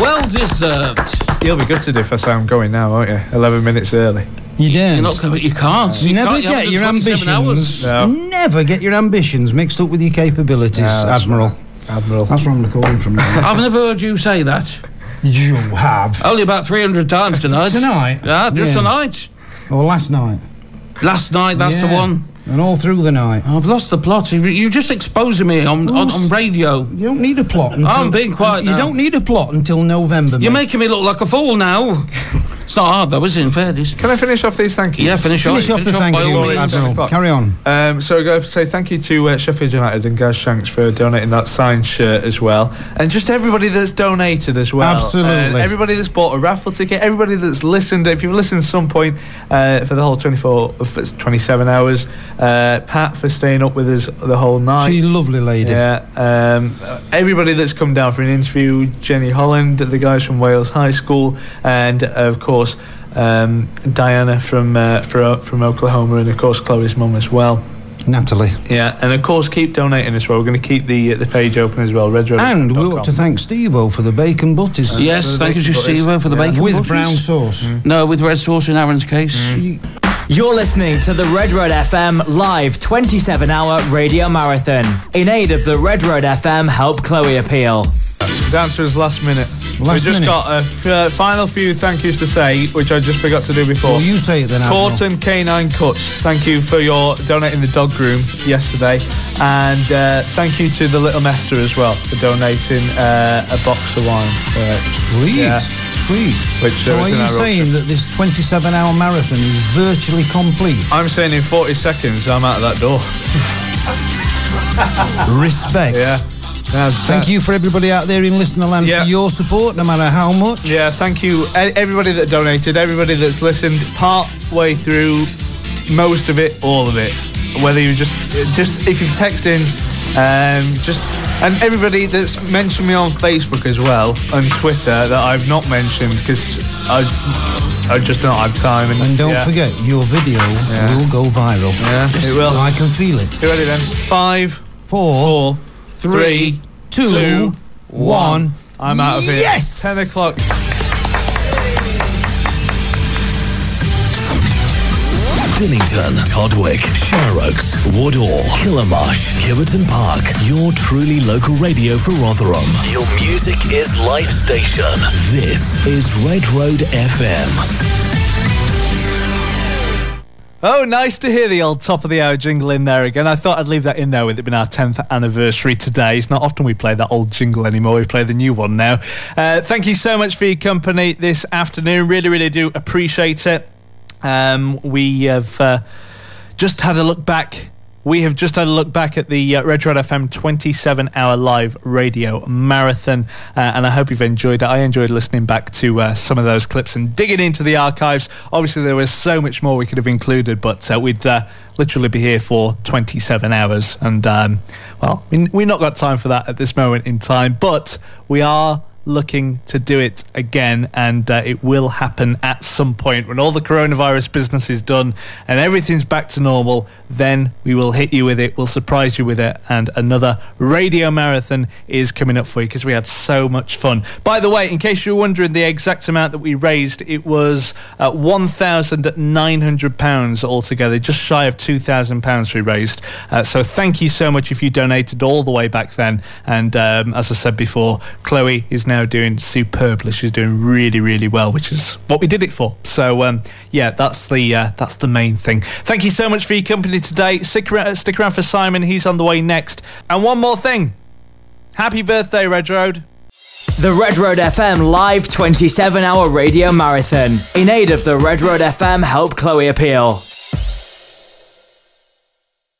Speaker 14: Well deserved.
Speaker 2: You'll be good to do if I say I'm going now, won't you? 11 minutes early.
Speaker 5: You don't.
Speaker 14: You're not going. You can't.
Speaker 5: You, never
Speaker 14: can't,
Speaker 5: get
Speaker 14: haven't
Speaker 5: your
Speaker 14: done 27
Speaker 5: ambitions. Mm.
Speaker 14: hours.
Speaker 5: Never get your ambitions mixed up with your capabilities,
Speaker 14: No, that's
Speaker 5: Admiral.
Speaker 2: Admiral.
Speaker 5: That's where I'm going to call him from now.
Speaker 14: I've never heard you say that.
Speaker 5: You have.
Speaker 14: Only about 300 times tonight.
Speaker 5: Tonight?
Speaker 14: Yeah, just
Speaker 5: Yeah.
Speaker 14: tonight.
Speaker 5: Or last night.
Speaker 14: Last night, that's the
Speaker 5: Yeah.
Speaker 14: one.
Speaker 5: And all through the night.
Speaker 14: I've lost the plot. You- You're just exposing me on, on, on radio.
Speaker 5: You don't need a plot. Until,
Speaker 14: I'm being quiet
Speaker 5: You
Speaker 14: now.
Speaker 5: don't need a plot until November.
Speaker 14: You're
Speaker 5: mate.
Speaker 14: making me look like a fool now. it's not hard though, is it? In fairness.
Speaker 2: Can I finish off these thank yous?
Speaker 14: Yeah, finish,
Speaker 5: Finish
Speaker 14: off.
Speaker 5: off the thank
Speaker 14: by all
Speaker 5: you,
Speaker 14: means.
Speaker 5: Admiral. Carry on.
Speaker 2: Um, so I go to say thank you to uh, Sheffield United and Gaz Shanks for donating that signed shirt as well, and just everybody that's donated as well.
Speaker 5: Absolutely.
Speaker 2: And everybody that's bought a raffle ticket, everybody that's listened. If you've listened at some point uh, for the whole 24, f- it's 27 hours, uh, Pat for staying up with us the whole night.
Speaker 5: She's a lovely lady.
Speaker 2: Yeah. Um, uh, everybody that's come down for an interview, Jenny Holland, the guys from Wales High School, and uh, of course um, Diana from uh, fro- from Oklahoma, and of course Chloe's mum as well.
Speaker 5: Natalie.
Speaker 2: Yeah, and of course keep donating as well. We're going to keep the uh, the page open as well. Red Road.
Speaker 5: And we ought to thank Steve O for the bacon butties.
Speaker 14: Yes, thank you to Steve for the bacon Mm.
Speaker 5: With
Speaker 14: butties.
Speaker 3: Mm.
Speaker 5: brown sauce.
Speaker 14: No, with red sauce in Aaron's case.
Speaker 3: You're listening to the Red Road FM live 27 hour radio marathon in aid of the Red Road FM Help Chloe appeal.
Speaker 20: Down to his last minute. We've just
Speaker 3: minute.
Speaker 20: got a f- uh, final few thank yous to say, which I just forgot to do before.
Speaker 5: Well, you say it then, Admiral.
Speaker 20: Corton Canine Cuts, thank you for your donating the dog groom yesterday. And uh, thank you to the Little Mester as well for donating uh, a box of wine.
Speaker 5: Sweet, sweet.
Speaker 20: Which
Speaker 5: So
Speaker 20: uh,
Speaker 5: are
Speaker 20: was in
Speaker 5: you
Speaker 20: our auction.
Speaker 5: saying that this 27-hour marathon is virtually complete?
Speaker 20: I'm saying in 40 seconds, I'm out of that door.
Speaker 14: Ah.
Speaker 5: Respect.
Speaker 20: Yeah.
Speaker 5: Thank you for everybody out there in listener land for your support, no matter how much.
Speaker 20: Yeah, thank you e- everybody that donated, everybody that's listened part way through, most of it, all of it. Whether you just just if you've texted in, um, just and everybody that's mentioned me on Facebook as well and Twitter that I've not mentioned because I I just don't have time. And,
Speaker 5: And don't
Speaker 20: yeah.
Speaker 5: forget, your video will go viral.
Speaker 20: Yeah, it will.
Speaker 5: I can feel it.
Speaker 20: You ready then? Five,
Speaker 5: four,
Speaker 20: three,
Speaker 5: two, one.
Speaker 20: I'm out of here.
Speaker 5: Yes!
Speaker 20: Ten o'clock.
Speaker 1: Dinnington, Todwick, Shire Oaks, Wardour, Killamarsh, Kiverton Park. Your truly local radio for Rotherham. Your music is Life Station. This is Red Road FM.
Speaker 2: Oh, nice to hear the old top of the hour jingle in there again. I thought I'd leave that in there with it being our 10th anniversary today. It's not often we play that old jingle anymore. We play the new one now. Uh, thank you so much for your company this afternoon. Really, really do appreciate it. Um, we have uh, just had a look back. We have just had a look back at the uh, Red Red FM 27 hour live radio marathon, uh, and I hope you've enjoyed it. I enjoyed listening back to uh, some of those clips and digging into the archives. Obviously, there was so much more we could have included, but uh, we'd uh, literally be here for 27 hours, and um, well, we, we've not got time for that at this moment in time, but we are looking to do it again, and uh, it will happen at some point when all the coronavirus business is done and everything's back to normal. Then we will hit you with it, we'll surprise you with it, and another radio marathon is coming up for you because we had so much fun. By the way, in case you're wondering the exact amount that we raised, it was uh, £1,900 altogether, just shy of £2,000 we raised. Uh, so thank you so much if you donated all the way back then. And um, as I said before, Chloe is now doing superbly. She's doing really, really well, which is what we did it for. So um, yeah, that's the uh, that's the main thing. Thank you so much for your company today. Stick around, uh, stick around for Simon. He's on the way next. And one more thing. Happy birthday, Red Road.
Speaker 3: The Red Road FM live 27 hour radio marathon in aid of the Red Road FM Help Chloe appeal.